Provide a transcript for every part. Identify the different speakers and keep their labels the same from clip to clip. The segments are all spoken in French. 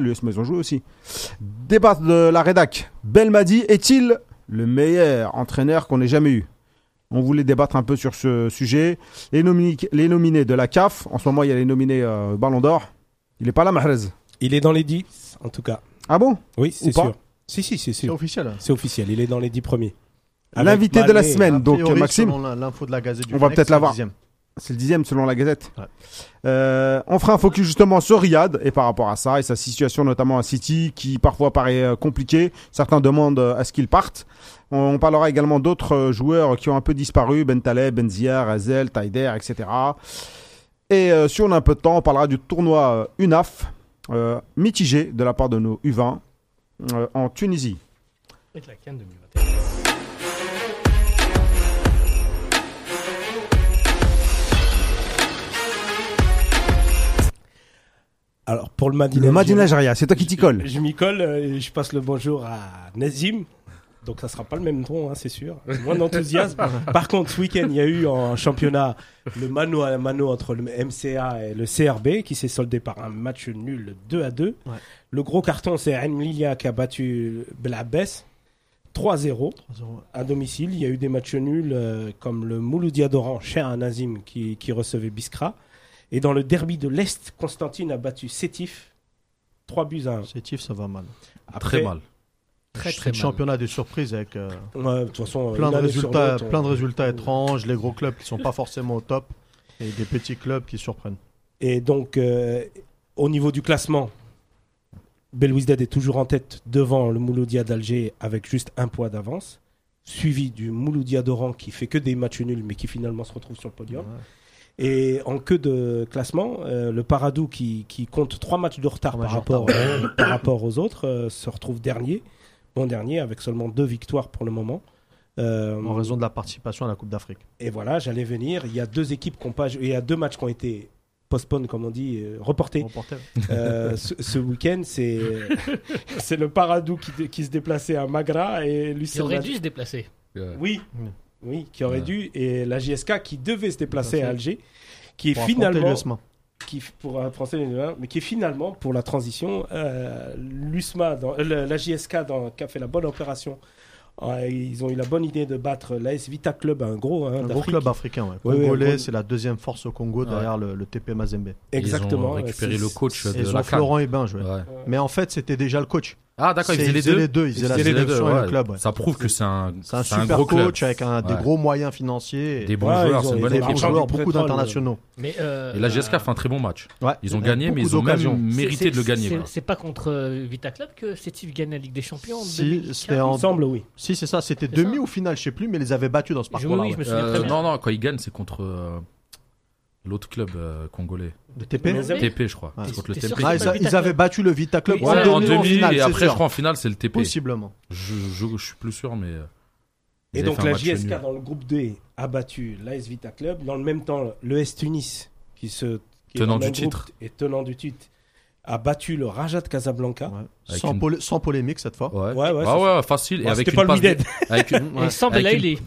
Speaker 1: l'US Maison Joué aussi. Débat de la rédac. Belmadi est-il le meilleur entraîneur qu'on ait jamais eu On voulait débattre un peu sur ce sujet. Les, nomi- les nominés de la CAF, en ce moment il y a les nominés euh, Ballon d'Or. Il est pas là, Mahrez.
Speaker 2: Il est dans les 10, en tout cas.
Speaker 1: Ah bon
Speaker 2: Oui, c'est
Speaker 1: pas
Speaker 2: sûr. Si, si, c'est
Speaker 3: C'est
Speaker 2: sûr.
Speaker 3: officiel.
Speaker 2: C'est officiel, il est dans les 10 premiers. Avec
Speaker 1: L'invité de la
Speaker 2: Mané.
Speaker 1: semaine,
Speaker 3: A
Speaker 1: donc
Speaker 3: priori,
Speaker 1: Maxime.
Speaker 3: selon la- L'info de la Gazette du
Speaker 1: On va
Speaker 3: Connex,
Speaker 1: peut-être
Speaker 3: c'est le
Speaker 1: l'avoir.
Speaker 3: dixième.
Speaker 1: C'est le dixième selon la Gazette.
Speaker 3: Ouais.
Speaker 1: Euh, on fera un focus justement sur Riyad et par rapport à ça et sa situation notamment à City qui parfois paraît euh, compliquée. Certains demandent euh, à ce qu'il parte. On, on parlera également d'autres euh, joueurs qui ont un peu disparu, Ben Taleb, Benzia, Azel, Taider, etc. Et euh, si on a un peu de temps, on parlera du tournoi euh, UNAF euh, mitigé de la part de nos U20 euh, en Tunisie.
Speaker 2: Alors, pour le Madinage.
Speaker 1: Le Madi Nigeria, c'est toi qui t'y colle.
Speaker 2: Je m'y colle euh, et je passe le bonjour à Nazim. Donc ça sera pas le même ton, hein, c'est sûr. Moins d'enthousiasme. Par contre, ce week-end, il y a eu en championnat le mano à mano entre le MCA et le CRB qui s'est soldé par un match nul 2 à 2.
Speaker 3: Ouais.
Speaker 2: Le gros carton, c'est Lilia qui a battu Blabès 3-0 à domicile. Il y a eu des matchs nuls euh, comme le Mouloudia d'Oran, cher à Nazim, qui, qui recevait Biskra. Et dans le derby de l'Est, Constantine a battu Sétif 3 buts à 1.
Speaker 3: Sétif, ça va mal.
Speaker 2: Après,
Speaker 4: Très mal.
Speaker 3: Très,
Speaker 4: très mal.
Speaker 3: championnat de surprise avec euh,
Speaker 2: Ouais, de toute façon,
Speaker 3: plein,
Speaker 2: une
Speaker 3: de
Speaker 2: année sur
Speaker 3: résultats,
Speaker 2: l'autre, euh. on-
Speaker 4: euh,
Speaker 3: plein de résultats étranges, les gros clubs qui sont pas forcément au top et des petits clubs qui surprennent.
Speaker 2: Et donc, euh, au niveau du classement, Belouizdad est toujours en tête devant le Mouloudia d'Alger avec juste un point d'avance, suivi du Mouloudia d'Oran qui fait que des matchs nuls mais qui finalement se retrouve sur le podium. Et en queue de classement, euh, le Paradou qui, qui compte trois matchs de retard
Speaker 3: Trois
Speaker 2: par
Speaker 3: matchs de
Speaker 2: rapport, euh, par rapport aux autres euh, se retrouve dernier, bon dernier avec seulement deux victoires pour le moment. Euh,
Speaker 3: En raison de la participation à la Coupe d'Afrique.
Speaker 2: et voilà, j'allais venir. Il y a deux équipes qui ont pas joué- Il y a deux matchs qui ont été postponed, comme on dit, euh, reportés
Speaker 3: Remporté.
Speaker 2: euh, ce, ce week-end. C'est c'est le Paradou qui, dé- qui se déplaçait à Magra et
Speaker 4: Qui
Speaker 2: Lucien.
Speaker 4: aurait
Speaker 2: Nad-
Speaker 4: dû se déplacer. Euh,
Speaker 2: Oui, oui, qui aurait
Speaker 4: Ouais.
Speaker 2: dû. Et la JSK qui devait se déplacer
Speaker 3: Tout
Speaker 2: à
Speaker 3: à fait.
Speaker 2: Alger, qui est
Speaker 3: Pour affronter
Speaker 2: finalement
Speaker 3: l'USMA.
Speaker 4: euh,
Speaker 2: qui f- pour un français hein, mais qui est finalement pour la transition euh, l'USMA dans euh, le- la JSK dans, qui a fait la bonne opération Euh, ils ont eu la bonne idée de battre l'AS Vita Club un gros hein,
Speaker 3: Un gros
Speaker 2: d'Afrique.
Speaker 3: club africain, ouais.
Speaker 2: Ouais, ouais,
Speaker 3: Congolais,
Speaker 2: gros-
Speaker 3: c'est la deuxième force au Congo derrière le, le TP Mazembe.
Speaker 2: exactement
Speaker 4: Ils ont récupéré
Speaker 2: C'est-
Speaker 4: le coach
Speaker 3: Et
Speaker 4: de
Speaker 3: ils
Speaker 4: la
Speaker 3: ont
Speaker 4: CAN.
Speaker 3: Florent Hébin joué.
Speaker 4: Ouais.
Speaker 3: Mais en fait, c'était déjà le coach.
Speaker 4: Ah d'accord, ils
Speaker 3: C'est-
Speaker 4: faisaient les deux.
Speaker 3: Ils faisaient les deux. Ils faisaient la
Speaker 4: les deux,
Speaker 3: sélection et
Speaker 4: ouais.
Speaker 3: le club. ouais.
Speaker 4: Ça prouve que c'est un,
Speaker 3: C'est un
Speaker 4: c'est un
Speaker 3: super
Speaker 4: gros club.
Speaker 3: coach avec un, des
Speaker 4: Ouais.
Speaker 3: gros moyens financiers. et
Speaker 4: Des bons
Speaker 2: Ouais,
Speaker 4: joueurs,
Speaker 2: ils ont-
Speaker 4: c'est une bonne
Speaker 2: ils ont des
Speaker 3: des bons
Speaker 4: équipe.
Speaker 2: marchands
Speaker 3: joueurs,
Speaker 2: du
Speaker 3: beaucoup
Speaker 2: pétrole.
Speaker 3: d'internationaux.
Speaker 4: Et Mais euh, la GSK fait un très bon match.
Speaker 3: euh, Ouais.
Speaker 4: Ils ont gagné, mais
Speaker 3: Beaucoup
Speaker 4: ils ont même
Speaker 3: d'occasions.
Speaker 4: mérité mérité de le gagner. C'est, quoi. c'est pas contre euh, Vita Club que Sétif gagne la Ligue des Champions en
Speaker 3: Si,
Speaker 4: 2004.
Speaker 3: c'était
Speaker 2: il
Speaker 3: en-
Speaker 2: me semble oui
Speaker 3: Si, c'est ça, c'était
Speaker 4: C'est
Speaker 3: demi
Speaker 4: ça.
Speaker 3: ou finale, je sais plus, mais ils les avaient battus dans ce
Speaker 4: Je-
Speaker 3: parcours-là.
Speaker 4: oui, oui, je me
Speaker 3: ouais.
Speaker 4: souviens très Euh, bien. non, non, quand ils gagnent, c'est contre euh, l'autre club euh, congolais.
Speaker 3: Le TP
Speaker 4: Le TP, je crois.
Speaker 3: Ouais.
Speaker 4: C'est contre le T'es sûr TP. que
Speaker 3: Ah,
Speaker 4: c'est
Speaker 3: ils,
Speaker 4: pas
Speaker 3: a-
Speaker 4: Vita
Speaker 3: ils avaient
Speaker 4: Club
Speaker 3: battu le Vita Club
Speaker 4: Ouais, Ouais, en,
Speaker 3: en demi,
Speaker 4: demi,
Speaker 3: en finale,
Speaker 4: et
Speaker 3: c'est
Speaker 4: après,
Speaker 3: sûr.
Speaker 4: je crois, en finale, c'est le TP.
Speaker 3: Possiblement.
Speaker 4: Je, je- je suis plus sûr, mais. euh, ils
Speaker 2: et
Speaker 4: avaient
Speaker 2: donc
Speaker 4: fait un
Speaker 2: la
Speaker 4: match
Speaker 2: JSK
Speaker 4: nul.
Speaker 2: dans le groupe D a battu l'AS Vita Club dans le même temps le S Tunis qui se qui est
Speaker 4: Tenant
Speaker 2: dans le
Speaker 4: du
Speaker 2: même groupe
Speaker 4: titre.
Speaker 2: et tenant du titre a battu le Raja de Casablanca
Speaker 3: Ouais.
Speaker 4: Avec
Speaker 3: Sans,
Speaker 4: une-
Speaker 3: polé- sans polémique cette fois.
Speaker 4: Ouais,
Speaker 2: Ouais, ouais,
Speaker 4: Ah
Speaker 2: c'est
Speaker 4: ouais, facile. et
Speaker 2: Ouais,
Speaker 4: avec
Speaker 2: c'était
Speaker 4: une
Speaker 2: pas le
Speaker 4: passe
Speaker 2: Mid-Head.
Speaker 4: dé- avec une-
Speaker 3: Ouais.
Speaker 4: ouais. Et Et sans Avec Belaïli.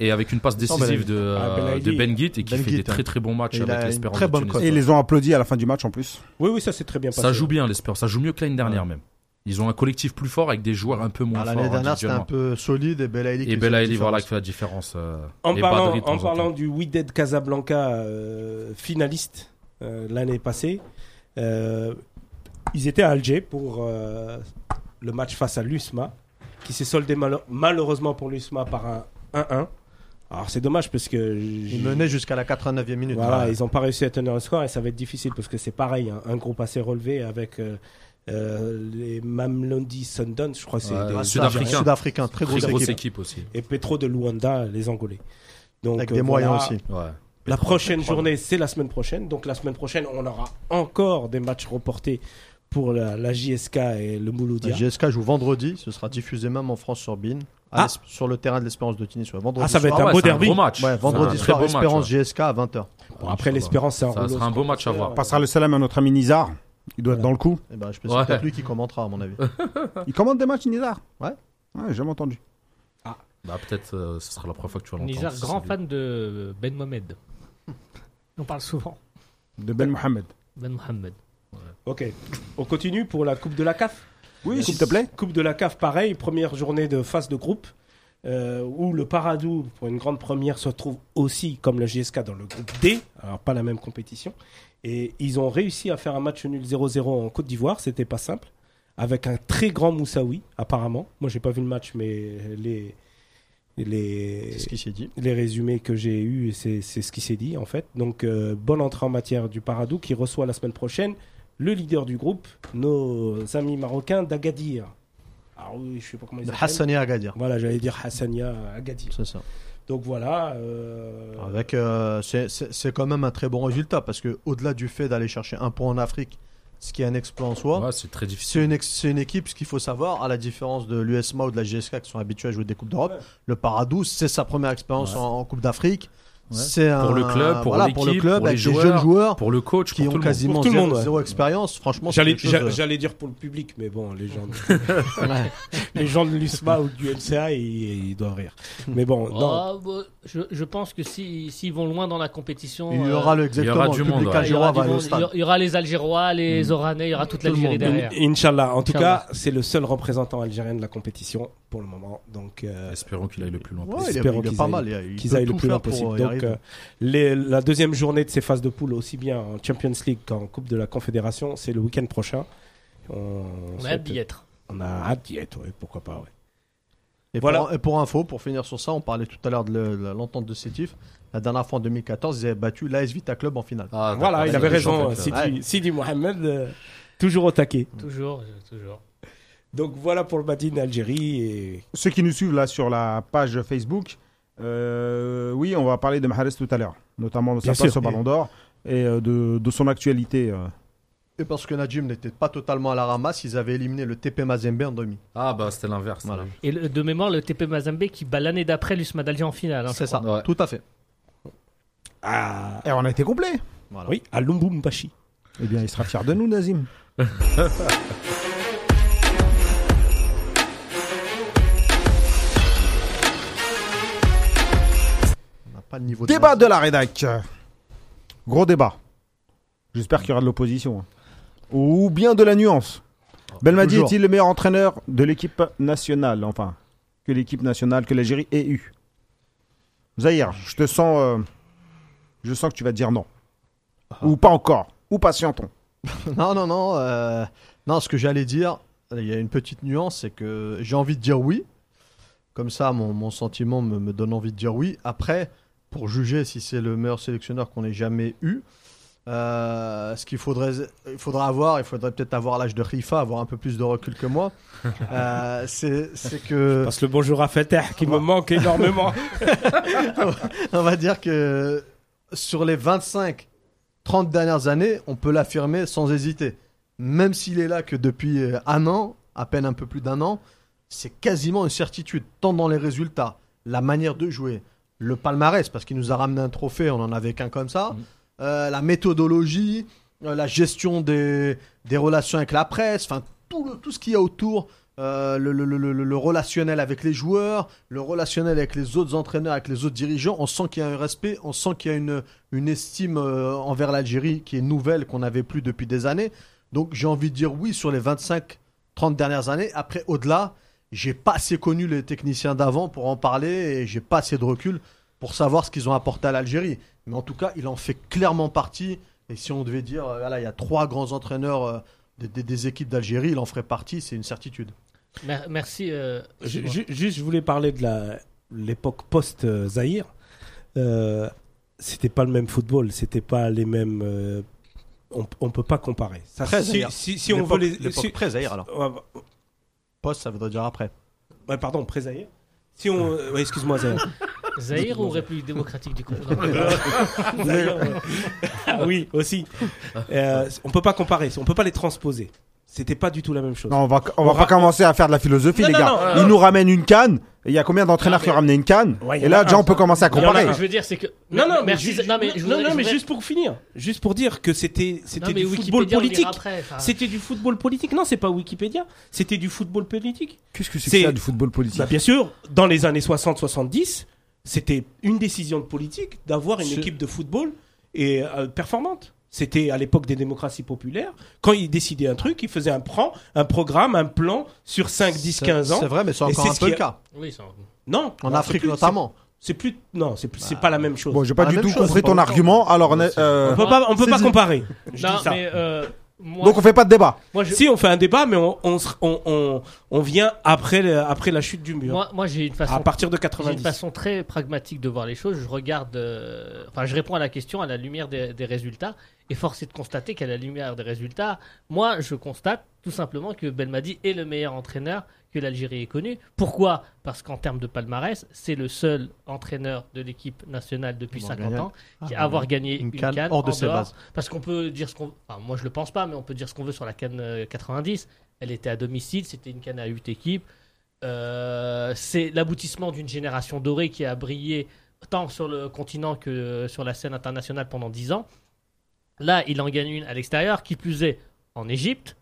Speaker 4: et avec une passe
Speaker 3: Sans
Speaker 4: décisive de,
Speaker 2: Ah,
Speaker 4: euh,
Speaker 2: Belaïli.
Speaker 4: de Ben Guitt et qui
Speaker 3: Ben
Speaker 4: fait
Speaker 3: Guitt,
Speaker 4: des très très bons matchs
Speaker 3: Il a
Speaker 4: avec
Speaker 3: une
Speaker 4: l'Espérance
Speaker 3: très
Speaker 4: de
Speaker 3: bonne
Speaker 4: Tunis.
Speaker 3: cote.
Speaker 1: Et ils les ont applaudis à la fin du match en plus.
Speaker 2: oui oui ça s'est très bien passé
Speaker 4: Ça joue bien l'Espérance, ça joue mieux que l'année dernière même. Ils ont un collectif plus fort avec des joueurs un peu moins
Speaker 3: Ah,
Speaker 4: forts
Speaker 3: L'année dernière, c'était un
Speaker 4: individuellement.
Speaker 3: peu solide et Belaïli
Speaker 4: Et Belaïli voilà qui fait la différence. euh,
Speaker 2: En
Speaker 4: et
Speaker 2: parlant,
Speaker 4: Badri, de temps
Speaker 2: en
Speaker 4: temps.
Speaker 2: parlant du We Dead Casablanca euh, finaliste euh, l'année passée, euh, ils étaient à Alger pour euh, le match face à l'USMA, qui s'est soldé malo- malheureusement pour l'USMA par un 1-1. Alors c'est dommage parce que j-
Speaker 3: Ils menaient jusqu'à la 89e minute.
Speaker 2: voilà,
Speaker 3: Ouais.
Speaker 2: ils n'ont pas réussi à tenir le score et ça va être difficile parce que c'est pareil, hein, un groupe assez relevé avec euh, euh, les Mamlondi Sundowns, je crois que c'est
Speaker 4: Ouais,
Speaker 2: des-
Speaker 3: Ah,
Speaker 4: les
Speaker 2: des
Speaker 4: Sud-Africains.
Speaker 2: Algériens.
Speaker 3: Sud-Africain, très
Speaker 4: Très
Speaker 3: grosse
Speaker 4: grosse
Speaker 3: équipe.
Speaker 4: équipe aussi.
Speaker 2: et Petro de Luanda, les Angolais. Donc,
Speaker 3: Avec
Speaker 2: euh,
Speaker 3: des moyens
Speaker 2: voilà.
Speaker 3: aussi.
Speaker 4: Ouais.
Speaker 2: La prochaine
Speaker 3: Pétrole.
Speaker 2: journée, c'est la semaine prochaine. Donc la semaine prochaine, on aura encore des matchs reportés pour la, la JSK et le
Speaker 3: La
Speaker 2: Mouloudia.
Speaker 3: GSK joue vendredi, ce sera diffusé même en France sur BIN,
Speaker 2: Ah.
Speaker 3: sur le terrain de l'Espérance de Tunis. ouais, vendredi
Speaker 2: Ah, ça va
Speaker 3: soir.
Speaker 2: être un
Speaker 4: ouais,
Speaker 2: beau
Speaker 4: c'est
Speaker 2: derby.
Speaker 4: gros match.
Speaker 3: Ouais, vendredi
Speaker 4: C'est un très
Speaker 3: soir,
Speaker 4: beau match,
Speaker 3: Espérance
Speaker 4: ouais.
Speaker 3: GSK à 20h.
Speaker 2: Bon, après, l'espérance, c'est un
Speaker 4: Ça
Speaker 2: rouleau euh,
Speaker 4: sera un beau match à voir.
Speaker 1: On passera le salam à notre ami Nizar. Il doit être
Speaker 2: Voilà.
Speaker 1: dans le coup.
Speaker 3: Et ben, je pense que
Speaker 4: Ouais.
Speaker 3: c'est peut-être lui qui commentera, à mon avis.
Speaker 1: Il commande des matchs, Nizar
Speaker 3: Ouais.
Speaker 1: Ouais, j'ai jamais entendu.
Speaker 4: Bah, peut-être euh, ce sera la première fois que tu vas l'entendre. Nizar,
Speaker 1: c'est
Speaker 4: ça,
Speaker 1: ça,
Speaker 4: ça
Speaker 1: c'est
Speaker 4: va
Speaker 1: lui.
Speaker 4: être
Speaker 5: Grand fan
Speaker 4: euh,
Speaker 5: de Ben Mohamed. On parle souvent.
Speaker 1: De Ben Mohamed.
Speaker 5: Ben Mohamed.
Speaker 2: Ok, on continue pour la Coupe de la CAF.
Speaker 1: Oui, s'il te plaît.
Speaker 2: Coupe de la CAF, pareil, première journée de phase de groupe, euh, où le Paradou, pour une grande première, se trouve aussi comme le GSK dans le groupe D, alors pas la même compétition. Et ils ont réussi à faire un match nul 0-0 en Côte d'Ivoire, c'était pas simple, avec un très grand Moussaoui, apparemment. Moi, j'ai pas vu le match, mais les. Les,
Speaker 3: C'est ce qui s'est dit.
Speaker 2: les résumés que j'ai eus, c'est c'est ce qui s'est dit en fait. Donc, euh, bonne entrée en matière du Paradou qui reçoit la semaine prochaine le leader du groupe, nos amis marocains d'Agadir. Alors oui, je sais pas comment ils
Speaker 3: De
Speaker 2: s'appellent.
Speaker 3: Hassani Agadir.
Speaker 2: Voilà, j'allais dire Hassania Agadir.
Speaker 3: C'est ça.
Speaker 2: Donc voilà. euh,
Speaker 3: Avec, euh, c'est- c'est c'est quand même un très bon résultat parce que au-delà du fait d'aller chercher un point en Afrique, ce qui est un exploit en soi,
Speaker 5: Ouais, c'est très difficile.
Speaker 3: c'est une, ex- c'est une équipe, ce qu'il faut savoir, à la différence de l'USMA ou de la GSK qui sont habitués à jouer des Coupes d'Europe,
Speaker 2: Ouais.
Speaker 3: le Paradou, c'est sa première expérience
Speaker 5: Ouais.
Speaker 3: en, en Coupe d'afrique.
Speaker 5: Ouais.
Speaker 3: C'est
Speaker 5: Pour
Speaker 3: un-
Speaker 5: le club, pour
Speaker 3: voilà, pour le
Speaker 5: l'équipe,
Speaker 3: club,
Speaker 5: pour
Speaker 3: avec
Speaker 5: les
Speaker 3: des
Speaker 5: joueurs,
Speaker 3: jeunes joueurs
Speaker 5: Pour le coach,
Speaker 3: qui ont
Speaker 5: pour tout le monde.
Speaker 3: quasiment
Speaker 2: Pour tout le
Speaker 3: zéro,
Speaker 2: monde, ouais.
Speaker 3: zéro expérience. Franchement, c'est
Speaker 2: J'allais
Speaker 3: quelque chose,
Speaker 2: j'a-
Speaker 3: euh,
Speaker 2: j'allais dire pour le public, mais bon, les gens,
Speaker 3: ouais.
Speaker 2: les gens de l'USMA ou du LCA, ils, ils doivent rire. Mais
Speaker 3: Oh,
Speaker 2: bon, non.
Speaker 4: Ah, bah, je, je pense que si- s'ils vont loin dans la compétition,
Speaker 3: Il y
Speaker 4: euh, ah,
Speaker 3: aura le exactement
Speaker 5: du
Speaker 3: le public
Speaker 5: monde, ouais.
Speaker 4: il y aura
Speaker 3: algérois
Speaker 4: du
Speaker 3: va aller au
Speaker 4: monde, il y
Speaker 3: stade.
Speaker 4: aura- il y aura les Algérois, les
Speaker 5: Mm.
Speaker 4: Oranais, il y aura toute
Speaker 3: Tout le
Speaker 4: l'Algérie
Speaker 3: monde.
Speaker 4: derrière.
Speaker 2: Inch'Allah. En tout
Speaker 4: Inch'Allah.
Speaker 2: cas, c'est le seul représentant algérien de la compétition pour le moment. Donc, euh,
Speaker 5: Espérons qu'il aille le plus loin
Speaker 3: Ouais,
Speaker 5: possible.
Speaker 3: il est-
Speaker 2: Espérons
Speaker 3: il est
Speaker 2: qu'ils
Speaker 3: pas
Speaker 2: aillent-
Speaker 3: mal. il- il
Speaker 2: qu'ils
Speaker 3: peut
Speaker 2: aillent le
Speaker 3: tout
Speaker 2: plus loin
Speaker 3: faire pour,
Speaker 2: possible.
Speaker 3: euh, y
Speaker 2: Donc,
Speaker 3: arriver.
Speaker 2: euh, les- la deuxième journée de ces phases de poule, aussi bien en Champions League qu'en Coupe de la Confédération, c'est le week-end prochain. On,
Speaker 4: On a
Speaker 2: souhaite-
Speaker 4: hâte d'y être.
Speaker 2: On a hâte d'y être, ouais, pourquoi pas. ouais.
Speaker 3: Et,
Speaker 2: Voilà.
Speaker 3: pour, et pour info, pour finir sur ça, on parlait tout à l'heure de le- le- l'entente de Sétif. La dernière fois en 2014, ils avaient battu l'AS Vita Club en finale.
Speaker 5: Ah,
Speaker 2: voilà,
Speaker 5: d'accord,
Speaker 2: il
Speaker 5: c'est
Speaker 2: avait
Speaker 5: des
Speaker 2: raison,
Speaker 5: champions,
Speaker 2: euh,
Speaker 5: ça.
Speaker 2: Sidi, Sidi Mohamed, euh, toujours au taquet.
Speaker 4: Toujours, euh, toujours.
Speaker 2: Donc voilà pour le Badin Algérie. Et...
Speaker 1: Ceux qui nous suivent là sur la page Facebook, euh, oui, on va parler de Mahrez tout à l'heure, notamment de sa
Speaker 2: Bien
Speaker 1: place
Speaker 2: sûr.
Speaker 1: au Ballon d'Or et euh, de, de son actualité. euh.
Speaker 3: Et parce que Najim n'était pas totalement à la ramasse, ils avaient éliminé le TP Mazembe en demi.
Speaker 5: Ah, bah, c'était l'inverse.
Speaker 3: Voilà.
Speaker 4: Et le- de mémoire, le TP Mazembe qui bat l'année d'après l'USMA d'Alger en finale. hein,
Speaker 3: C'est
Speaker 4: je
Speaker 3: ça,
Speaker 4: crois.
Speaker 5: crois. Ouais.
Speaker 3: tout à fait.
Speaker 2: Ah,
Speaker 1: Et on a été complet.
Speaker 3: Voilà.
Speaker 2: oui, à Lumbumbashi.
Speaker 1: Eh bien, il sera fier de nous, Nazim.
Speaker 3: On n'a pas le niveau
Speaker 1: Débat
Speaker 3: de.
Speaker 1: de la rédac. Gros débat. J'espère qu'il y aura de l'opposition. hein. Ou bien de la nuance. Belmadi
Speaker 3: toujours.
Speaker 1: est-il le meilleur entraîneur de l'équipe nationale Enfin, que l'équipe nationale, que l'Algérie ait eu. Zahir, je te sens. euh, je sens que tu vas dire non.
Speaker 2: Ah.
Speaker 1: Ou pas encore. Ou patientons.
Speaker 3: Non, non, non. euh, Non, ce que j'allais dire, il y a une petite nuance, c'est que j'ai envie de dire oui. Comme ça, mon, mon sentiment me, me donne envie de dire oui. Après, pour juger si c'est le meilleur sélectionneur qu'on ait jamais eu, euh, ce qu'il faudrait, il faudra avoir, il faudrait peut-être avoir l'âge de Khalifa, avoir un peu plus de recul que moi, euh, c'est c'est que.
Speaker 2: Parce que le bonjour à Fatah qui me manque énormément.
Speaker 3: on va dire que sur les 25, 30 dernières années, on peut l'affirmer sans hésiter. Même s'il est là que depuis euh, un an, à peine un peu plus d'un an, c'est quasiment une certitude, tant dans les résultats, la manière de jouer, le palmarès, parce qu'il nous a ramené un trophée, on en avait qu'un comme ça, euh, la méthodologie, euh, la gestion des, des relations avec la presse, enfin tout, le- tout ce qu'il y a autour, euh, le, le- le- le- le relationnel avec les joueurs, le relationnel avec les autres entraîneurs, avec les autres dirigeants, on sent qu'il y a un respect, on sent qu'il y a une, une estime euh, envers l'Algérie qui est nouvelle, qu'on n'avait plus depuis des années. Donc j'ai envie de dire oui sur les 25-30 dernières années. Après, au-delà, j'ai pas assez connu les techniciens d'avant pour en parler et j'ai pas assez de recul pour savoir ce qu'ils ont apporté à l'Algérie. Mais en tout cas, il en fait clairement partie. Et si on devait dire, euh, voilà, il y a trois grands entraîneurs euh, des- des- des équipes d'Algérie, il en ferait partie, c'est une certitude.
Speaker 4: Mer- merci. euh,
Speaker 2: Ju-
Speaker 4: excuse-moi.
Speaker 2: ju- Juste, je voulais parler de la- l'époque post-Zahir. c'était pas le même football, c'était pas les mêmes. euh, on, on peut pas comparer. Ça,
Speaker 3: Après,
Speaker 2: si,
Speaker 3: Zahir.
Speaker 2: si- si on veut les. si-
Speaker 3: L'époque pré-Zahir, alors.
Speaker 2: Ouais, bah,
Speaker 3: Post, ça voudrait dire après.
Speaker 2: ouais, pardon, pré-Zahir. Si on. ouais, excuse-moi, Zahir.
Speaker 4: Zaïre ou République démocratique du Congo
Speaker 2: Zahir, ouais. Ah oui, aussi. Euh, on peut pas comparer, on peut pas les transposer. C'était pas du tout la même chose.
Speaker 1: Non, on va, on va
Speaker 2: On
Speaker 1: pas
Speaker 2: ra-
Speaker 1: commencer à faire de la philosophie,
Speaker 2: Non,
Speaker 1: les
Speaker 2: non,
Speaker 1: gars.
Speaker 2: non,
Speaker 1: Ils
Speaker 2: non.
Speaker 1: nous ramènent une canne. Il y a combien d'entraîneurs
Speaker 4: Non,
Speaker 1: qui
Speaker 4: mais-
Speaker 1: ramènent une canne
Speaker 2: Ouais, il y
Speaker 1: Et
Speaker 2: en
Speaker 1: là,
Speaker 2: a
Speaker 1: déjà,
Speaker 2: un,
Speaker 1: on peut commencer à
Speaker 2: Il y en a
Speaker 1: comparer.
Speaker 2: un.
Speaker 4: Je veux dire, c'est que.
Speaker 2: Non, non, mais,
Speaker 4: merci,
Speaker 2: juste,
Speaker 4: non, mais, je voudrais-
Speaker 2: non,
Speaker 4: je
Speaker 2: mais
Speaker 4: voudrais-
Speaker 2: juste pour finir. Juste pour dire que c'était
Speaker 4: Non,
Speaker 2: c'était
Speaker 4: mais
Speaker 2: du
Speaker 4: Wikipédia,
Speaker 2: football
Speaker 4: on le
Speaker 2: politique.
Speaker 4: lira après, enfin.
Speaker 2: C'était du football politique. Non, c'est pas Wikipédia. C'était du football politique.
Speaker 1: Qu'est-ce que
Speaker 2: C'est-
Speaker 1: du football politique
Speaker 2: Bah, bien sûr, dans les années 60-70, c'était une décision de politique d'avoir une
Speaker 5: Ce-
Speaker 2: équipe de football et euh, performante. C'était à l'époque des démocraties populaires. Quand ils décidaient un truc, ils faisaient un, plan, un programme, un plan sur 5, 10, 15 ans.
Speaker 3: C'est vrai, mais c'est
Speaker 2: Et
Speaker 3: encore
Speaker 2: c'est
Speaker 3: un
Speaker 2: ce
Speaker 3: peu
Speaker 2: qui
Speaker 3: le
Speaker 2: a-
Speaker 3: cas.
Speaker 4: Oui, ça-
Speaker 2: Non.
Speaker 3: En
Speaker 2: non,
Speaker 3: Afrique
Speaker 2: c'est plus-
Speaker 3: notamment.
Speaker 2: c'est- C'est plus. Non, c'est plus- c'est pas la même chose.
Speaker 1: Bon, j'ai pas
Speaker 3: la
Speaker 1: du
Speaker 3: même
Speaker 1: tout
Speaker 3: chose,
Speaker 1: compris
Speaker 3: c'est pas
Speaker 1: ton
Speaker 3: autant.
Speaker 1: argument. Alors, on est, euh,
Speaker 2: on peut pas, on peut
Speaker 3: c'est
Speaker 2: pas
Speaker 3: dit.
Speaker 2: comparer. Je
Speaker 4: Non,
Speaker 2: dis ça.
Speaker 4: mais euh, moi,
Speaker 1: donc on fait pas de débat.
Speaker 4: moi, je-
Speaker 2: Si on fait un débat, mais on, on, se- on, on- on vient après, le- après la chute du mur.
Speaker 4: moi, moi, j'ai une
Speaker 2: à
Speaker 4: façon
Speaker 2: partir de
Speaker 4: J'ai une
Speaker 2: 90.
Speaker 4: façon très pragmatique de voir les choses. Je regarde, euh, enfin, je réponds à la question à la lumière des, des résultats. Et force est de constater qu'à la lumière des résultats, moi, je constate tout simplement que Belmadi est le meilleur entraîneur que l'Algérie ait connu. Pourquoi Parce qu'en termes de palmarès, c'est le seul entraîneur de l'équipe nationale depuis
Speaker 3: Bon,
Speaker 4: 50
Speaker 3: génial.
Speaker 4: ans qui a
Speaker 3: Ah,
Speaker 4: avoir gagné
Speaker 3: une
Speaker 4: une,
Speaker 3: canne
Speaker 4: canne,
Speaker 3: hors de
Speaker 4: en
Speaker 3: ses
Speaker 4: dehors.
Speaker 3: bases.
Speaker 4: Parce qu'on peut dire ce qu'on, enfin, moi je le pense pas, mais on peut dire ce qu'on veut sur la canne euh, 90. Elle était à domicile, c'était une canne à 8 équipes. Euh, c'est l'aboutissement d'une génération dorée qui a brillé tant sur le continent que euh, sur la scène internationale pendant 10 ans. Là, il en gagne une à l'extérieur, qui plus est en Égypte,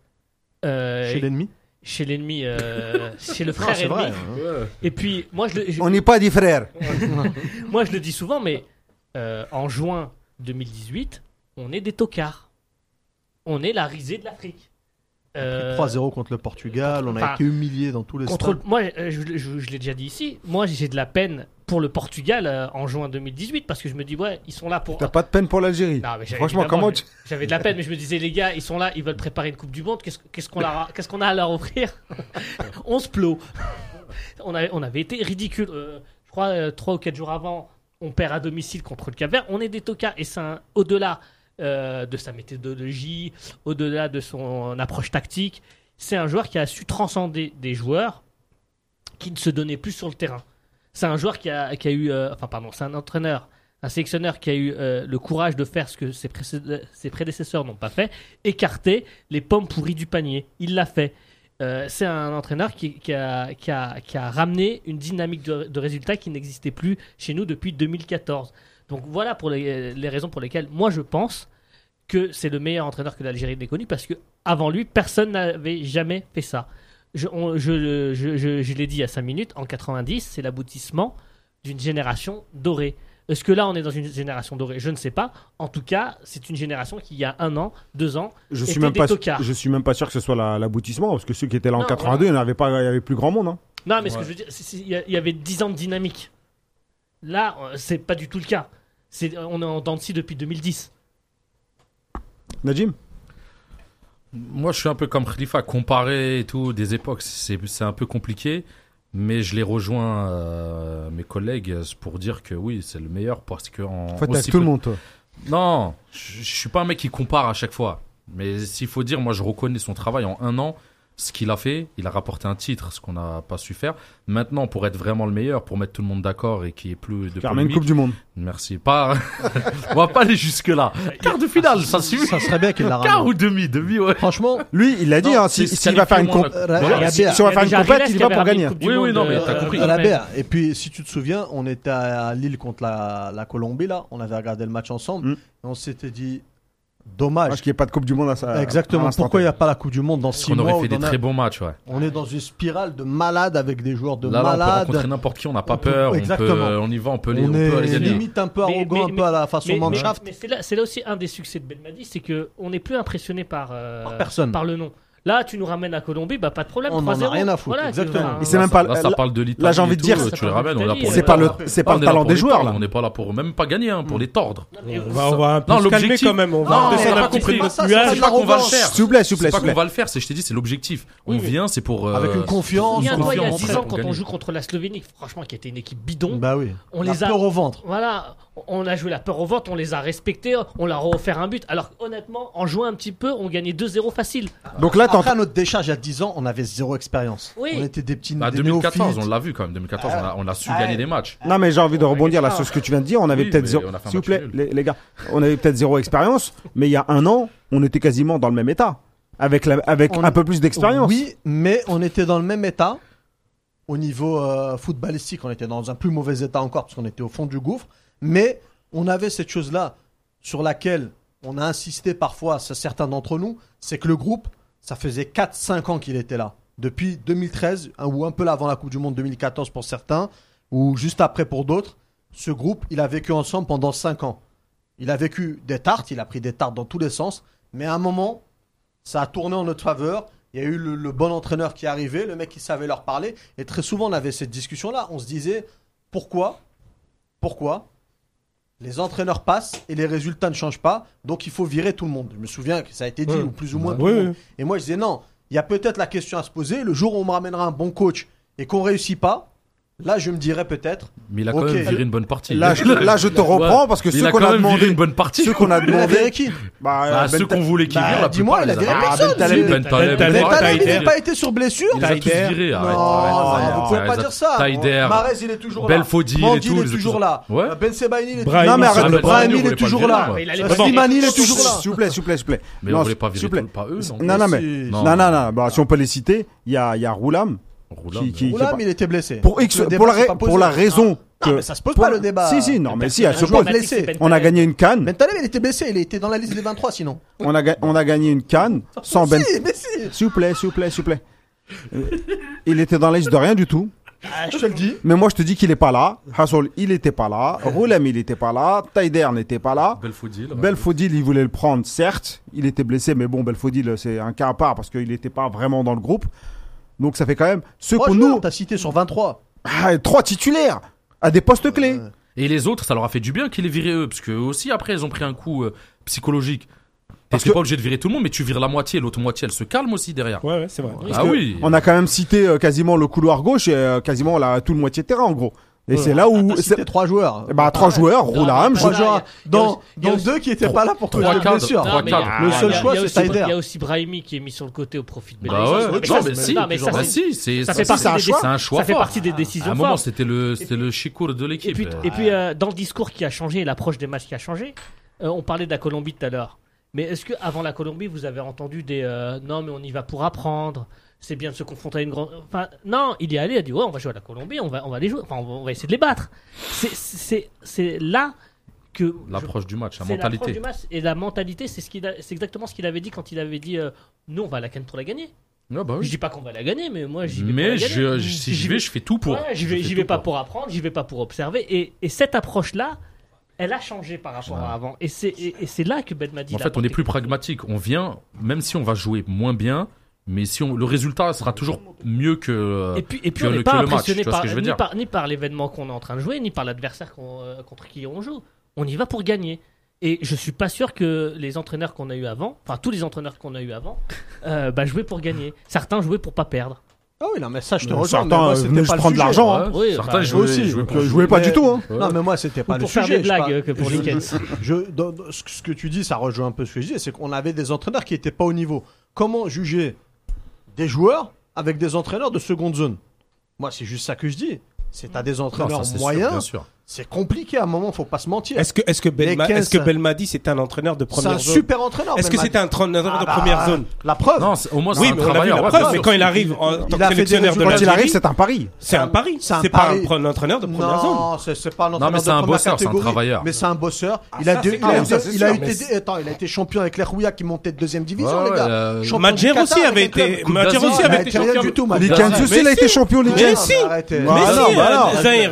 Speaker 4: euh,
Speaker 3: Chez l'ennemi
Speaker 4: chez l'ennemi, euh, chez le
Speaker 3: Non,
Speaker 4: frère
Speaker 3: c'est
Speaker 4: ennemi.
Speaker 3: vrai. hein.
Speaker 4: Et puis, moi je, le- je-
Speaker 1: On n'est pas des frères.
Speaker 4: moi, je le dis souvent, mais euh, en juin 2018, on est des tocards. On est la risée de l'Afrique. Euh,
Speaker 3: 3-0 contre le Portugal, on a
Speaker 4: enfin,
Speaker 3: été humilié dans tous les
Speaker 4: contre le-
Speaker 3: stades.
Speaker 4: Moi, euh, je, je- je l'ai déjà dit ici, moi, j'ai de la peine pour le Portugal euh, en juin 2018 parce que je me dis, ouais, ils sont là pour.
Speaker 1: T'as pas de peine pour l'Algérie.
Speaker 4: Non, mais j'ai-
Speaker 1: Franchement,
Speaker 4: évidemment,
Speaker 1: comment
Speaker 4: j'ai-
Speaker 1: tu.
Speaker 4: J'avais de la peine, mais je me disais, les gars, ils sont là, ils veulent préparer une Coupe du Monde, qu'est-ce qu'est-ce qu'on leur a, qu'est-ce qu'on a à leur offrir On se plot. on, avait, on avait été ridicule. Euh, je crois, euh, trois ou quatre jours avant, on perd à domicile contre le Cap-Vert. On est des tocards. Et c'est un- au-delà euh, de sa méthodologie, au-delà de son approche tactique, c'est un joueur qui a su transcender des joueurs qui ne se donnaient plus sur le terrain. C'est un joueur qui a, qui a eu. euh, enfin, pardon, c'est un entraîneur, un sélectionneur qui a eu euh, le courage de faire ce que ses, précédé- ses prédécesseurs n'ont pas fait écarter les pommes pourries du panier. Il l'a fait. Euh, c'est un entraîneur qui, qui a, qui a- qui a ramené une dynamique de, de résultats qui n'existait plus chez nous depuis 2014. Donc voilà pour les, les raisons pour lesquelles moi je pense que c'est le meilleur entraîneur que l'Algérie n'ait connu parce que avant lui personne n'avait jamais fait ça. Je, on- je- je- je- je l'ai dit à 5 minutes, en 90 c'est l'aboutissement d'une génération dorée. Est-ce que là on est dans une génération dorée Je ne sais pas. En tout cas c'est une génération qui il y a un an, deux ans
Speaker 1: Je
Speaker 4: Et
Speaker 1: suis
Speaker 4: t'es
Speaker 1: même
Speaker 4: des
Speaker 1: pas. su-
Speaker 4: tocards.
Speaker 1: Je suis même pas sûr que ce soit la- l'aboutissement, parce que ceux qui étaient là en
Speaker 4: Non,
Speaker 1: 82, il n'y en avait pas, il y avait plus grand monde. hein.
Speaker 4: Non, mais ce que
Speaker 5: Ouais.
Speaker 4: je veux dire, c'est- c'est- il y, a- il y avait 10 ans de dynamique. Là, euh, c'est pas du tout le cas. C'est, euh, on est en dents de scie depuis 2010.
Speaker 1: Najim.
Speaker 5: Moi, je suis un peu comme Khalifa, comparer et tout, des époques, c'est c'est un peu compliqué. Mais je les rejoins, euh, mes collègues, euh, pour dire que oui, c'est le meilleur parce que. En,
Speaker 1: En fait, t'as
Speaker 5: aussi
Speaker 1: tout le
Speaker 5: peu-
Speaker 1: monde. toi.
Speaker 5: Non, je, je suis pas un mec qui compare à chaque fois. Mais s'il faut dire, moi, je reconnais son travail en un an, ce qu'il a fait. Il a rapporté un titre, ce qu'on n'a pas su faire. Maintenant, pour être vraiment le meilleur, pour mettre tout le monde d'accord et qu'il n'y ait plus de
Speaker 1: Carmen
Speaker 5: polémique,
Speaker 1: Coupe du Monde.
Speaker 5: Merci. Pas. On va pas aller jusque là. Quart de finale, ça suffit.
Speaker 3: Ça serait bien qu'il la
Speaker 5: Quart
Speaker 3: ramène.
Speaker 5: ou demi, demi, ouais.
Speaker 3: Franchement,
Speaker 1: Lui, il l'a dit.
Speaker 5: Non,
Speaker 1: hein, si-
Speaker 5: c'est-
Speaker 1: S'il
Speaker 5: c'est
Speaker 1: va faire une
Speaker 5: qualifié
Speaker 1: comp.
Speaker 5: en-
Speaker 3: Ra-
Speaker 5: Non,
Speaker 3: Ra-
Speaker 1: si- si on va faire une compète, il y va pour gagner.
Speaker 5: Oui, oui, non, mais
Speaker 4: euh,
Speaker 5: t'as compris.
Speaker 3: Ra- Rabea. Et puis, si tu te souviens, on était à Lille contre la, la Colombie, là. On avait regardé le match ensemble.
Speaker 1: Mm.
Speaker 3: Et on s'était dit,
Speaker 5: Ah,
Speaker 3: dommage.
Speaker 1: Parce qu'il n'y a pas de Coupe du Monde à ça.
Speaker 3: Exactement. Pourquoi il n'y a pas la Coupe du Monde dans
Speaker 5: Parce
Speaker 3: 6
Speaker 5: qu'on
Speaker 3: mois
Speaker 5: aurait
Speaker 3: ou
Speaker 5: fait des
Speaker 3: dans un-
Speaker 5: très bons matchs, ouais.
Speaker 3: On est dans une spirale de malade avec des joueurs de
Speaker 5: là, là, on peut rencontrer
Speaker 3: malade.
Speaker 5: n'importe qui, on n'a
Speaker 3: On
Speaker 5: pas
Speaker 3: peut-
Speaker 5: peur. On,
Speaker 3: exactement.
Speaker 5: peut, on y va, on peut, les, on
Speaker 3: on
Speaker 5: peut aller
Speaker 3: est
Speaker 5: gagner.
Speaker 3: limite un peu
Speaker 4: Mais-
Speaker 3: arrogant,
Speaker 4: mais-
Speaker 3: un peu à la façon
Speaker 4: Mais, mais-
Speaker 3: Mannschaft.
Speaker 4: mais c'est, là, c'est là aussi un des succès de Belmadi, c'est qu'on n'est plus impressionné par, euh,
Speaker 3: Par personne.
Speaker 4: par le nom. Là, tu nous ramènes à Colombie, bah pas de problème.
Speaker 3: On en a
Speaker 4: 3-0.
Speaker 3: rien à foutre,
Speaker 4: Voilà, tu-
Speaker 3: exactement.
Speaker 4: enfin,
Speaker 1: Et c'est même pas.
Speaker 5: Là, ça parle de l'Italie.
Speaker 1: là, j'ai envie
Speaker 5: et
Speaker 1: de dire,
Speaker 5: tout,
Speaker 4: ça
Speaker 5: tu les
Speaker 4: parle
Speaker 5: ramènes, on est là
Speaker 4: d'Italie,
Speaker 5: pour
Speaker 1: C'est
Speaker 5: les
Speaker 1: pas le,
Speaker 5: tordre.
Speaker 1: c'est
Speaker 5: On
Speaker 1: pas
Speaker 5: est
Speaker 1: le
Speaker 5: là
Speaker 1: talent
Speaker 5: pour
Speaker 1: des
Speaker 5: les
Speaker 1: joueurs
Speaker 5: tordre,
Speaker 1: là.
Speaker 5: On n'est pas là pour même pas gagner, hein, pour les tordre.
Speaker 2: On va, on va un peu
Speaker 5: Non,
Speaker 2: se calmer
Speaker 5: l'objectif-
Speaker 2: quand même. On va
Speaker 5: Non,
Speaker 2: redescendre
Speaker 5: t'as
Speaker 2: un
Speaker 5: pas
Speaker 2: petit peu
Speaker 5: compris.
Speaker 2: le
Speaker 5: Non,
Speaker 3: ça,
Speaker 2: nuage.
Speaker 3: c'est
Speaker 5: C'est pas qu'on va le faire.
Speaker 1: S'il vous plaît, s'il vous
Speaker 5: C'est
Speaker 1: plaît, s'il
Speaker 5: pas
Speaker 1: vous
Speaker 5: qu'on
Speaker 1: plaît.
Speaker 5: va le faire, c'est je t'ai dit, c'est l'objectif. On
Speaker 4: Oui, mais-
Speaker 5: vient, c'est pour. euh,
Speaker 3: Avec une confiance.
Speaker 4: Souviens-toi, il y a
Speaker 5: Confiance,
Speaker 4: 10 ans,
Speaker 5: on
Speaker 4: quand on
Speaker 5: gagne.
Speaker 4: joue contre la Slovénie, franchement, qui était une équipe bidon,
Speaker 3: Bah oui.
Speaker 4: on
Speaker 3: La
Speaker 4: les a
Speaker 3: peur au ventre.
Speaker 4: Voilà, on a joué la peur au ventre, on les a respectés, on leur a offert un but. Alors honnêtement, en jouant un petit peu, on gagnait 2-0 facile.
Speaker 1: Donc là,
Speaker 3: Après
Speaker 1: t'entends.
Speaker 3: à notre décharge, il y a 10 ans, on avait zéro expérience.
Speaker 4: Oui.
Speaker 3: On était des petits
Speaker 5: Bah,
Speaker 3: des
Speaker 5: 2014, on
Speaker 3: néophytes.
Speaker 5: l'a vu quand même. 2014, on a- on a su gagner des matchs.
Speaker 1: Ah, Non, mais j'ai envie de rebondir là sur ce que tu viens de dire. On avait
Speaker 5: Oui,
Speaker 1: peut-être
Speaker 5: mais
Speaker 1: zéro.
Speaker 5: on a fait un
Speaker 1: S'il vous
Speaker 5: match
Speaker 1: plaît,
Speaker 5: nul.
Speaker 1: les, les gars, on avait peut-être zéro expérience, mais il y a un an, on était quasiment dans le même état, avec la- avec
Speaker 3: On-
Speaker 1: un peu plus d'expérience.
Speaker 3: Oui, mais on était dans le même état au niveau euh, footballistique. On était dans un plus mauvais état encore parce qu'on était au fond du gouffre. Mais on avait cette chose-là sur laquelle on a insisté parfois, c'est certains d'entre nous, c'est que le groupe, ça faisait 4-5 ans qu'il était là. Depuis 2013, hein, ou un peu avant la Coupe du Monde 2014 pour certains, ou juste après pour d'autres, ce groupe, il a vécu ensemble pendant 5 ans. Il a vécu des tartes, il a pris des tartes dans tous les sens, mais à un moment, ça a tourné en notre faveur. Il y a eu le, le bon entraîneur qui est arrivé, le mec qui savait leur parler, et très souvent on avait cette discussion-là. On se disait pourquoi, pourquoi les entraîneurs passent et les résultats ne changent pas, donc il faut virer tout le monde. Je me souviens que ça a été dit,
Speaker 2: Ouais.
Speaker 3: ou plus ou moins. tout
Speaker 2: Oui,
Speaker 3: le monde.
Speaker 2: oui.
Speaker 3: Et moi, je disais non, il y a peut-être la question à se poser. Le jour où on me ramènera un bon coach et qu'on réussit pas, là, je me dirais peut-être.
Speaker 5: Mais il a quand
Speaker 3: Ok.
Speaker 5: même viré une bonne partie.
Speaker 1: Là, je, là, je te reprends parce que
Speaker 5: il
Speaker 1: ceux
Speaker 5: a
Speaker 1: qu'on
Speaker 5: quand
Speaker 1: a
Speaker 5: même viré
Speaker 1: demandé,
Speaker 5: une bonne partie.
Speaker 1: ceux qu'on a
Speaker 3: Il a viré
Speaker 1: demandé,
Speaker 3: qui
Speaker 1: bah,
Speaker 5: Ah,
Speaker 1: Ben
Speaker 5: ceux qu'on voulait qu'il
Speaker 3: Bah,
Speaker 5: vire, la
Speaker 3: dis-moi, il
Speaker 5: plupart,
Speaker 3: a
Speaker 5: les
Speaker 3: viré
Speaker 5: a-
Speaker 1: Ah,
Speaker 3: personne.
Speaker 1: Ben Taleb.
Speaker 5: Ben Taleb,
Speaker 2: Ben
Speaker 3: Mais
Speaker 2: Taleb,
Speaker 5: Taleb,
Speaker 3: Taleb, il
Speaker 5: Taleb.
Speaker 3: n'a pas été sur blessure.
Speaker 5: Il a
Speaker 2: Taïder.
Speaker 5: tous viré.
Speaker 3: Non,
Speaker 5: arrête.
Speaker 1: arrête,
Speaker 3: vous pouvez
Speaker 5: arrête.
Speaker 3: pas dire ça.
Speaker 5: Taïder.
Speaker 3: Marez, il est toujours là.
Speaker 5: Belfodil et
Speaker 3: Mandy,
Speaker 5: tout,
Speaker 3: il
Speaker 5: ils
Speaker 3: est
Speaker 5: ont
Speaker 3: toujours
Speaker 5: tous-
Speaker 3: là.
Speaker 5: Ouais.
Speaker 3: Ben Sebaini, il
Speaker 2: Brahim,
Speaker 3: est toujours là. Non, mais
Speaker 1: Ah,
Speaker 3: arrête,
Speaker 1: Ben
Speaker 3: le Brahim,
Speaker 5: Sebaini, on
Speaker 3: il
Speaker 5: voulait
Speaker 3: est
Speaker 5: pas le
Speaker 3: toujours
Speaker 5: virer,
Speaker 3: là.
Speaker 5: ouais.
Speaker 4: Il allait
Speaker 3: Euh,
Speaker 4: pas le
Speaker 3: Slimani, il est
Speaker 1: S'il
Speaker 3: toujours là.
Speaker 1: s'il vous plaît, s'il vous plaît, s'il vous plaît.
Speaker 5: Mais
Speaker 1: Non,
Speaker 5: on voulait pas
Speaker 1: s'il vous plaît.
Speaker 5: virer tout- pas eux.
Speaker 1: Non, non, mais.
Speaker 3: Si.
Speaker 1: Non, non, non, bah, si on peut les citer, il y a, il y a Roulam.
Speaker 5: Roulant,
Speaker 1: Qui- qui-
Speaker 5: mais-
Speaker 1: Ouh,
Speaker 3: Oula,
Speaker 1: pas-
Speaker 3: mais il était blessé.
Speaker 1: Pour,
Speaker 3: Donc,
Speaker 1: X,
Speaker 3: le débat,
Speaker 1: pour, la,
Speaker 3: c'est pas
Speaker 1: ra- pour
Speaker 3: posé.
Speaker 1: la raison que.
Speaker 3: Non, mais ça se pose pas le débat.
Speaker 1: Si, si, non, mais si, elle se
Speaker 3: Un
Speaker 1: pose.
Speaker 3: joueur blessé.
Speaker 1: On a gagné une canne,
Speaker 3: Ben Taleb, il était blessé. Il était dans la liste des 23 sinon.
Speaker 1: on a, ga- on a gagné une canne sans Ben.
Speaker 3: Si, mais si.
Speaker 1: S'il vous plaît, s'il vous plaît, s'il vous plaît. Euh, Il était dans la liste de rien du tout.
Speaker 3: Je te le dis.
Speaker 1: Mais moi, je te dis qu'il est pas là. Hassol, il était pas là. Roulem, il était pas là. Taider n'était pas là.
Speaker 5: Belfodil. ouais.
Speaker 1: Belfodil, il voulait le prendre, certes. Il était blessé, mais bon, Belfodil, c'est un cas à part parce qu'il n'était pas vraiment dans le groupe. Donc, ça fait quand même ceux
Speaker 3: Trois
Speaker 1: qu'on
Speaker 3: joueurs,
Speaker 1: nous.
Speaker 3: t'as cité sur 23.
Speaker 1: Ah, trois titulaires à des postes clés.
Speaker 5: Et les autres, ça leur a fait du bien qu'il les viré eux, parce que eux aussi après, ils ont pris un coup euh, psychologique.
Speaker 1: Parce
Speaker 5: Parce que
Speaker 1: que-
Speaker 5: pas obligé de virer tout le monde, mais tu vires la moitié, l'autre moitié, elle se calme aussi derrière.
Speaker 2: Ouais, ouais, c'est vrai.
Speaker 5: Ah
Speaker 1: que
Speaker 5: oui.
Speaker 1: On a quand même cité euh, quasiment le couloir gauche et euh, quasiment la, tout le moitié de terrain, en gros. Et
Speaker 2: Ouais.
Speaker 1: c'est là où.
Speaker 3: T'as
Speaker 1: c'est-
Speaker 3: cité trois Ah, joueurs.
Speaker 1: Eh ben, trois joueurs, Roulam,
Speaker 4: mais
Speaker 1: je-
Speaker 3: Trois
Speaker 4: Voilà,
Speaker 3: joueurs.
Speaker 4: il y a- il y a
Speaker 3: Dans,
Speaker 4: aussi- il y a
Speaker 3: dans
Speaker 4: aussi-
Speaker 3: deux qui étaient pas là pour
Speaker 5: Trois
Speaker 3: cause de
Speaker 5: cadres,
Speaker 3: blessure.
Speaker 5: trois
Speaker 4: mais il y a-
Speaker 5: cadres.
Speaker 4: il y a-
Speaker 3: Le seul
Speaker 4: il y a
Speaker 3: choix, c'est
Speaker 4: aussi-
Speaker 3: Snyder.
Speaker 4: Il y a aussi Brahimi qui est mis sur le côté au profit de
Speaker 5: Bah ouais.
Speaker 4: Benedictson.
Speaker 5: Non, mais si.
Speaker 4: Non, mais ça,
Speaker 5: Bah
Speaker 4: c'est-
Speaker 5: si, c'est
Speaker 4: ça fait
Speaker 5: c'est-
Speaker 4: partie des décisions.
Speaker 5: C'est un choix
Speaker 4: Ça fait
Speaker 5: fort.
Speaker 4: partie des
Speaker 5: À
Speaker 4: décisions
Speaker 5: un moment,
Speaker 4: fortes.
Speaker 5: c'était le, c'était le chicour de
Speaker 4: Et
Speaker 5: l'équipe.
Speaker 4: puis, et puis euh, dans le discours qui a changé, la l'approche des matchs qui a changé, euh, on parlait de la Colombie tout à l'heure. Mais est-ce que avant la Colombie, vous avez entendu des euh, non, mais on y va pour apprendre, c'est bien de se confronter à une grande. Enfin, non, il y est allé, il a dit ouais, on va jouer à la Colombie, on va, on va les jouer, enfin, on va, on va essayer de les battre. C'est- C'est c'est là que.
Speaker 5: L'approche du match, la
Speaker 4: C'est l'approche du
Speaker 5: mentalité.
Speaker 4: match et la mentalité, c'est ce qu'il a- c'est exactement ce qu'il avait dit quand il avait dit euh, nous on va à la canne pour la gagner.
Speaker 5: Ouais, bah oui.
Speaker 4: Je dis pas qu'on va la gagner, mais moi j'y vais.
Speaker 5: Mais
Speaker 4: pour la gagner.
Speaker 5: je- je- si j'y vais, je fais tout pour.
Speaker 4: Ouais, j'y
Speaker 5: Je
Speaker 4: vais,
Speaker 5: fais
Speaker 4: j'y
Speaker 5: tout
Speaker 4: vais pas pour apprendre, j'y vais pas pour observer. Et, et cette approche-là, elle a changé par rapport à avant. Et c'est, et, et c'est là que Ben m'a dit.
Speaker 5: En
Speaker 4: il a
Speaker 5: fait, on
Speaker 4: apporté
Speaker 5: est plus
Speaker 4: quelque chose.
Speaker 5: pragmatique. On vient, même si on va jouer moins bien, mais si on, le résultat sera toujours mieux que. euh,
Speaker 4: Et puis, et puis
Speaker 5: que
Speaker 4: on
Speaker 5: le-
Speaker 4: n'est
Speaker 5: que
Speaker 4: pas
Speaker 5: le match,
Speaker 4: impressionné
Speaker 5: tu vois ce
Speaker 4: par,
Speaker 5: que je veux
Speaker 4: ni,
Speaker 5: dire.
Speaker 4: par, ni par l'événement qu'on est en train de jouer, ni par l'adversaire qu'on, euh, contre qui on joue. On y va pour gagner. Et je suis pas sûr que les entraîneurs qu'on a eu avant, enfin tous les entraîneurs qu'on a eu avant, euh, bah, jouaient pour gagner. Certains jouaient pour pas perdre.
Speaker 3: Ah oui, non, mais ça, je te
Speaker 1: Euh,
Speaker 3: rejoins. mais
Speaker 1: certains,
Speaker 3: moi,
Speaker 1: euh,
Speaker 3: c'était
Speaker 1: venaient
Speaker 3: pas
Speaker 1: se
Speaker 3: le
Speaker 1: prendre de
Speaker 3: sujet.
Speaker 1: l'argent.
Speaker 5: ouais,
Speaker 1: hein.
Speaker 4: Oui,
Speaker 5: certains
Speaker 4: bah,
Speaker 5: jouaient-
Speaker 3: aussi,
Speaker 5: jouaient
Speaker 1: Je
Speaker 5: pour-
Speaker 1: jouais pas
Speaker 3: Mais-
Speaker 1: du tout. Hein.
Speaker 5: Ouais.
Speaker 3: Non, mais moi, c'était pas
Speaker 4: Ou
Speaker 3: le
Speaker 4: pour
Speaker 3: sujet.
Speaker 4: faire des
Speaker 3: je sais
Speaker 4: blagues, euh,
Speaker 3: pas.
Speaker 4: que pour
Speaker 3: Je-
Speaker 4: les Kens.
Speaker 3: je- dans- dans ce que- ce que tu dis, ça rejoint un peu ce que je dis, c'est qu'on avait des entraîneurs qui étaient pas au niveau. Comment juger des joueurs avec des entraîneurs de seconde zone Moi, c'est juste ça que je dis. C'est à des
Speaker 5: Non, Ah, ça,
Speaker 3: entraîneurs
Speaker 5: c'est sûr, bien
Speaker 3: moyens.
Speaker 5: sûr.
Speaker 3: C'est compliqué à un moment, faut pas se mentir.
Speaker 2: Est-ce que, est-ce que Belma-
Speaker 3: Les
Speaker 2: est-ce que
Speaker 3: 15,
Speaker 2: Belmadi, c'est un entraîneur de
Speaker 3: C'est un
Speaker 2: première zone
Speaker 3: super entraîneur.
Speaker 2: Est-ce que
Speaker 3: Belmadi.
Speaker 2: c'est un entraîneur de
Speaker 3: Ah bah,
Speaker 2: première zone
Speaker 3: La preuve.
Speaker 5: Non, c'est- au moins,
Speaker 2: Oui,
Speaker 5: c'est un
Speaker 2: mais on a vu
Speaker 5: travailleur.
Speaker 2: la
Speaker 5: ouais,
Speaker 2: preuve,
Speaker 5: bien
Speaker 2: mais
Speaker 5: sûr.
Speaker 2: quand il arrive en
Speaker 3: Il
Speaker 2: tant que
Speaker 3: a fait des
Speaker 2: sélectionneur de
Speaker 3: résultats.
Speaker 1: Quand il arrive,
Speaker 2: l'Algérie,
Speaker 1: c'est un pari.
Speaker 2: c'est un pari.
Speaker 3: c'est un
Speaker 2: C'est pas
Speaker 3: pari.
Speaker 2: un pre- un entraîneur de première zone.
Speaker 3: Non, c'est- c'est pas un
Speaker 5: mais
Speaker 3: entraîneur
Speaker 5: c'est un
Speaker 3: de première
Speaker 5: bosseur, c'est un
Speaker 3: catégorie,
Speaker 5: travailleur.
Speaker 3: Mais c'est un bosseur. il
Speaker 2: ça,
Speaker 3: a, dé-
Speaker 2: c'est
Speaker 3: il a
Speaker 2: clair.
Speaker 3: eu
Speaker 1: Ça,
Speaker 3: des-
Speaker 1: c'est
Speaker 3: il a
Speaker 1: sûr,
Speaker 3: eu
Speaker 2: mais
Speaker 3: des- attends, il a été champion avec l'Errouya qui montait de deuxième division,
Speaker 5: Ouais,
Speaker 3: les gars.
Speaker 5: ouais, euh,
Speaker 3: Champion du
Speaker 2: Madjer
Speaker 3: Qatar
Speaker 2: aussi
Speaker 3: avec
Speaker 2: avait été,
Speaker 3: l'Europe.
Speaker 2: Madjer
Speaker 5: Coupe
Speaker 2: aussi
Speaker 5: d'Asie.
Speaker 2: avait
Speaker 3: Mais
Speaker 2: été
Speaker 3: rien
Speaker 2: champion
Speaker 3: du tout,
Speaker 1: Les
Speaker 3: Madjer.
Speaker 5: Kansas,
Speaker 1: Kansas,
Speaker 2: mais
Speaker 1: il a été
Speaker 2: si.
Speaker 1: champion, les
Speaker 2: Mais
Speaker 1: Jets.
Speaker 2: si.
Speaker 3: Arrêtez.
Speaker 1: Mais
Speaker 2: Mais
Speaker 1: Ah, non,
Speaker 2: si,
Speaker 1: bah alors.
Speaker 2: euh, Zahir, Zahir-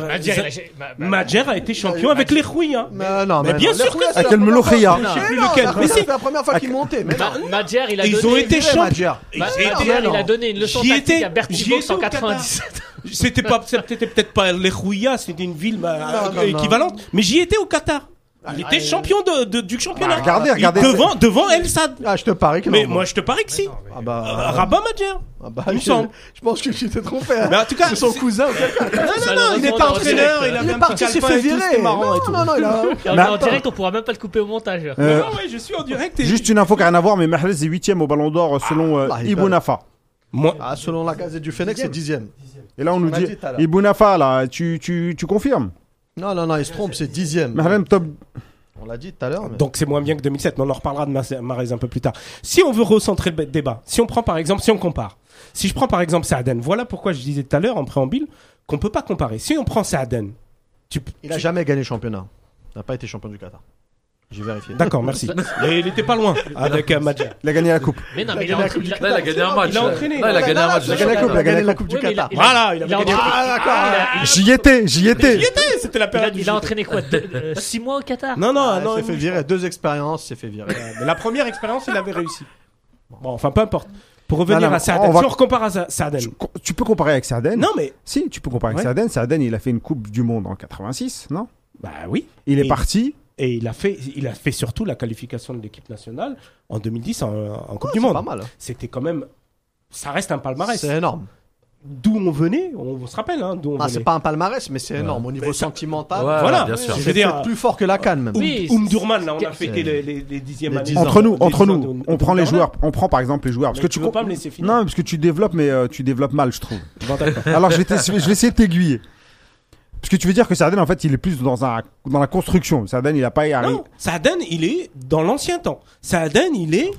Speaker 2: Madjer a été champion avec les Rouilles. hein.
Speaker 3: Mais non,
Speaker 2: Mais bien
Speaker 3: non,
Speaker 2: sûr
Speaker 3: l'Errouya,
Speaker 2: que
Speaker 3: c'est la
Speaker 1: Quel
Speaker 3: première fois-
Speaker 1: Melohia.
Speaker 3: Mais
Speaker 2: Je sais plus
Speaker 3: non,
Speaker 2: lequel,
Speaker 3: l'Errouya,
Speaker 2: mais
Speaker 3: c'était
Speaker 2: si.
Speaker 3: la première fois qu'il montait. Mais non.
Speaker 4: Ma- Madjer, il a
Speaker 2: Ils
Speaker 4: donné.
Speaker 2: ont été
Speaker 3: viré,
Speaker 2: champions.
Speaker 3: Madjer.
Speaker 2: Ils
Speaker 4: Ma-
Speaker 2: étaient-
Speaker 4: Madjer, il a donné une leçon
Speaker 2: J'y
Speaker 4: tactique
Speaker 2: étais.
Speaker 4: à Bertie
Speaker 2: J'y
Speaker 4: Box
Speaker 2: étais
Speaker 4: en
Speaker 2: au Qatar.
Speaker 4: 97.
Speaker 2: C'était pas, c'était peut-être pas les Rouillas, c'était une ville bah,
Speaker 3: Non, non,
Speaker 2: euh,
Speaker 3: non. Ah,
Speaker 2: équivalente. Mais j'y étais au Qatar. Il était champion de, de- du championnat.
Speaker 1: Bah, regardez, regardez.
Speaker 2: Devant, devant El Sad.
Speaker 3: Ah, je te parie que non.
Speaker 2: Mais moi, je te parie que si.
Speaker 3: Ah bah,
Speaker 2: Euh, Rabat Madjer.
Speaker 3: ah bah,
Speaker 2: il me
Speaker 3: je-
Speaker 2: semble.
Speaker 3: Je pense que tu t'es trompé.
Speaker 2: Mais en tout cas,
Speaker 3: C'est son
Speaker 2: c'est-
Speaker 3: cousin ou quelqu'un.
Speaker 2: Non, non, il était entraîneur, il
Speaker 3: Il
Speaker 2: avait
Speaker 3: est
Speaker 2: un petit
Speaker 3: parti, il s'est
Speaker 2: calepin
Speaker 3: fait
Speaker 2: et tout,
Speaker 3: virer.
Speaker 2: c'était marrant et
Speaker 3: Non,
Speaker 2: tout.
Speaker 3: non, non, il a.
Speaker 4: Et on
Speaker 1: Mais
Speaker 4: est en
Speaker 1: attends.
Speaker 4: direct, on pourra même pas le couper au montage.
Speaker 1: Euh,
Speaker 2: Ouais, ouais, je suis en direct. et-
Speaker 1: Juste une info qui n'a rien à voir, mais Mahrez est huitième au Ballon d'Or selon
Speaker 2: bah,
Speaker 1: euh,
Speaker 3: Ah, il
Speaker 1: Ibou
Speaker 3: peut-
Speaker 1: Nafa.
Speaker 2: Moi,
Speaker 3: Ah, selon la casette du Fennec, c'est dixième.
Speaker 1: Et là, on nous
Speaker 3: On a
Speaker 1: dit,
Speaker 3: dit tout à l'heure.
Speaker 1: Ibou Nafa, là, tu, tu, tu confirmes
Speaker 3: Non, non, non, il se trompe, c'est dixième.
Speaker 1: Mahrez, top.
Speaker 3: On l'a dit tout à l'heure. mais-
Speaker 2: Donc c'est moins bien que 2007, mais on en reparlera de Mas- Marez un peu plus tard. Si on veut recentrer le b- débat, si on prend par exemple, si on compare, si je prends par exemple Saaden, voilà pourquoi je disais tout à l'heure en préambule qu'on peut pas comparer. Si on prend Saaden, tu,
Speaker 3: Il a
Speaker 2: tu-
Speaker 3: jamais gagné le championnat. Il n'a pas été champion du Qatar. Je vais vérifier.
Speaker 2: D'accord, merci. Et il était pas loin avec euh, Madja.
Speaker 1: Il a gagné la coupe.
Speaker 4: Mais non, mais
Speaker 3: Il
Speaker 4: il
Speaker 3: a
Speaker 4: a
Speaker 3: gagné la
Speaker 4: entré- il a-
Speaker 5: Là, il a gagné un match.
Speaker 2: Il a entraîné.
Speaker 5: Là, il a gagné un match.
Speaker 1: il a gagné la coupe, il a gagné la
Speaker 3: Coupe
Speaker 4: Ouais,
Speaker 3: du
Speaker 4: mais il a-
Speaker 3: Qatar.
Speaker 4: il a-
Speaker 2: Voilà, il a
Speaker 4: il a
Speaker 2: gagné.
Speaker 4: entraîné-
Speaker 2: Ah, d'accord.
Speaker 4: Ah, il a-
Speaker 1: J'y étais, j'y étais.
Speaker 2: J'y étais, c'était la
Speaker 4: Il a-
Speaker 2: période du
Speaker 4: il a
Speaker 2: jeu.
Speaker 4: entraîné quoi 6 mois au Qatar
Speaker 2: Non, non,
Speaker 3: Ah,
Speaker 2: non,
Speaker 3: il s'est fait virer. Deux expériences, il s'est fait virer.
Speaker 2: Mais la première expérience, il avait réussi. Bon, enfin, peu importe. Pour
Speaker 1: Non,
Speaker 2: revenir
Speaker 1: non,
Speaker 2: à Sardaigne,
Speaker 1: on va-
Speaker 2: si on compare à Sa- Sardaigne.
Speaker 1: Tu, tu peux comparer avec Sardaigne
Speaker 2: Non, mais.
Speaker 1: Si, tu peux comparer avec
Speaker 2: Ouais.
Speaker 1: Sardaigne. Sardaigne, il a fait une Coupe du Monde en 86, non
Speaker 2: Bah oui.
Speaker 1: Il est
Speaker 2: Et-
Speaker 1: parti.
Speaker 2: Et il a fait, il a fait surtout la qualification de l'équipe nationale en 2010 en, en Coupe
Speaker 3: Ouais,
Speaker 2: du
Speaker 3: c'est Pas
Speaker 2: Monde.
Speaker 3: mal.
Speaker 2: C'était quand même. Ça reste un palmarès.
Speaker 3: C'est énorme.
Speaker 2: D'où on venait, on se rappelle, hein, d'où on
Speaker 3: Ah,
Speaker 2: venait.
Speaker 3: c'est pas un palmarès, mais c'est énorme au niveau
Speaker 2: ça-
Speaker 3: sentimental.
Speaker 5: Ouais,
Speaker 2: Voilà.
Speaker 5: bien sûr.
Speaker 2: Je
Speaker 3: Je
Speaker 2: veux
Speaker 3: veux
Speaker 2: dire-
Speaker 3: plus fort que la canne même.
Speaker 4: Ouh. Oui,
Speaker 2: Oum- Umdurman, là, on a
Speaker 4: c'est-
Speaker 2: fêté les, les, les dixièmes
Speaker 3: les
Speaker 2: années.
Speaker 3: dix ans.
Speaker 1: Entre nous,
Speaker 2: les
Speaker 1: entre
Speaker 2: dix ans
Speaker 1: nous,
Speaker 2: de-
Speaker 1: on
Speaker 2: de
Speaker 1: prend les
Speaker 2: Umdurman.
Speaker 1: joueurs, on prend par exemple les joueurs parce
Speaker 2: Mais
Speaker 1: que tu
Speaker 2: tu veux
Speaker 1: com-
Speaker 2: pas me laisser finir.
Speaker 1: Non, mais parce que tu développes mais euh, tu développes mal, je trouve.
Speaker 2: Bon, d'accord.
Speaker 1: Alors je vais, t'ess- je vais essayer de t'aiguiller. Parce que tu veux dire que Sardaigne en fait, il est plus dans un dans la construction. Sardaigne, il a pas arrivé.
Speaker 2: Non, Saaden, il est dans l'ancien temps. Saaden, il est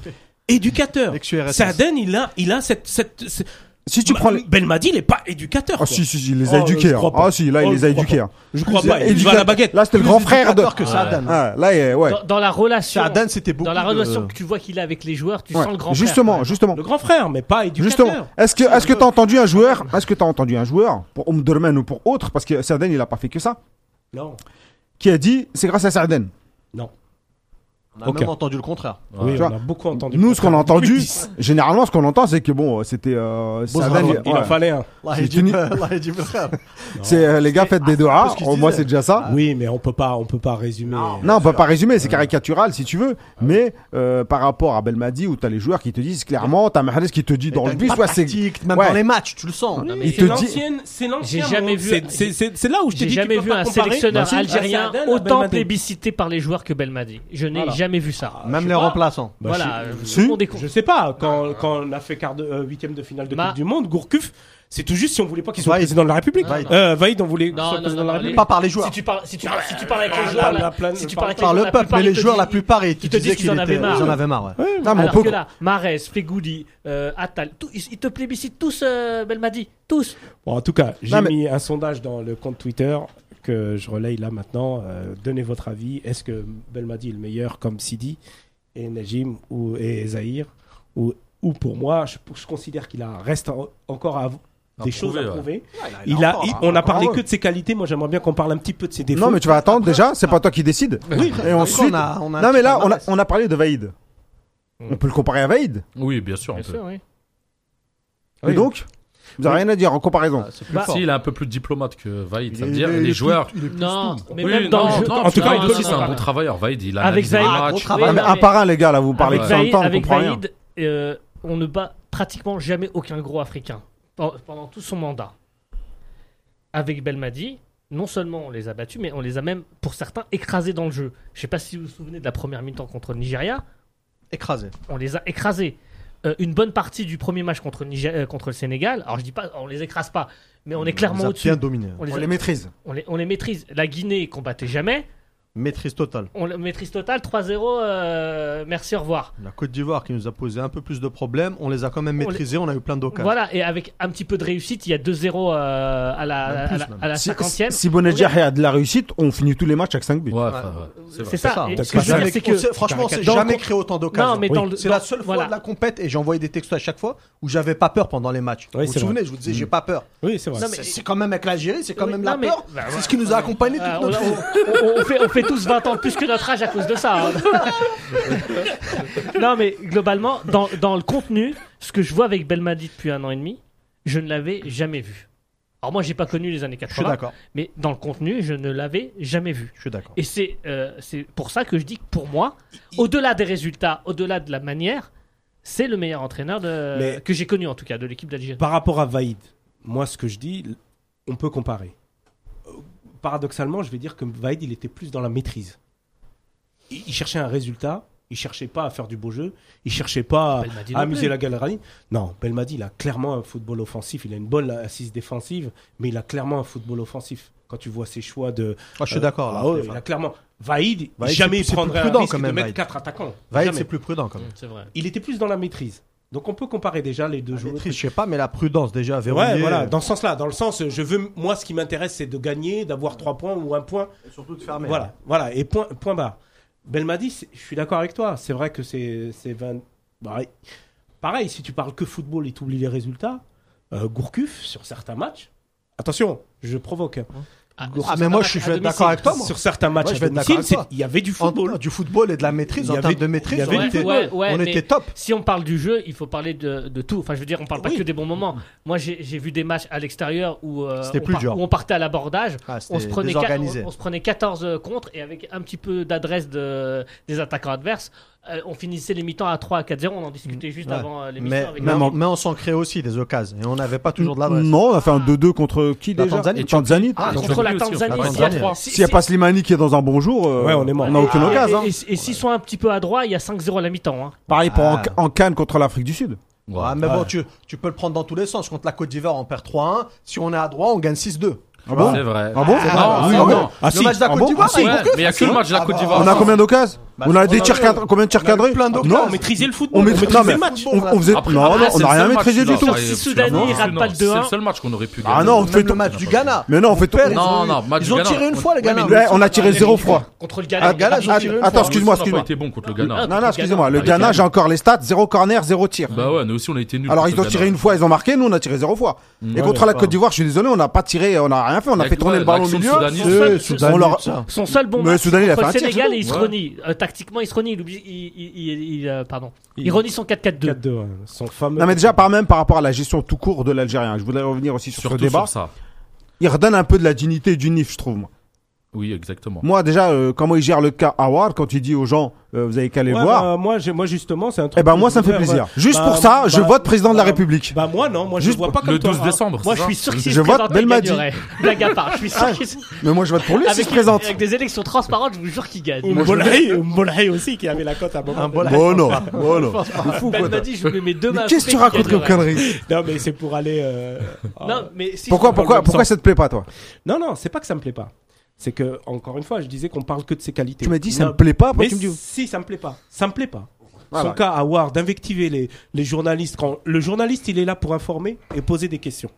Speaker 2: éducateur.
Speaker 3: Ex-URSS.
Speaker 2: Saaden, il a, il a cette. cette, cette-
Speaker 1: Si tu
Speaker 2: Ma-
Speaker 1: prends les...
Speaker 2: Belmadi, il n'est pas éducateur.
Speaker 1: Ah
Speaker 2: quoi.
Speaker 1: si si, si, il les a
Speaker 2: Oh,
Speaker 1: éduqués.
Speaker 2: je
Speaker 1: hein.
Speaker 2: crois pas.
Speaker 1: Ah si, là
Speaker 2: Oh,
Speaker 1: il
Speaker 2: je
Speaker 1: les a
Speaker 2: crois
Speaker 1: éduqués. hein.
Speaker 2: Je crois pas. Il va à la baguette.
Speaker 1: Là, c'était le
Speaker 3: Plus
Speaker 1: grand frère de
Speaker 3: éducateur que Sadan.
Speaker 1: Ah, là, il- ouais.
Speaker 4: Dans, dans la relation,
Speaker 3: Sadan, c'était beaucoup.
Speaker 4: dans la
Speaker 3: de-
Speaker 4: relation que tu vois qu'il a avec les joueurs, tu
Speaker 1: Ouais.
Speaker 4: sens le grand
Speaker 1: justement,
Speaker 4: frère.
Speaker 1: justement.
Speaker 2: Le grand frère, mais pas éducateur.
Speaker 1: Justement, est-ce que est-ce que t'as entendu un joueur, est-ce que t'as entendu un joueur pour Omdurman ou pour autre, parce que Sardaigne il a pas fait que ça,
Speaker 2: Non.
Speaker 1: qui a dit c'est grâce à Sardaigne.
Speaker 3: On a
Speaker 2: Ok.
Speaker 3: même entendu le contraire.
Speaker 2: Oui,
Speaker 1: Tu
Speaker 2: on
Speaker 1: vois,
Speaker 2: a beaucoup entendu.
Speaker 1: Nous ce qu'on a entendu,
Speaker 2: 2010.
Speaker 1: généralement ce qu'on entend c'est que bon c'était euh, Sardaigne,
Speaker 3: Sardaigne,
Speaker 2: Il
Speaker 1: ouais.
Speaker 2: en fallait un.
Speaker 3: Là,
Speaker 1: C'est
Speaker 3: il dit,
Speaker 1: une-
Speaker 3: là, il dit frère.
Speaker 1: c'est euh, les gars faites des
Speaker 3: c'est
Speaker 1: doigts,
Speaker 3: ce qu'il
Speaker 1: au moins
Speaker 3: disait.
Speaker 1: c'est déjà ça.
Speaker 2: Oui, mais on peut pas, on peut pas résumer.
Speaker 1: Non, on peut pas résumer, c'est caricatural si tu veux, mais euh, par rapport à Belmadi où t'as les joueurs qui te disent clairement, t'as Mahrez qui te dit dans le
Speaker 3: Et
Speaker 1: bus,
Speaker 3: pas de
Speaker 1: ouais, c'est
Speaker 3: tactique, même
Speaker 1: ouais.
Speaker 3: dans les matchs, tu le sens.
Speaker 2: Oui,
Speaker 4: mais
Speaker 1: il
Speaker 2: c'est
Speaker 1: te dit-
Speaker 2: l'ancienne- C'est l'ancien.
Speaker 4: J'ai jamais
Speaker 2: monde.
Speaker 4: vu-
Speaker 2: C'est- C'est c'est- c'est là où je t'ai
Speaker 4: J'ai
Speaker 2: dit.
Speaker 4: jamais vu un sélectionneur algérien autant plébiscité par les joueurs que Belmadi. Je n'ai
Speaker 2: Voilà.
Speaker 4: jamais vu ça.
Speaker 3: Même les remplaçants.
Speaker 4: voilà, je-
Speaker 1: si.
Speaker 4: on découvre.
Speaker 2: Je sais pas, quand, quand on a fait quart de, euh, huitième de finale de
Speaker 4: Ma-
Speaker 2: Coupe du Monde, Gourcuff, c'est tout juste si on voulait pas qu'il soit
Speaker 3: Vaïd.
Speaker 2: président de la République.
Speaker 4: Non, non.
Speaker 2: Euh, Vaïd, on voulait qu'il
Speaker 4: Non,
Speaker 2: soit
Speaker 4: non,
Speaker 2: président
Speaker 4: non,
Speaker 2: de la
Speaker 4: non,
Speaker 2: République.
Speaker 3: Pas par les joueurs.
Speaker 4: Si tu parles, si tu, si tu parles avec
Speaker 2: la-
Speaker 4: les joueurs,
Speaker 2: la
Speaker 4: là,
Speaker 2: plane-
Speaker 4: si tu parles avec
Speaker 3: Par
Speaker 4: les
Speaker 3: le
Speaker 4: joueurs, la
Speaker 3: peuple,
Speaker 4: plupart,
Speaker 3: mais les
Speaker 4: ils te
Speaker 3: joueurs, la
Speaker 4: disent-
Speaker 3: plupart, ils te
Speaker 4: ils te
Speaker 3: disaient
Speaker 4: disent qu'ils
Speaker 3: qu'ils
Speaker 4: en avaient
Speaker 3: étaient-
Speaker 4: marre.
Speaker 3: ils en avaient marre. ouais.
Speaker 1: Non, mais on
Speaker 4: Alors
Speaker 1: peut-
Speaker 4: que là, Marez, Fegoudi, euh, Attal, tout- ils, ils te plébiscitent tous, euh, Belmadi, tous.
Speaker 2: Bon, en tout cas, j'ai
Speaker 1: Non, mais-
Speaker 2: mis un sondage dans le compte Twitter que je relaye là maintenant. Euh, donnez votre avis. Est-ce que Belmadi est le meilleur comme Sidi et Najim ou et Zahir ou, ou pour moi, je, je considère qu'il a reste en- encore à,
Speaker 5: À
Speaker 2: des choses
Speaker 5: prouver,
Speaker 2: à
Speaker 5: ouais.
Speaker 2: prouver.
Speaker 3: Il
Speaker 2: Il a,
Speaker 3: encore,
Speaker 2: il-
Speaker 3: hein,
Speaker 2: on a
Speaker 1: encore
Speaker 2: parlé
Speaker 1: heureux.
Speaker 2: que de ses qualités. Moi, j'aimerais bien qu'on parle un petit peu de ses défauts.
Speaker 1: Non, mais tu vas attendre déjà, c'est pas toi qui décide. Et ensuite
Speaker 3: on a- on a un
Speaker 1: Non mais
Speaker 3: petit
Speaker 1: là on a
Speaker 3: palmarès.
Speaker 1: on a parlé de Vaïd. On peut le comparer à Vaïd.
Speaker 5: Oui, bien sûr, on
Speaker 4: Bien
Speaker 5: peut.
Speaker 4: sûr, oui.
Speaker 1: Et donc vous n'avez rien à dire en comparaison.
Speaker 3: Ah, c'est plus
Speaker 4: Bah,
Speaker 3: fort.
Speaker 5: Si, il est un peu plus diplomate que Vaïd.
Speaker 3: Il
Speaker 5: Ça veut
Speaker 3: est-
Speaker 5: dire,
Speaker 3: il est
Speaker 5: les
Speaker 3: plus-
Speaker 5: joueurs.
Speaker 3: il est plus
Speaker 4: Non,
Speaker 3: smooth.
Speaker 4: mais
Speaker 5: Oui,
Speaker 4: même
Speaker 5: non,
Speaker 4: dans le
Speaker 5: non,
Speaker 4: jeu.
Speaker 5: non,
Speaker 2: en tout cas,
Speaker 5: non,
Speaker 2: il
Speaker 5: non,
Speaker 2: peut-
Speaker 5: non, c'est un
Speaker 2: non.
Speaker 5: bon travailleur, Vaïd. Il
Speaker 4: Avec
Speaker 5: analyse les
Speaker 4: Zaïd-
Speaker 3: Ah, gros
Speaker 5: matchs.
Speaker 3: travail.
Speaker 1: Ah, mais
Speaker 4: non,
Speaker 1: un
Speaker 4: mais-
Speaker 1: par un les gars là vous parlez
Speaker 4: Avec
Speaker 1: que
Speaker 5: ça,
Speaker 1: en même
Speaker 4: Vaïd,
Speaker 1: temps, on
Speaker 4: avec
Speaker 1: comprend rien.
Speaker 4: Vaïd, euh, on ne bat pratiquement jamais aucun gros africain pen- pendant tout son mandat. Avec Belmadi, non seulement on les a battus, mais on les a même, pour certains, écrasés dans le jeu. Je ne sais pas si vous vous souvenez de la première mi-temps contre le Nigeria,
Speaker 3: Écrasé.
Speaker 4: on les a écrasés. Euh, une bonne partie du premier match contre, le Niger- euh, contre le Sénégal, alors je dis pas, on les écrase pas, mais on est clairement
Speaker 3: les a
Speaker 4: au-dessus.
Speaker 3: Bien dominé.
Speaker 4: On les,
Speaker 1: On
Speaker 4: a-
Speaker 1: les maîtrise.
Speaker 4: on les- on les maîtrise. La Guinée, combattait jamais.
Speaker 3: Maîtrise totale.
Speaker 4: On le maîtrise totale, 3-0, euh, merci, au revoir.
Speaker 3: La Côte d'Ivoire qui nous a posé un peu plus de problèmes, on les a quand même
Speaker 4: On les-
Speaker 3: maîtrisés, on a eu plein d'occasions.
Speaker 4: Voilà, et avec un petit peu de réussite, il y a 2-0 euh, à la,
Speaker 3: Même
Speaker 4: à
Speaker 3: plus,
Speaker 4: la,
Speaker 3: même.
Speaker 4: à la
Speaker 1: Si,
Speaker 4: 50e.
Speaker 1: si Bonadja a de la réussite, on finit tous les matchs avec 5 buts.
Speaker 5: Ouais, enfin, ouais, c'est vrai.
Speaker 4: C'est ça.
Speaker 3: ça,
Speaker 4: et
Speaker 2: t'a
Speaker 3: on
Speaker 4: ce que je veux
Speaker 2: jamais-
Speaker 4: dire, c'est que.
Speaker 3: franchement, c'est
Speaker 4: Dans le
Speaker 3: jamais
Speaker 4: con-
Speaker 3: créé autant d'occasions.
Speaker 4: Non, mais dans le-
Speaker 3: c'est
Speaker 4: dans-
Speaker 3: la seule fois
Speaker 4: voilà.
Speaker 3: de la compète et j'envoyais des textos à chaque fois où j'avais pas peur pendant les matchs.
Speaker 2: Oui,
Speaker 3: vous
Speaker 2: c'est
Speaker 3: vous souvenez, je vous disais, j'ai pas peur.
Speaker 2: Oui, c'est vrai.
Speaker 4: Non, mais-
Speaker 3: C'est c'est quand même avec l'Algérie, c'est quand
Speaker 4: Oui,
Speaker 3: même
Speaker 4: non,
Speaker 3: la
Speaker 4: mais-
Speaker 3: peur.
Speaker 4: bah,
Speaker 3: c'est ce qui nous a accompagnés
Speaker 4: Euh,
Speaker 3: toute
Speaker 4: on,
Speaker 3: notre vie.
Speaker 4: on- on- on fait, on fait tous 20 ans de plus que notre âge à cause de ça. hein. non, mais globalement, dans, dans le contenu, ce que je vois avec Belmadi depuis un an et demi, je ne l'avais jamais vu. Alors, moi, j'ai pas connu les années
Speaker 3: Je suis
Speaker 4: 80,
Speaker 3: d'accord.
Speaker 4: mais dans le contenu, je ne l'avais jamais vu.
Speaker 3: Je suis d'accord.
Speaker 4: Et c'est euh, c'est pour ça que je dis que pour moi, au-delà des résultats, au-delà de la manière, c'est le meilleur entraîneur de...
Speaker 2: Mais-
Speaker 4: que j'ai connu en tout cas de l'équipe d'Algérie.
Speaker 3: Bah,
Speaker 2: Par rapport à Vaïd, moi, ce que je dis, l- on peut comparer. Euh, Paradoxalement, je vais dire que Vaïd, il était plus dans la maîtrise. Il, il cherchait un résultat. Il cherchait pas à faire du beau jeu. Il cherchait pas
Speaker 4: Belmadi
Speaker 2: à
Speaker 4: non
Speaker 2: amuser
Speaker 4: plus.
Speaker 2: la galerie. Non, Belmadi, il a clairement un football offensif. Il a une bonne assise défensive, mais il a clairement un football offensif. Quand tu vois ses choix de,
Speaker 3: Ah, je suis
Speaker 2: Euh,
Speaker 3: d'accord. là,
Speaker 2: ah ouais, il
Speaker 3: Stéphane.
Speaker 2: a clairement. Vaïd,
Speaker 3: Vaïd,
Speaker 2: jamais
Speaker 3: c'est-
Speaker 2: il
Speaker 3: c'est plus
Speaker 2: prendrait un
Speaker 3: prudent,
Speaker 2: risque
Speaker 3: quand
Speaker 2: de
Speaker 3: même,
Speaker 2: mettre
Speaker 3: Vaïd.
Speaker 2: quatre attaquants.
Speaker 3: Vaïd,
Speaker 2: Jamais.
Speaker 3: c'est plus prudent quand même.
Speaker 4: Mmh, C'est vrai.
Speaker 2: Il était plus dans la maîtrise. Donc on peut comparer déjà les deux
Speaker 3: La
Speaker 2: joueurs.
Speaker 3: maîtrise, je sais pas, mais la prudence déjà. euh,
Speaker 2: Ouais,
Speaker 3: verrouillée.
Speaker 2: voilà, dans ce sens-là, dans le sens, je veux, moi, ce qui m'intéresse, c'est de gagner, d'avoir trois points ou un point,
Speaker 3: Surtout de fermer. hein.
Speaker 2: voilà, voilà, et point, point barre. Belmadi, c'est- je suis d'accord avec toi. C'est vrai que c'est c'est 20 bah, pareil, si tu parles que football et tu oublies les résultats, euh, Gourcuff, sur certains matchs, attention, je provoque. hein.
Speaker 4: Ah,
Speaker 3: Ah, mais moi, je
Speaker 4: à
Speaker 3: suis
Speaker 4: domicile.
Speaker 3: d'accord avec toi, moi.
Speaker 2: Sur certains matchs,
Speaker 3: je vais
Speaker 2: à
Speaker 3: être d'accord
Speaker 2: domicile,
Speaker 3: avec toi.
Speaker 2: c'est- il y avait du football.
Speaker 3: En- du football et de la maîtrise,
Speaker 2: Il y
Speaker 3: en
Speaker 2: avait
Speaker 3: termes
Speaker 2: du-
Speaker 3: de
Speaker 2: il y
Speaker 3: maîtrise,
Speaker 2: avait
Speaker 3: on
Speaker 2: du
Speaker 3: était,
Speaker 4: football. Ah, Ouais,
Speaker 3: on
Speaker 4: ouais,
Speaker 3: était
Speaker 4: mais-
Speaker 3: top.
Speaker 4: Si on parle du jeu, il faut parler de, de tout. Enfin, je veux dire, on parle pas
Speaker 2: Oui.
Speaker 4: que des bons moments. Moi, j'ai j'ai vu des matchs à l'extérieur où, euh,
Speaker 3: C'était
Speaker 4: on
Speaker 3: plus dur.
Speaker 4: où on partait à l'abordage.
Speaker 3: Ah,
Speaker 4: On se,
Speaker 3: c'était
Speaker 4: prenait qua-
Speaker 3: désorganisé.
Speaker 4: on, on se prenait 14 euh, contre et avec un petit peu d'adresse de, des attaquants adverses, euh, on finissait les mi-temps à 3 à 4-0. On en discutait juste
Speaker 3: Mm. Ouais.
Speaker 4: avant euh, l'émission.
Speaker 3: Mais,
Speaker 4: avec
Speaker 3: mais,
Speaker 4: Eric.
Speaker 3: on- mais on s'en crée aussi des occasions. Et on n'avait pas toujours de l'adresse.
Speaker 1: Non, on a fait un 2-2 contre qui
Speaker 3: La
Speaker 1: déjà
Speaker 3: Tanzanie.
Speaker 1: Et Tanzanie.
Speaker 4: Ah,
Speaker 5: Et
Speaker 4: contre
Speaker 5: Turquie
Speaker 4: la
Speaker 5: aussi, en fait.
Speaker 4: Tanzanie,
Speaker 5: Ouais,
Speaker 4: si-
Speaker 5: Tanzanie. hein.
Speaker 3: Tanzanie.
Speaker 4: si-
Speaker 1: S'il n'y a
Speaker 4: si-
Speaker 1: pas Slimani qui est dans un bon jour, euh,
Speaker 2: Ouais, on est mort.
Speaker 1: n'a aucune
Speaker 4: et- ah,
Speaker 1: occasion. hein.
Speaker 4: Et, et- et s'ils sont un petit peu à droite, il y a 5-0 à la mi-temps. hein.
Speaker 1: Pareil pour en,
Speaker 3: Ah.
Speaker 1: en Cannes contre l'Afrique du Sud.
Speaker 5: Ouais.
Speaker 3: Ouais, Ah, mais bon,
Speaker 2: Ouais.
Speaker 3: tu, tu peux le prendre dans tous les sens. Contre la Côte d'Ivoire, on perd 3-1. Si on est à droit, on gagne 6-2.
Speaker 1: Ah bon
Speaker 5: C'est vrai.
Speaker 1: Ah bon
Speaker 5: Ah,
Speaker 1: Ah,
Speaker 5: non,
Speaker 1: oui,
Speaker 5: ah,
Speaker 1: oui.
Speaker 5: non.
Speaker 2: Ah,
Speaker 3: le
Speaker 2: si.
Speaker 3: match de la
Speaker 1: Ah
Speaker 3: Côte
Speaker 1: bon
Speaker 3: d'Ivoiz,
Speaker 5: Ouais,
Speaker 3: c'est
Speaker 5: mais
Speaker 3: Gourcuff,
Speaker 5: il n'y a que
Speaker 3: hein,
Speaker 5: le match de la
Speaker 3: Ah
Speaker 5: Côte
Speaker 3: bah,
Speaker 5: d'Ivoire.
Speaker 1: On a combien d'occasions
Speaker 3: Bah,
Speaker 1: On a des
Speaker 3: on a
Speaker 1: tirs
Speaker 3: eu-
Speaker 1: cadrés. Combien de tirs cadrés
Speaker 3: plein d'occasions.
Speaker 2: Non, on maîtrisait le football.
Speaker 1: On
Speaker 2: on
Speaker 1: maîtrise-
Speaker 2: maîtrisait
Speaker 1: non, mais
Speaker 2: le match.
Speaker 1: on, on faisait.
Speaker 5: Après-
Speaker 1: non,
Speaker 5: ah,
Speaker 1: non,
Speaker 5: c'est
Speaker 1: on
Speaker 5: le
Speaker 1: n'a rien
Speaker 5: seul
Speaker 1: maîtrisé
Speaker 5: match,
Speaker 1: du
Speaker 5: non,
Speaker 1: tout.
Speaker 5: ça y est,
Speaker 4: Si
Speaker 5: je suis
Speaker 4: Soudani,
Speaker 5: d'accord.
Speaker 4: il rate
Speaker 5: Non,
Speaker 4: pas le
Speaker 5: C'est
Speaker 4: 2-1.
Speaker 5: le seul match qu'on aurait pu gagner.
Speaker 1: Ah non, on
Speaker 3: Même
Speaker 1: fait
Speaker 3: le
Speaker 1: tout-
Speaker 3: match
Speaker 5: on
Speaker 3: du
Speaker 5: a
Speaker 3: Ghana.
Speaker 1: Mais non, on fait tout.
Speaker 3: perd, ils
Speaker 5: Non,
Speaker 3: ont eu-
Speaker 5: non, match
Speaker 3: Ils ont
Speaker 5: du Ghana.
Speaker 3: tiré une fois, les
Speaker 4: Ouais, mais
Speaker 3: Ghana.
Speaker 4: le-
Speaker 1: Ouais, on a tiré
Speaker 4: les-
Speaker 1: 0 fois.
Speaker 4: Contre le
Speaker 1: Ah,
Speaker 4: Ghana. il a
Speaker 3: Ghana,
Speaker 4: pas
Speaker 3: ils ont
Speaker 4: tiré
Speaker 1: ah,
Speaker 3: tiré une
Speaker 4: une
Speaker 1: attends,
Speaker 4: fois.
Speaker 5: Nous aussi,
Speaker 1: excuse-moi,
Speaker 5: on n'a pas
Speaker 1: excuse-moi.
Speaker 5: été bon contre le
Speaker 4: Ah,
Speaker 5: Ghana.
Speaker 1: Non, non, excusez-moi. Le
Speaker 5: Ah, les
Speaker 1: Ghana,
Speaker 5: Ghana.
Speaker 1: j'ai encore les stats 0 corner, 0 tir.
Speaker 5: Bah ouais, nous aussi on a été nuls.
Speaker 1: Alors,
Speaker 5: contre
Speaker 1: ils ont
Speaker 5: le
Speaker 1: tiré
Speaker 5: Ghana.
Speaker 1: une fois, ils ont marqué. Nous, on a tiré 0 fois. Et
Speaker 2: Ouais,
Speaker 1: contre
Speaker 2: mais
Speaker 1: la
Speaker 2: pas.
Speaker 1: Côte d'Ivoire, je suis désolé, on n'a pas tiré, on n'a rien fait. On a
Speaker 5: La-
Speaker 1: fait tourner
Speaker 5: ouais,
Speaker 1: le ballon au
Speaker 5: l'action de
Speaker 1: milieu.
Speaker 5: Soudani,
Speaker 1: Euh,
Speaker 3: Ouais, Soudan,
Speaker 1: on leur-
Speaker 3: tout ça.
Speaker 4: Son seul bon
Speaker 1: Mais
Speaker 4: match
Speaker 1: Soudan, il a
Speaker 4: contre
Speaker 1: fait un
Speaker 4: le
Speaker 1: tir, c'est
Speaker 4: Sénégal et il se
Speaker 5: Ouais.
Speaker 4: renie. Euh, tactiquement, il se renie. Il, oublie- il- il- il- il, euh, pardon. il,
Speaker 2: Il-
Speaker 4: renie son 4-4-2.
Speaker 2: 4-2, ouais, hein. son fameux.
Speaker 1: Non mais déjà par même par rapport à la gestion tout court de l'Algérien, je voudrais revenir aussi sur
Speaker 5: Surtout
Speaker 1: ce débat.
Speaker 5: sur ça.
Speaker 1: Il redonne un peu de la dignité et du NIF, je trouve. Moi,
Speaker 5: Oui, exactement.
Speaker 1: Moi, déjà, euh, comment il gère le cas Awar quand il dit aux gens, euh, vous avez qu'à les
Speaker 2: Ouais,
Speaker 1: voir.
Speaker 2: bah, moi, j'ai- moi, justement, c'est un truc.
Speaker 1: eh ben
Speaker 2: que
Speaker 1: moi,
Speaker 2: je
Speaker 1: ça me fait
Speaker 2: voulais,
Speaker 1: plaisir.
Speaker 2: ouais.
Speaker 1: Juste
Speaker 2: Bah,
Speaker 1: pour ça, je
Speaker 2: bah,
Speaker 1: vote président de la
Speaker 2: bah,
Speaker 1: République.
Speaker 2: Bah, moi, non, moi, je
Speaker 1: Juste
Speaker 2: le vois pas comme
Speaker 5: Le
Speaker 2: toi,
Speaker 5: 12
Speaker 2: hein.
Speaker 5: décembre.
Speaker 4: Moi,
Speaker 5: c'est
Speaker 4: je
Speaker 5: ça
Speaker 4: suis sûr que s'il
Speaker 1: Je
Speaker 4: se
Speaker 1: vote
Speaker 4: présente, il
Speaker 1: Belmadi. Ah,
Speaker 4: gagnerait. Blague à part, je suis sûr qu'il se-
Speaker 1: mais moi, je vote pour lui s'il
Speaker 4: avec,
Speaker 1: se présente.
Speaker 4: avec des élections transparentes, je vous jure qu'il gagne.
Speaker 2: Ou Mbolay, ou Mbolay aussi qui avait la cote à un moment.
Speaker 3: Un bol à-
Speaker 1: Bon non, bon non. C'est fou, quoi,
Speaker 4: Belmadi, je mets mes deux
Speaker 1: toi.
Speaker 4: mains.
Speaker 1: Mais qu'est-ce que tu
Speaker 4: coupées,
Speaker 1: racontes
Speaker 4: qu'il
Speaker 1: comme
Speaker 4: gagnerait.
Speaker 1: conneries
Speaker 2: Non, mais c'est pour aller. euh, en-
Speaker 4: Non, mais si
Speaker 1: Pourquoi,
Speaker 4: je-
Speaker 1: pourquoi,
Speaker 2: même
Speaker 1: pourquoi
Speaker 2: sens.
Speaker 1: ça te plaît pas toi
Speaker 2: Non, non, c'est pas que ça me plaît pas. C'est que, encore une fois, je disais qu'on parle que de ses qualités.
Speaker 1: Tu m'as dit ça
Speaker 2: Non,
Speaker 1: me plaît pas, après
Speaker 2: Mais
Speaker 1: tu me dis. Ah
Speaker 2: si, ça me plaît pas. Ça me plaît pas.
Speaker 1: Voilà.
Speaker 2: Son cas à Ward d'invectiver les, les journalistes. Quand le journaliste, il est là pour informer et poser des questions.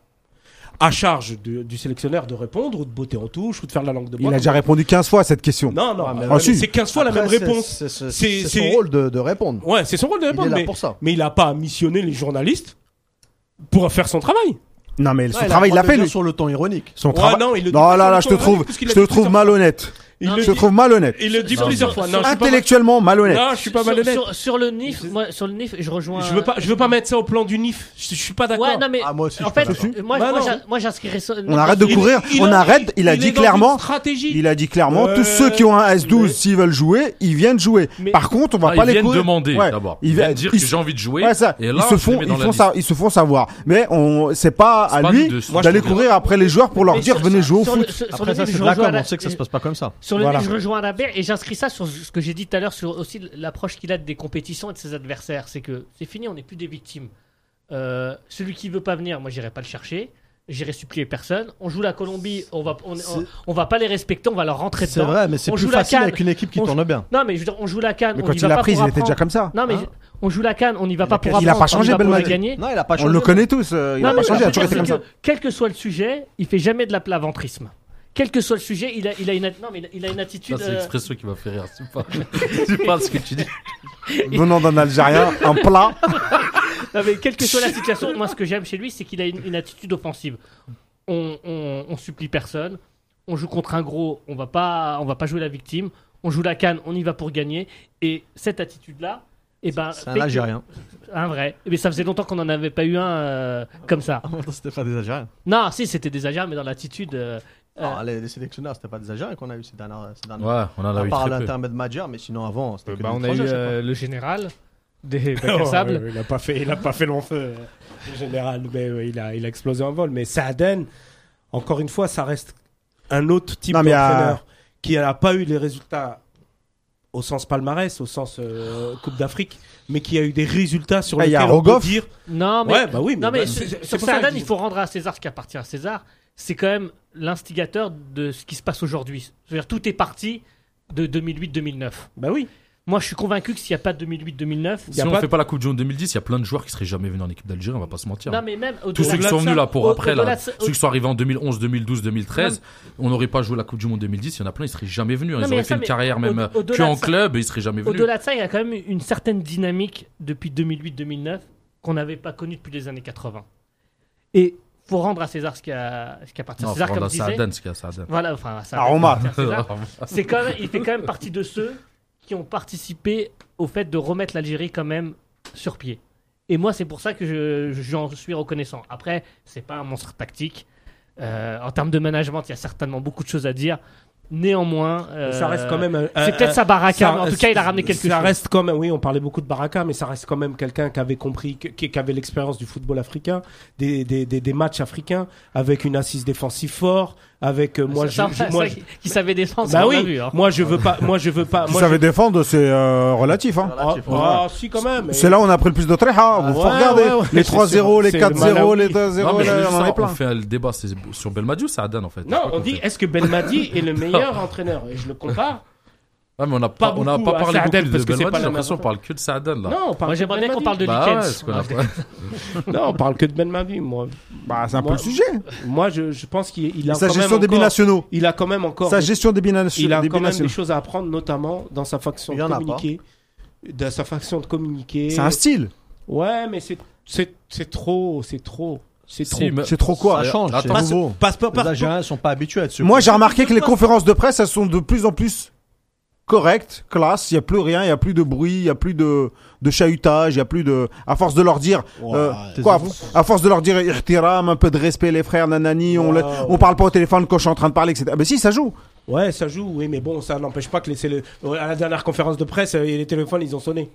Speaker 2: À charge de- du sélectionneur de répondre ou de botter en touche ou de faire la langue de bois.
Speaker 1: Il a déjà répondu 15 fois à cette question.
Speaker 2: Non, non,
Speaker 3: Ah, mais
Speaker 2: euh,
Speaker 1: ah, si.
Speaker 2: c'est 15 fois la même
Speaker 3: Après, c'est-
Speaker 2: réponse.
Speaker 3: c'est- C'est
Speaker 2: C'est-
Speaker 3: c'est
Speaker 2: c'est-
Speaker 3: son rôle de de répondre.
Speaker 2: Ouais, c'est son rôle de
Speaker 3: Il est
Speaker 2: répondre.
Speaker 3: là
Speaker 2: mais,
Speaker 3: pour ça.
Speaker 2: mais il a pas à missionner les journalistes pour faire son travail.
Speaker 1: Non mais son
Speaker 3: Ouais,
Speaker 1: travail, il l'a
Speaker 3: revient
Speaker 1: fait lui.
Speaker 3: sur le ton ironique.
Speaker 1: Son
Speaker 2: Ouais,
Speaker 1: travail.
Speaker 2: non, il le dit
Speaker 1: Non
Speaker 2: pas
Speaker 1: là
Speaker 2: sur
Speaker 1: là,
Speaker 2: le
Speaker 1: je te
Speaker 2: ton
Speaker 1: trouve,
Speaker 2: revenu, parce qu'il
Speaker 1: je
Speaker 2: a
Speaker 1: te
Speaker 2: dit
Speaker 1: trouve
Speaker 2: plusieurs
Speaker 1: malhonnête.
Speaker 2: Il
Speaker 4: Non,
Speaker 2: le
Speaker 1: Je te
Speaker 2: dit-
Speaker 1: trouve malhonnête.
Speaker 2: il le dit
Speaker 5: Non,
Speaker 2: plusieurs
Speaker 5: mais-
Speaker 2: fois. Non, je suis pas-
Speaker 1: Intellectuellement malhonnête.
Speaker 2: Non, je suis pas
Speaker 4: sur-
Speaker 2: malhonnête.
Speaker 4: Sur, sur le NIF, moi, sur le NIF, je rejoins.
Speaker 2: Je veux pas, je veux pas mettre ça au plan du NIF. Je, je suis pas d'accord.
Speaker 4: Ouais, non, mais.
Speaker 3: Ah, moi aussi,
Speaker 4: En
Speaker 3: je suis
Speaker 4: fait,
Speaker 3: pas
Speaker 4: euh, moi,
Speaker 2: Bah
Speaker 4: moi,
Speaker 2: non.
Speaker 4: j'a- moi j'inscrirais ça.
Speaker 1: On arrête de
Speaker 2: Il-
Speaker 1: courir,
Speaker 2: il
Speaker 1: on
Speaker 2: en-
Speaker 1: arrête, il a
Speaker 2: est
Speaker 1: dit
Speaker 2: dans
Speaker 1: clairement-
Speaker 2: une stratégie.
Speaker 1: Il a dit clairement,
Speaker 2: Euh,
Speaker 1: tous ceux qui ont un S12,
Speaker 2: mais-
Speaker 1: s'ils veulent jouer, ils viennent jouer.
Speaker 4: Mais-
Speaker 1: Par contre, on va
Speaker 5: Ah,
Speaker 1: pas
Speaker 5: ils
Speaker 1: les
Speaker 5: viennent
Speaker 1: courir.
Speaker 5: demander
Speaker 1: Ouais,
Speaker 5: d'abord.
Speaker 1: ils
Speaker 5: Ils
Speaker 1: viennent-
Speaker 5: viennent dire
Speaker 1: ils-
Speaker 5: que j'ai envie de jouer.
Speaker 1: Ouais, ça.
Speaker 5: Et là,
Speaker 1: ils se
Speaker 5: je les
Speaker 1: font,
Speaker 5: mets dans
Speaker 1: ils
Speaker 5: la
Speaker 1: font
Speaker 5: liste.
Speaker 1: ça, ils se font savoir. Mais on, c'est pas
Speaker 5: C'est
Speaker 1: à
Speaker 5: pas
Speaker 1: lui
Speaker 5: de- Moi, je
Speaker 1: d'aller
Speaker 5: trouve que-
Speaker 1: courir après les joueurs pour leur
Speaker 4: Mais
Speaker 1: dire
Speaker 4: sur
Speaker 1: venez
Speaker 4: ça-
Speaker 1: jouer au
Speaker 4: sur
Speaker 1: foot.
Speaker 4: le- sur- sur
Speaker 3: Après
Speaker 4: le
Speaker 3: ça,
Speaker 4: NIF,
Speaker 3: c'est
Speaker 4: je
Speaker 3: d'accord,
Speaker 4: rejoins
Speaker 3: mais on
Speaker 4: la-
Speaker 3: sait que ça se passe pas comme ça.
Speaker 4: Sur le
Speaker 2: Voilà.
Speaker 4: NIF, je rejoins Adabert et j'inscris ça sur ce que j'ai dit tout à l'heure sur aussi l'approche qu'il a des compétitions et de ses adversaires. C'est que c'est fini, on n'est plus des victimes. Euh, celui qui veut pas venir, moi j'irai pas le chercher. J'irai supplier personne. On joue la Colombie, on va on, on,
Speaker 3: C'est-
Speaker 4: on va pas les respecter, on va leur rentrer
Speaker 3: C'est
Speaker 4: dedans.
Speaker 3: vrai, mais c'est
Speaker 4: On
Speaker 3: plus
Speaker 4: joue la
Speaker 3: facile
Speaker 4: canne.
Speaker 3: avec une équipe qui
Speaker 4: On-
Speaker 3: tourne bien.
Speaker 4: Non mais je veux dire, on joue la canne.
Speaker 1: Mais
Speaker 4: on
Speaker 1: quand
Speaker 4: y
Speaker 1: il
Speaker 4: va
Speaker 1: l'a
Speaker 4: pas
Speaker 1: prise,
Speaker 4: pour
Speaker 1: il était déjà
Speaker 4: apprendre.
Speaker 1: comme ça.
Speaker 4: Non mais
Speaker 3: Hein
Speaker 4: je- on joue la canne, on n'y va pas pour
Speaker 1: Il a pas
Speaker 4: apprendre, on y
Speaker 1: changé,
Speaker 4: va pour la
Speaker 1: Belmadi.
Speaker 4: gagner.
Speaker 3: Non, il a pas
Speaker 1: On
Speaker 3: changé.
Speaker 1: le connaît tous, euh, il
Speaker 4: Non,
Speaker 1: a
Speaker 4: mais
Speaker 1: pas
Speaker 4: ce que
Speaker 1: changé, il a
Speaker 4: je
Speaker 1: toujours
Speaker 4: veux
Speaker 1: été
Speaker 4: dire,
Speaker 1: comme ça.
Speaker 4: c'est que Quel que soit le sujet, il fait jamais de l'aplaventrisme. Quel que soit le sujet, il a, il a, une, non, mais il a- il a une
Speaker 5: Ça,
Speaker 4: attitude.
Speaker 5: c'est
Speaker 4: euh,
Speaker 5: l'expression qui m'a fait rire. C'est pas, c'est pas ce que tu dis.
Speaker 1: Venant d'un Algérien, un plat.
Speaker 4: Non, mais quelle que soit la situation, moi ce que j'aime chez lui, c'est qu'il a une, une attitude offensive. On, on, on supplie personne, on joue contre un gros, on va pas, on va pas jouer la victime, on joue la canne, on y va pour gagner. Et cette attitude-là, eh ben,
Speaker 3: C'est un
Speaker 4: fait que-
Speaker 3: Algérien.
Speaker 4: Un vrai. Mais ça faisait longtemps qu'on n'en avait pas eu un euh, comme ça.
Speaker 3: C'était pas des Algériens.
Speaker 4: Non, si, c'était des Algériens, mais dans l'attitude. euh,
Speaker 3: Non, les, les sélectionneurs, c'était pas des Algériens qu'on a eu ces dernières. Ces dernières...
Speaker 5: Ouais, on en
Speaker 3: à
Speaker 5: a eu
Speaker 3: part à
Speaker 5: très peu.
Speaker 3: l'intermède Magyar, mais sinon avant, c'était
Speaker 6: Euh,
Speaker 3: que
Speaker 6: bah,
Speaker 3: des
Speaker 6: on a eu
Speaker 3: étrangers, à chaque
Speaker 6: euh,
Speaker 4: le général des
Speaker 2: Oh,
Speaker 4: bacs à sable.
Speaker 2: euh, il a pas fait, il a pas fait long feu, euh, le général. Mais ouais, il a, il a explosé en vol. Mais Saaden, encore une fois, ça reste un autre type
Speaker 1: Non, mais,
Speaker 2: d'entraîneur qui n'a pas eu les résultats au sens palmarès, au sens euh, Coupe d'Afrique, mais qui a eu des résultats sur
Speaker 1: Ah, il y a
Speaker 2: lesquels on peut
Speaker 1: Rogoff.
Speaker 2: dire.
Speaker 4: Non, mais,
Speaker 2: Ouais, bah oui, mais
Speaker 4: non, mais
Speaker 2: bah,
Speaker 4: ce-
Speaker 2: c'est-
Speaker 4: ce-
Speaker 2: c'est
Speaker 4: ce
Speaker 2: pour ça que
Speaker 4: Sadan,
Speaker 2: je dis-
Speaker 4: il faut rendre à César ce qui appartient à César. C'est quand même l'instigateur de ce qui se passe aujourd'hui. C'est-à-dire, tout est parti de 2008-2009.
Speaker 2: Bah oui.
Speaker 4: Moi, je suis convaincu que s'il n'y a pas 2008-2009,
Speaker 2: Y a
Speaker 5: Si on
Speaker 2: pas-
Speaker 5: fait pas la Coupe du Monde 2010, il y a plein de joueurs qui seraient jamais venus en équipe d'Algérie, on va pas se mentir.
Speaker 4: non, mais même au- au-
Speaker 5: Tous ceux qui
Speaker 4: au-delà
Speaker 5: sont
Speaker 4: de
Speaker 5: venus
Speaker 4: ça,
Speaker 5: là pour
Speaker 4: au-
Speaker 5: après,
Speaker 4: au-delà
Speaker 5: là,
Speaker 4: de ça-
Speaker 5: ceux qui sont arrivés en 2011, 2012, 2013, on n'aurait pas joué la Coupe du Monde 2010, il y en a plein, ils seraient jamais venus.
Speaker 4: Non, mais
Speaker 5: Ils
Speaker 4: il y a
Speaker 5: auraient
Speaker 4: ça,
Speaker 5: fait une
Speaker 4: mais
Speaker 5: carrière même
Speaker 4: au-
Speaker 5: euh,
Speaker 4: au-delà
Speaker 5: que en
Speaker 4: de ça-
Speaker 5: club, et ils seraient jamais venus.
Speaker 4: Au-delà de ça, il y a quand même une certaine dynamique depuis 2008-2009 qu'on n'avait pas connue depuis les années 80. Et faut rendre à César ce qui a, ce qui appartient à
Speaker 5: Non,
Speaker 4: César,
Speaker 5: faut
Speaker 4: comme
Speaker 5: rendre à
Speaker 4: disait.
Speaker 5: Saadane, ce qu'il y a à Saadane.
Speaker 4: Voilà, enfin, à Saadane,
Speaker 1: À Roma.
Speaker 4: à César. C'est quand même, il fait quand même partie de ceux qui ont participé au fait de remettre l'Algérie quand même sur pied. Et moi, c'est pour ça que je- j'en suis reconnaissant. Après, c'est pas un monstre tactique. Euh, en termes de management, il y a certainement beaucoup de choses à dire. Néanmoins,
Speaker 2: ça
Speaker 4: euh,
Speaker 2: reste quand même. un- un-
Speaker 4: C'est peut-être
Speaker 2: un-
Speaker 4: sa baraka,
Speaker 2: ça-
Speaker 4: mais en tout cas, il a ramené quelque
Speaker 2: Ça
Speaker 4: chose.
Speaker 2: reste quand même, oui, on parlait beaucoup de Baraka, mais ça reste quand même quelqu'un qui avait compris, que- qui, qui avait l'expérience du football africain, des, des, des, des matchs africains, avec une assise défensive forte, avec euh, moi,
Speaker 4: Ça, ça,
Speaker 2: je,
Speaker 4: ça,
Speaker 2: je- moi,
Speaker 4: ça,
Speaker 2: je-
Speaker 4: qui- qui savait défendre,
Speaker 2: bah
Speaker 4: on
Speaker 2: oui,
Speaker 4: l'a vu. hein.
Speaker 2: moi je veux pas, moi je veux pas,
Speaker 1: Qui
Speaker 2: moi
Speaker 1: savait
Speaker 2: je-
Speaker 1: défendre, c'est euh, relatif. Hein.
Speaker 2: Ah,
Speaker 3: Relatif,
Speaker 2: ah, si quand même. mais-
Speaker 1: C'est là où on a pris le plus de tréha. Vous
Speaker 2: ouais,
Speaker 1: regardez
Speaker 2: ouais, ouais,
Speaker 1: les
Speaker 2: c'est
Speaker 1: 3-0,
Speaker 2: sûr,
Speaker 1: les
Speaker 2: c'est le
Speaker 1: 4-0, les
Speaker 2: Malawi.
Speaker 1: 2-0,
Speaker 5: Non, mais je veux
Speaker 1: là,
Speaker 5: juste
Speaker 1: on en
Speaker 5: ça,
Speaker 1: est
Speaker 5: on
Speaker 1: plein.
Speaker 5: fait le débat c'est sur Belmadi ou Saadane en fait
Speaker 2: Non,
Speaker 5: Je sais pas
Speaker 2: on dit
Speaker 5: compris.
Speaker 2: est-ce que Belmadi est le meilleur entraîneur Et je le compare.
Speaker 5: Ah, mais on n'a
Speaker 2: pas
Speaker 5: pas, on n'a
Speaker 2: beaucoup
Speaker 5: pas
Speaker 2: à
Speaker 5: parlé
Speaker 2: Saadane,
Speaker 5: beaucoup
Speaker 2: parce
Speaker 5: de
Speaker 2: que c'est
Speaker 5: Belmadi,
Speaker 2: pas
Speaker 5: j'ai
Speaker 2: la
Speaker 5: l'impression
Speaker 2: même
Speaker 5: qu'on parle que de Saadane là.
Speaker 2: Non, on parle
Speaker 4: Moi,
Speaker 2: que
Speaker 4: j'aimerais bien qu'on
Speaker 2: Belmadi.
Speaker 4: parle de
Speaker 5: Bah ouais,
Speaker 4: Dickens.
Speaker 5: parce qu'on a
Speaker 4: Ah, je-
Speaker 5: pas-
Speaker 2: Non, on parle que de Belmadi. Moi,
Speaker 1: Bah, c'est un peu
Speaker 2: Moi-
Speaker 1: le sujet.
Speaker 2: moi, je, je pense qu'il il a
Speaker 1: Sa
Speaker 2: quand même
Speaker 1: gestion des
Speaker 2: encore-
Speaker 1: binationaux.
Speaker 2: Il a quand même encore.
Speaker 1: Sa gestion des binationaux.
Speaker 2: il a
Speaker 1: des
Speaker 2: quand même
Speaker 1: binationaux.
Speaker 2: des choses à apprendre, notamment dans sa faction
Speaker 3: Il
Speaker 2: de
Speaker 3: y en a pas.
Speaker 2: communiquer. Dans sa faction de communiquer.
Speaker 1: C'est un style.
Speaker 2: Ouais, mais c'est c'est c'est trop, c'est trop, c'est trop.
Speaker 5: Si, mais-
Speaker 1: C'est trop quoi
Speaker 3: Ça change.
Speaker 5: Attends,
Speaker 3: c'est
Speaker 1: Pas-
Speaker 3: nouveau.
Speaker 1: nouveau.
Speaker 2: Passe pas
Speaker 3: Les
Speaker 2: par.
Speaker 3: Algériens sont pas habitués à être
Speaker 1: Moi, j'ai remarqué que les conférences de presse, elles sont de plus en plus correctes, classe. Il n'y a plus rien, il n'y a plus de bruit, il n'y a plus de, de chahutage, il n'y a plus de. À force de leur dire. euh,
Speaker 3: t'es
Speaker 1: quoi,
Speaker 3: zéro.
Speaker 1: à force de leur dire ihtiram, un peu de respect, les frères, nanani, on,
Speaker 2: Ouais,
Speaker 1: le- on parle pas au téléphone quand je suis en train de parler, etc. Ah, Mais si, ça joue.
Speaker 2: Ouais, ça joue, oui, mais bon, ça n'empêche pas que les télé- à la dernière conférence de presse, euh, les téléphones, ils ont sonné.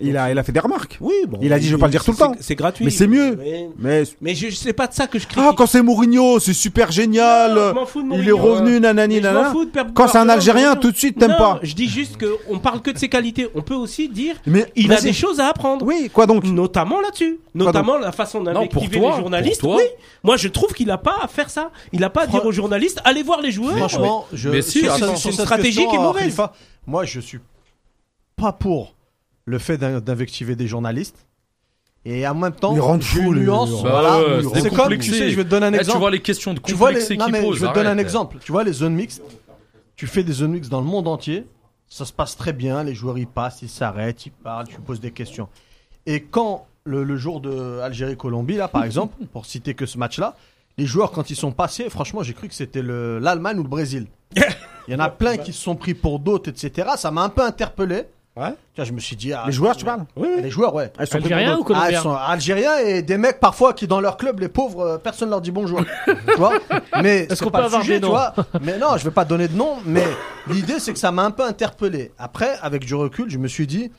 Speaker 1: Il a, il a fait des remarques.
Speaker 2: Oui, bon.
Speaker 1: Il a dit, je vais pas le dire
Speaker 2: c'est-
Speaker 1: tout le
Speaker 2: c'est-
Speaker 1: temps.
Speaker 2: C'est gratuit.
Speaker 1: Mais c'est mieux.
Speaker 2: Mais,
Speaker 1: Mais.
Speaker 2: mais je, je- c'est pas de ça que je critique.
Speaker 1: Ah, quand c'est Mourinho, c'est super génial.
Speaker 2: Non, je m'en fous de
Speaker 1: il est
Speaker 2: Mourinho. hein.
Speaker 1: revenu, nanani,
Speaker 2: Mais je m'en
Speaker 1: nanana.
Speaker 2: fous de perdre-
Speaker 1: Quand c'est un
Speaker 2: Non,
Speaker 1: Algérien,
Speaker 2: non,
Speaker 1: tout de suite, t'aimes
Speaker 2: non,
Speaker 1: pas.
Speaker 2: Je dis juste qu'on parle que de ses qualités. On peut aussi dire
Speaker 1: Mais
Speaker 2: il a
Speaker 1: vas-y.
Speaker 2: des choses à apprendre.
Speaker 1: Oui, quoi donc
Speaker 2: Notamment là-dessus. Notamment la façon d'invectiver
Speaker 5: pour toi,
Speaker 2: les journalistes.
Speaker 5: pour toi.
Speaker 2: Oui. Moi, je trouve qu'il n'a pas à faire ça. Il n'a pas à dire aux journalistes, allez voir les joueurs.
Speaker 3: Franchement, je.
Speaker 5: mais si,
Speaker 3: sur
Speaker 5: attends,
Speaker 3: cette-
Speaker 5: c'est
Speaker 3: sur
Speaker 2: une
Speaker 3: cette
Speaker 2: stratégie
Speaker 3: question,
Speaker 2: qui est
Speaker 3: euh,
Speaker 2: mauvaise.
Speaker 3: Khalifa, moi, je suis pas pour le fait d'in- d'invectiver des journalistes. Et en même temps,
Speaker 1: Ils rendent
Speaker 3: j'ai
Speaker 1: fous, les-
Speaker 3: une nuance.
Speaker 1: Bah
Speaker 3: voilà.
Speaker 5: ouais, c'est
Speaker 3: c'est comme, tu
Speaker 5: décomplexé.
Speaker 3: sais, je vais te donner un
Speaker 5: Eh,
Speaker 3: exemple.
Speaker 5: tu vois les questions de
Speaker 3: tu vois les...
Speaker 5: complexité
Speaker 3: non,
Speaker 5: qu'ils
Speaker 3: mais
Speaker 5: posent.
Speaker 3: je vais te donner un
Speaker 5: arrête.
Speaker 3: exemple. Tu vois les zones mixtes. Tu fais des zones mixtes dans le monde entier. Ça se passe très bien. Les joueurs ils passent, ils s'arrêtent, ils parlent, tu poses des questions. Et quand le, le jour de Algérie Colombie là, par exemple, pour citer que ce match là, les joueurs quand ils sont passés, franchement, j'ai cru que c'était le- l'Allemagne ou le Brésil. Il y en a plein qui se sont pris pour d'autres, etc. Ça m'a un peu interpellé.
Speaker 2: Ouais.
Speaker 3: Tu vois, je me suis dit. ah,
Speaker 1: Les joueurs, tu parles
Speaker 2: Oui, oui.
Speaker 3: Les joueurs, ouais.
Speaker 1: Elles sont prises
Speaker 4: Algérien
Speaker 1: pour
Speaker 4: ou
Speaker 1: d'autres.
Speaker 3: Ah, ils
Speaker 4: Colombien
Speaker 3: sont algériens et des mecs parfois qui dans leur club les pauvres euh, personne leur dit bonjour. tu vois Mais
Speaker 4: Est-ce
Speaker 3: c'est
Speaker 4: qu'on
Speaker 3: pas
Speaker 4: peut
Speaker 3: le
Speaker 4: avoir
Speaker 3: sujet,
Speaker 4: des
Speaker 3: tu
Speaker 4: noms
Speaker 3: vois Mais non, je vais pas donner de nom mais l'idée c'est que ça m'a un peu interpellé. Après avec du recul, je me suis dit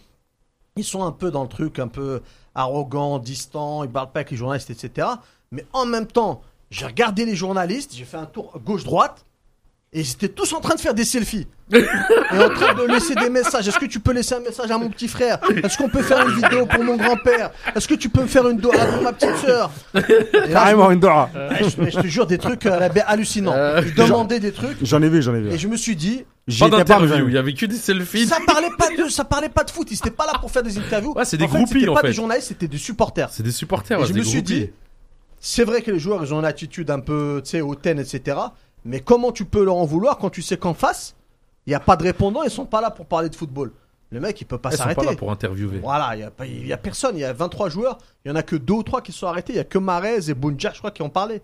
Speaker 3: ils sont un peu dans le truc un peu arrogant, distant, ils parlent pas avec les journalistes etc. Mais en même temps, j'ai regardé les journalistes, j'ai fait un tour gauche droite et ils étaient tous en train de faire des selfies et en train de laisser des messages. Est-ce que tu peux laisser un message à mon petit frère Est-ce qu'on peut faire une vidéo pour mon grand-père Est-ce que tu peux me faire une doha pour ma petite sœur Et là,
Speaker 1: Carrément une dora.
Speaker 3: je, je- je te jure des trucs euh, hallucinants. Ils demandaient des trucs
Speaker 1: J'en ai vu, j'en ai
Speaker 3: et
Speaker 1: vu.
Speaker 3: je me suis dit,
Speaker 1: J'y
Speaker 5: Pas
Speaker 1: étais pas
Speaker 5: d'interview,
Speaker 1: revenu.
Speaker 5: il y avait que des selfies.
Speaker 3: ça parlait pas de, ça parlait pas de foot. Ils étaient pas là pour faire des interviews.
Speaker 5: Ouais, c'est des
Speaker 3: En fait,
Speaker 5: groupies,
Speaker 3: C'était
Speaker 5: en
Speaker 3: pas
Speaker 5: fait.
Speaker 3: des journalistes, c'était des supporters.
Speaker 5: C'est des supporters,
Speaker 3: Et
Speaker 5: ouais,
Speaker 3: je
Speaker 5: c'est
Speaker 3: me
Speaker 5: des
Speaker 3: suis
Speaker 5: groupies.
Speaker 3: dit, c'est vrai que les joueurs, ils ont une attitude un peu, tu sais, hautaine, etc. Mais comment tu peux leur en vouloir quand tu sais qu'en face, il n'y a pas de répondants, ils sont pas là pour parler de football. Le mec, il peut pas
Speaker 5: Elles sont pas
Speaker 3: s'arrêter.
Speaker 5: là pour interviewer.
Speaker 3: Voilà, il n'y a, pas- il y a personne, il y a 23 joueurs, il y en a que deux ou trois qui sont arrêtés, il y a que Marez et Bounja, je crois, qui ont parlé.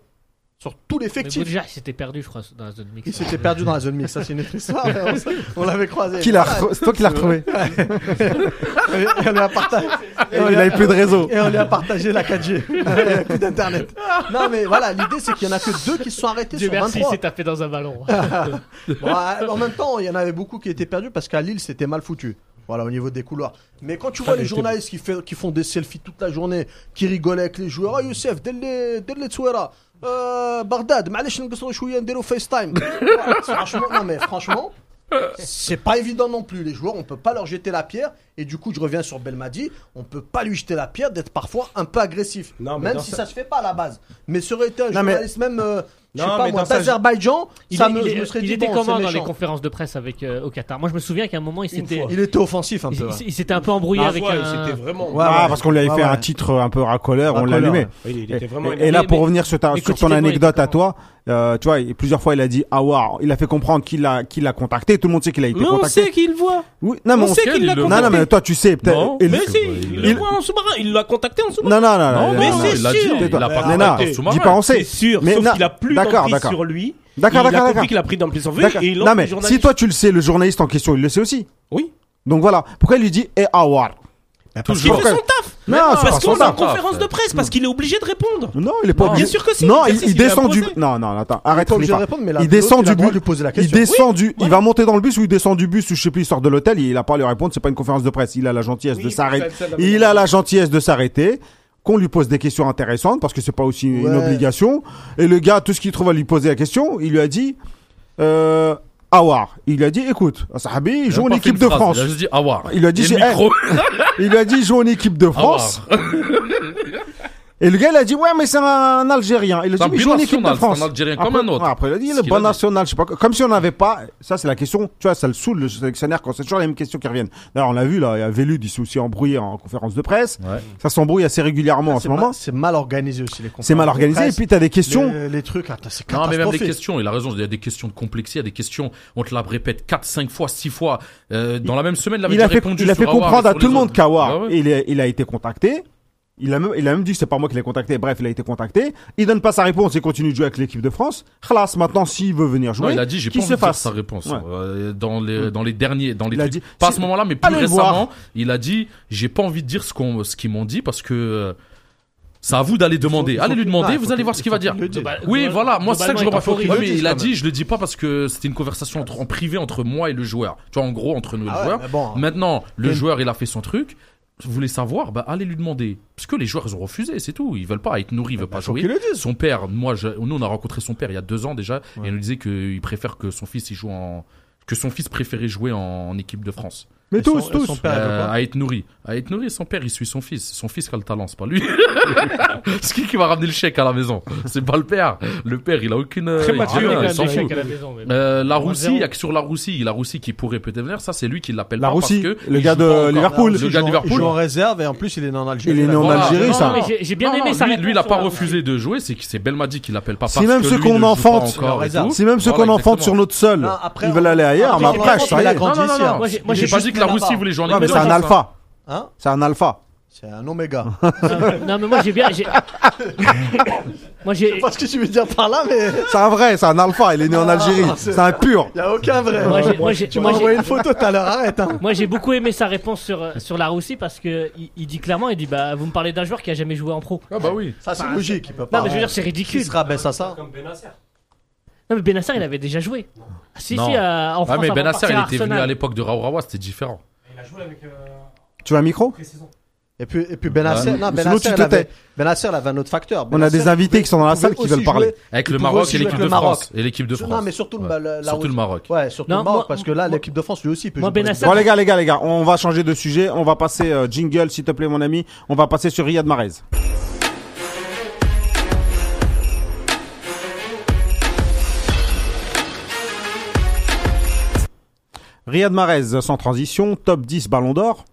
Speaker 3: Sur tout
Speaker 4: Mais
Speaker 3: l'effectif.
Speaker 4: Boudjah, il s'était perdu, je crois, dans la zone mixte.
Speaker 3: Il s'était perdu dans la zone mixte, ça c'est une autre histoire, mais on s- on, l'avait croisé.
Speaker 1: Qui l'a
Speaker 3: Voilà.
Speaker 1: re- C'est toi qui l'as retrouvé.
Speaker 3: Et on lui a partagé-
Speaker 1: Il avait plus de réseau.
Speaker 3: Et on lui a partagé la 4G. Il n'y a plus d'internet. Non mais voilà, l'idée c'est qu'il y en a que deux qui se sont arrêtés
Speaker 4: Dieu
Speaker 3: sur
Speaker 4: merci, il
Speaker 3: 23.
Speaker 4: s'est tapé dans un ballon.
Speaker 3: Bon, à- Bah, en même temps, il y en avait beaucoup qui étaient perdus parce qu'à Lille, c'était mal foutu. Voilà, au niveau des couloirs. Mais quand
Speaker 2: Ah,
Speaker 3: tu vois les journalistes qui, fait- qui font des selfies toute la journée, qui rigolent avec les joueurs, ah Youssef, Delle Delle Tsouera, euh, Bagdad, معليش نقصروا شوية نديروا FaceTime. Ouais, franchement, non mais franchement, c'est pas évident non plus. Les joueurs, on peut pas leur jeter la pierre. Et du coup, je reviens sur Belmadi, on peut pas lui jeter la pierre d'être parfois un peu agressif.
Speaker 2: Non, mais
Speaker 3: même
Speaker 2: dans
Speaker 3: si
Speaker 2: ça-
Speaker 3: ça se fait pas à la base. Mais ça aurait été un
Speaker 1: Non, mais-
Speaker 3: journaliste même euh, je sais
Speaker 2: Non,
Speaker 3: pas,
Speaker 2: mais
Speaker 3: moi,
Speaker 2: dans sa-
Speaker 3: d'Azerbaïdjan,
Speaker 4: Il,
Speaker 3: ça
Speaker 4: est-
Speaker 3: me,
Speaker 4: il
Speaker 3: je
Speaker 4: est-
Speaker 3: me serais
Speaker 4: il
Speaker 3: dit,
Speaker 4: était
Speaker 3: bon,
Speaker 4: comment
Speaker 3: c'est
Speaker 4: dans les
Speaker 3: méchant.
Speaker 4: conférences de presse avec euh, au Qatar Moi, je me souviens qu'à un moment, il
Speaker 2: Une
Speaker 4: s'était,
Speaker 2: fois.
Speaker 4: il,
Speaker 3: Il était offensif un
Speaker 4: il-
Speaker 3: peu. ouais.
Speaker 4: il s'était un peu embrouillé
Speaker 2: Ah,
Speaker 4: avec.
Speaker 2: ouais,
Speaker 4: un-
Speaker 2: C'était vraiment.
Speaker 3: Ouais,
Speaker 1: ah,
Speaker 3: ouais.
Speaker 1: parce qu'on lui avait
Speaker 3: Ouais,
Speaker 1: fait
Speaker 3: ouais.
Speaker 1: un titre un peu racoleur, on
Speaker 3: Racoleur,
Speaker 1: l'allumait.
Speaker 2: Oui, il
Speaker 1: Et,
Speaker 2: était vraiment.
Speaker 1: et- et là,
Speaker 4: Mais-
Speaker 1: pour
Speaker 4: mais-
Speaker 1: revenir sur, ta,
Speaker 4: mais
Speaker 1: sur ton
Speaker 4: quotidiennement, il
Speaker 1: anecdote
Speaker 4: était
Speaker 1: à toi, euh, tu vois, il- plusieurs fois il a dit ah waouh, il a fait comprendre qu'il a, qu'il a contacté, tout le monde sait qu'il a été
Speaker 2: Mais on
Speaker 1: contacté.
Speaker 2: sait qu'il le voit.
Speaker 1: Oui, non, mais
Speaker 2: on sait
Speaker 5: sait
Speaker 2: qu'il
Speaker 5: qu'il
Speaker 2: l'a
Speaker 5: le-
Speaker 1: Non, non,
Speaker 2: contacté.
Speaker 1: mais toi tu sais peut-être.
Speaker 5: Non.
Speaker 1: Et-
Speaker 5: Mais
Speaker 2: Mais si, il le
Speaker 5: Il-
Speaker 2: voit en sous-marin. Il l'a contacté en sous-marin.
Speaker 1: Non, non, non,
Speaker 5: Non,
Speaker 1: non,
Speaker 5: mais
Speaker 1: non,
Speaker 5: c'est
Speaker 1: il l'a dit.
Speaker 2: sûr.
Speaker 5: Il a
Speaker 1: Mais
Speaker 5: pas
Speaker 1: non,
Speaker 5: contacté
Speaker 2: dis
Speaker 5: sous marin.
Speaker 1: Dis pas on sait.
Speaker 2: C'est sûr.
Speaker 1: Mais
Speaker 2: sauf
Speaker 1: non,
Speaker 2: qu'il a plus
Speaker 1: d'accord,
Speaker 2: d'emprise
Speaker 1: d'accord.
Speaker 2: sur lui.
Speaker 1: D'accord,
Speaker 2: Il a
Speaker 1: d'accord,
Speaker 2: compris
Speaker 1: d'accord.
Speaker 2: qu'il a pris d'emprise sur lui.
Speaker 1: D'accord.
Speaker 2: Et il
Speaker 1: Non, mais si
Speaker 2: journaliste.
Speaker 1: toi tu le sais, le journaliste en question il le sait aussi.
Speaker 2: Oui.
Speaker 1: Donc voilà, pourquoi il lui dit eh ah waouh
Speaker 2: Parce qu'il
Speaker 1: Toujours.
Speaker 2: fait son taf.
Speaker 1: Non, c'est pas
Speaker 2: Parce
Speaker 1: son
Speaker 2: qu'on est en
Speaker 1: taf.
Speaker 2: conférence de presse. Parce qu'il est obligé de répondre.
Speaker 1: Non, il est pas
Speaker 5: Non,
Speaker 1: obligé.
Speaker 2: bien sûr que si,
Speaker 1: Non, il,
Speaker 2: l'exercice,
Speaker 1: il
Speaker 2: il est
Speaker 1: descend du.
Speaker 2: imposé.
Speaker 1: Non, non, attends,
Speaker 3: Il est
Speaker 1: arrête.
Speaker 3: pas obligé
Speaker 1: Khalifa.
Speaker 3: de répondre, mais là,
Speaker 1: il descend
Speaker 3: l'autre, il a
Speaker 1: du
Speaker 3: le droit
Speaker 1: bus.
Speaker 3: de lui poser la
Speaker 1: Il
Speaker 3: question.
Speaker 1: descend du. Il va monter dans le bus ou il descend du bus ou je sais plus, il sort de l'hôtel. Il a pas à lui répondre. C'est pas une conférence de presse. Il a la gentillesse de s'arrêter. Il a la gentillesse de s'arrêter. Qu'on lui pose des questions intéressantes parce que c'est pas aussi une
Speaker 3: Ouais.
Speaker 1: obligation. Et le gars, tout ce qu'il trouve à lui poser la question, il lui a dit. Euh, Awar. Il lui a dit, écoute, Sahabi, joue en
Speaker 5: Même pas fait
Speaker 1: équipe
Speaker 5: une
Speaker 1: de
Speaker 5: phrase,
Speaker 1: France.
Speaker 5: Il a juste dit Awar.
Speaker 1: Il a dit,
Speaker 5: Et le
Speaker 1: j'ai-
Speaker 5: micro.
Speaker 1: Il lui a dit, joue en équipe de France.
Speaker 5: Awar.
Speaker 1: Et le gars, il a dit, ouais, mais c'est un Algérien. Il a dit,
Speaker 5: C'est un
Speaker 1: mais je joue en équipe de
Speaker 5: binational,
Speaker 1: France.
Speaker 5: c'est un Algérien
Speaker 1: Après-
Speaker 5: comme un autre.
Speaker 1: Après, il a dit,
Speaker 5: Ce
Speaker 1: le
Speaker 5: qu'il
Speaker 1: bon
Speaker 5: a dit.
Speaker 1: national, je sais pas. quoi. Comme si on n'avait pas, ça, c'est la question, tu vois, ça le saoule, le sélectionnaire, quand c'est toujours les mêmes questions qui reviennent. Là, on l'a vu, là, il y a Vélud, il s'est aussi embrouillé en conférence de presse.
Speaker 5: Ouais.
Speaker 1: Ça s'embrouille assez régulièrement en
Speaker 3: C'est
Speaker 1: ce
Speaker 3: mal-
Speaker 1: moment.
Speaker 3: C'est mal organisé aussi, les conférences.
Speaker 1: C'est mal
Speaker 3: de
Speaker 1: organisé. Et
Speaker 3: presse.
Speaker 1: puis, t'as des questions.
Speaker 3: Les, les trucs là, putain, c'est
Speaker 5: Non, mais même des
Speaker 3: catastrophique.
Speaker 5: questions, il a raison. Il y a des questions de complexité, il y a des questions, on te la répète 4, 5 fois, 6 fois. Euh, dans la même semaine, il avait
Speaker 1: Il
Speaker 5: déjà
Speaker 1: a fait,
Speaker 5: répondu
Speaker 1: il a
Speaker 5: sur
Speaker 1: fait
Speaker 5: Awar et
Speaker 1: comprendre à
Speaker 5: ah, sur
Speaker 1: tout le
Speaker 5: les
Speaker 1: monde
Speaker 5: autres.
Speaker 1: qu'Awar,
Speaker 5: Ah ouais.
Speaker 1: il, est- il a été contacté. Il a même, il a même dit, c'est pas moi qui l'ai contacté. Bref, il a été contacté. Il donne pas sa réponse et continue de jouer avec l'équipe de France. Khlas, maintenant, s'il veut venir jouer.
Speaker 5: Non, il a dit, j'ai pas
Speaker 1: qu'il
Speaker 5: envie
Speaker 1: se
Speaker 5: de dire
Speaker 1: fasse.
Speaker 5: sa réponse.
Speaker 1: Ouais.
Speaker 5: Euh, dans, les,
Speaker 3: Mm.
Speaker 5: dans les derniers, dans les
Speaker 1: Il a
Speaker 5: trucs-
Speaker 1: dit-
Speaker 5: pas à
Speaker 1: si-
Speaker 5: ce moment-là, mais plus
Speaker 1: Allez le
Speaker 5: récemment, il a dit, j'ai pas envie de dire ce qu'on, ce qu'ils m'ont dit parce que euh, c'est à vous d'aller demander.
Speaker 3: il faut
Speaker 5: allez lui
Speaker 3: qu'il-
Speaker 5: demander,
Speaker 3: ah, il
Speaker 5: vous
Speaker 3: faut
Speaker 5: allez voir
Speaker 3: qu'il-
Speaker 5: ce qu'il va
Speaker 3: il faut
Speaker 5: dire.
Speaker 3: qu'il le dise.
Speaker 4: Global-
Speaker 5: Oui, voilà, moi c'est ça que je me
Speaker 4: globalement,
Speaker 5: rappelle.
Speaker 4: il
Speaker 5: Ouais,
Speaker 4: temporise.
Speaker 5: mais
Speaker 3: dise
Speaker 5: il a
Speaker 3: quand même.
Speaker 5: dit, je le dis pas parce que c'était une conversation entre, en privé entre moi et le joueur. Tu vois, en gros, entre nous et
Speaker 3: Ah
Speaker 5: le
Speaker 3: ouais,
Speaker 5: joueur.
Speaker 3: mais bon.
Speaker 5: Maintenant, le
Speaker 3: Et-
Speaker 5: joueur, il a fait son truc. Vous voulez savoir, bah, allez lui demander. Parce que les joueurs, ils ont refusé, c'est tout. Ils veulent pas être nourris, ils veulent pas
Speaker 3: Bah, faut
Speaker 5: jouer.
Speaker 3: qu'ils le disent.
Speaker 5: Son père, moi, je- nous, on a rencontré son père il y a deux ans déjà. Et il nous disait qu'il préfère que son fils, il joue en, que son fils préférait jouer en, en équipe de France.
Speaker 1: Mais
Speaker 3: Et son-
Speaker 1: tous,
Speaker 3: et
Speaker 1: tous.
Speaker 3: son père, il veut
Speaker 5: Euh,
Speaker 3: pas.
Speaker 5: à être nourri. À être nourri, son père, il suit son fils. Son fils qui a le talent, c'est pas lui. c'est qui qui va ramener le chèque à la maison? C'est pas le père. Le père, il a aucune,
Speaker 2: Très
Speaker 5: il-
Speaker 4: Ah, il
Speaker 2: mature,
Speaker 4: y a quand
Speaker 5: il
Speaker 4: même
Speaker 5: s'en
Speaker 4: des
Speaker 5: fout.
Speaker 4: chèques à la maison, mais bon.
Speaker 5: Euh, la
Speaker 4: Moins
Speaker 5: Roussie,
Speaker 4: zéro.
Speaker 5: il y a que sur la Roussie, la Roussie qui pourrait peut-être venir, ça c'est lui qui l'appelle
Speaker 1: La
Speaker 5: pas
Speaker 1: Roussie,
Speaker 5: parce que
Speaker 1: le
Speaker 5: il
Speaker 1: gars
Speaker 5: joue
Speaker 1: de
Speaker 5: pas encore.
Speaker 1: Liverpool.
Speaker 5: le
Speaker 1: Il
Speaker 5: gars de
Speaker 3: joue en- Il
Speaker 5: Liverpool.
Speaker 3: joue en réserve et en plus il est né en Algérie.
Speaker 1: Il est né en
Speaker 5: Voilà.
Speaker 1: Algérie,
Speaker 5: Non,
Speaker 1: ça.
Speaker 5: non,
Speaker 4: Mais j'ai- j'ai bien
Speaker 5: non,
Speaker 4: aimé
Speaker 5: non,
Speaker 4: sa
Speaker 5: lui, lui, il a
Speaker 4: réponse,
Speaker 5: pas
Speaker 4: là,
Speaker 5: refusé de jouer, c'est que c'est Belmadi qui l'appelle pas
Speaker 1: C'est
Speaker 5: parce
Speaker 1: même
Speaker 5: que
Speaker 1: ceux
Speaker 5: lui
Speaker 1: qu'on
Speaker 5: ne joue pas
Speaker 1: enfante.
Speaker 5: encore et
Speaker 3: C'est même
Speaker 5: tout.
Speaker 1: C'est même ceux qu'on
Speaker 5: Voilà,
Speaker 1: enfante sur
Speaker 5: exactement.
Speaker 1: notre sol.
Speaker 3: Non, après,
Speaker 1: Ils veulent aller ailleurs,
Speaker 3: après,
Speaker 1: mais
Speaker 3: on
Speaker 1: après,
Speaker 3: rentre,
Speaker 1: ça y
Speaker 3: il a
Speaker 1: est.
Speaker 3: grandi
Speaker 5: Non, non,
Speaker 3: ici,
Speaker 5: non,
Speaker 3: hein.
Speaker 4: moi, j'ai-
Speaker 5: Moi j'ai
Speaker 4: juste
Speaker 5: pas dit que la Roussie voulait jouer en
Speaker 1: Non, mais
Speaker 5: équipe
Speaker 1: c'est
Speaker 5: de
Speaker 1: un
Speaker 5: France,
Speaker 1: alpha.
Speaker 3: Hein
Speaker 1: C'est un alpha.
Speaker 3: C'est un oméga.
Speaker 4: Non, non, mais moi j'ai bien. j'ai- moi j'ai.
Speaker 3: Parce que tu veux dire par là, mais
Speaker 1: C'est un vrai, c'est un alpha. Il est né
Speaker 3: Ah.
Speaker 1: en Algérie.
Speaker 3: c'est-
Speaker 1: C'est un pur.
Speaker 3: il y a aucun vrai.
Speaker 4: Moi, j'ai- moi, j'ai-
Speaker 3: tu m'as
Speaker 4: moi, j'ai-
Speaker 3: envoyé une photo tout à l'heure, arrête. Hein.
Speaker 4: Moi j'ai beaucoup aimé sa réponse sur, euh, sur la Russie parce que il, il dit clairement il dit bah vous me parlez d'un joueur qui a jamais joué en pro.
Speaker 5: Ah bah oui.
Speaker 3: Ça c'est
Speaker 4: Enfin,
Speaker 3: logique, il peut pas.
Speaker 4: Non mais je veux dire
Speaker 5: Ah,
Speaker 4: c'est
Speaker 3: qui
Speaker 4: ridicule.
Speaker 3: se rabaisse à ça
Speaker 2: Comme Benacer.
Speaker 4: Non mais Benassar il avait déjà joué. Ah, Si
Speaker 5: Non.
Speaker 4: si euh, en
Speaker 5: Ah
Speaker 4: France.
Speaker 5: mais
Speaker 4: avant de
Speaker 5: Benacer,
Speaker 4: partir
Speaker 5: il
Speaker 4: à
Speaker 5: était venu
Speaker 4: Arsenal.
Speaker 5: à l'époque de Raourawa, c'était différent.
Speaker 2: Il a joué avec. euh,
Speaker 1: Tu veux un micro
Speaker 2: pré-saison.
Speaker 3: Et puis, et puis Benacer,
Speaker 5: Ouais.
Speaker 3: non,
Speaker 1: Sinon, Bah, tu
Speaker 3: Benacer,
Speaker 1: te
Speaker 3: il avait,
Speaker 1: tais.
Speaker 3: Benacer, il avait un autre facteur.
Speaker 1: On a
Speaker 3: Benacer,
Speaker 1: des invités qui sont dans la salle qui
Speaker 3: pouvait
Speaker 1: veulent
Speaker 3: aussi
Speaker 1: parler.
Speaker 5: Avec
Speaker 3: Il
Speaker 5: le
Speaker 3: pouvait
Speaker 5: Maroc
Speaker 3: aussi jouer
Speaker 5: et l'équipe
Speaker 3: avec
Speaker 5: de
Speaker 3: le Maroc.
Speaker 5: France et l'équipe de
Speaker 3: Non,
Speaker 5: France.
Speaker 3: mais surtout le-
Speaker 5: Ouais.
Speaker 3: bah, la- la
Speaker 5: Surtout le
Speaker 3: Russie.
Speaker 5: Maroc.
Speaker 3: Ouais, surtout
Speaker 4: Non,
Speaker 3: le Maroc,
Speaker 4: moi-
Speaker 3: parce que là,
Speaker 4: moi-
Speaker 3: l'équipe de France, lui aussi, il peut
Speaker 4: moi,
Speaker 3: jouer pour
Speaker 4: Benacer-
Speaker 1: Bon les gars, les gars, les gars, on va changer de sujet. On va passer euh, jingle, s'il te plaît, mon ami. On va passer sur Riyad Mahrez. Riyad Mahrez, sans transition, top 10 Ballon d'Or.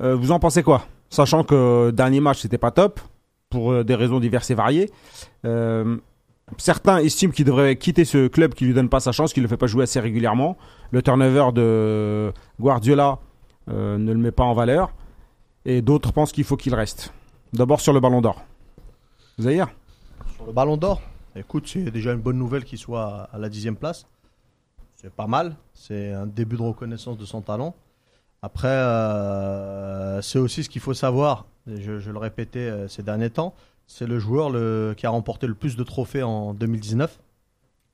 Speaker 1: Euh, vous en pensez quoi Sachant que euh, dernier match, c'était pas top pour euh, des raisons diverses et variées. Euh, certains estiment qu'il devrait quitter ce club qui lui donne pas sa chance, qui le fait pas jouer assez régulièrement. Le turnover de Guardiola euh, ne le met pas en valeur. Et d'autres pensent qu'il faut qu'il reste. D'abord sur le Ballon d'Or. Zahir
Speaker 3: Sur le Ballon d'Or, écoute, c'est déjà une bonne nouvelle qu'il soit à la dixième place. C'est pas mal. C'est un début de reconnaissance de son talent. Après, euh, c'est aussi ce qu'il faut savoir. et Je, je le répétais euh, ces derniers temps. C'est le joueur le- qui a remporté le plus de trophées en 2019. Tout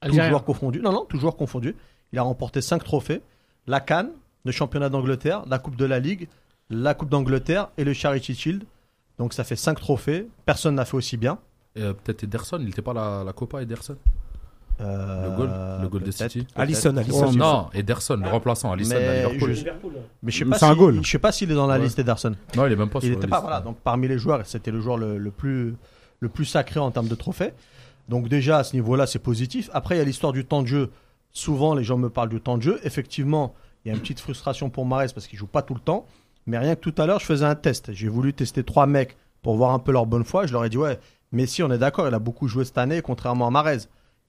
Speaker 4: Algérien.
Speaker 3: joueur confondu. Non, non, tout joueur confondu. Il a remporté 5 trophées. La Cannes, le championnat d'Angleterre, la Coupe de la Ligue, la Coupe d'Angleterre et le Charity Shield. Donc ça fait 5 trophées. Personne n'a fait aussi bien.
Speaker 5: Euh, Peut-être Ederson, il était pas la, la Copa Ederson
Speaker 3: Euh,
Speaker 5: Le goal, le goal de
Speaker 3: peut-être,
Speaker 5: City.
Speaker 3: peut-être.
Speaker 2: Allison, Allison.
Speaker 1: Oh,
Speaker 2: il me semble.
Speaker 5: Non, Ederson, le remplaçant Alisson
Speaker 3: Mais
Speaker 5: à Liverpool.
Speaker 3: je-
Speaker 2: Liverpool.
Speaker 3: Mais je sais
Speaker 1: Mais
Speaker 3: pas
Speaker 1: c'est un
Speaker 3: si-
Speaker 1: goal.
Speaker 3: Je sais pas s'il est dans la
Speaker 5: Ouais.
Speaker 3: liste Ederson.
Speaker 5: Non, il est même pas
Speaker 3: Il
Speaker 5: sur la
Speaker 3: était pas
Speaker 5: liste.
Speaker 3: voilà. Donc parmi les joueurs, c'était le joueur le, le plus le plus sacré en termes de trophées. Donc déjà, à ce niveau-là, c'est positif. Après, il y a l'histoire du temps de jeu. Souvent, les gens me parlent du temps de jeu. Effectivement, il y a une petite frustration pour Marès parce qu'il joue pas tout le temps. Mais rien que tout à l'heure, je faisais un test. J'ai voulu tester trois mecs pour voir un peu leur bonne foi. Je leur ai dit, ouais, Messi, on est d'accord, il a beaucoup joué cette année, contrairement à Marez.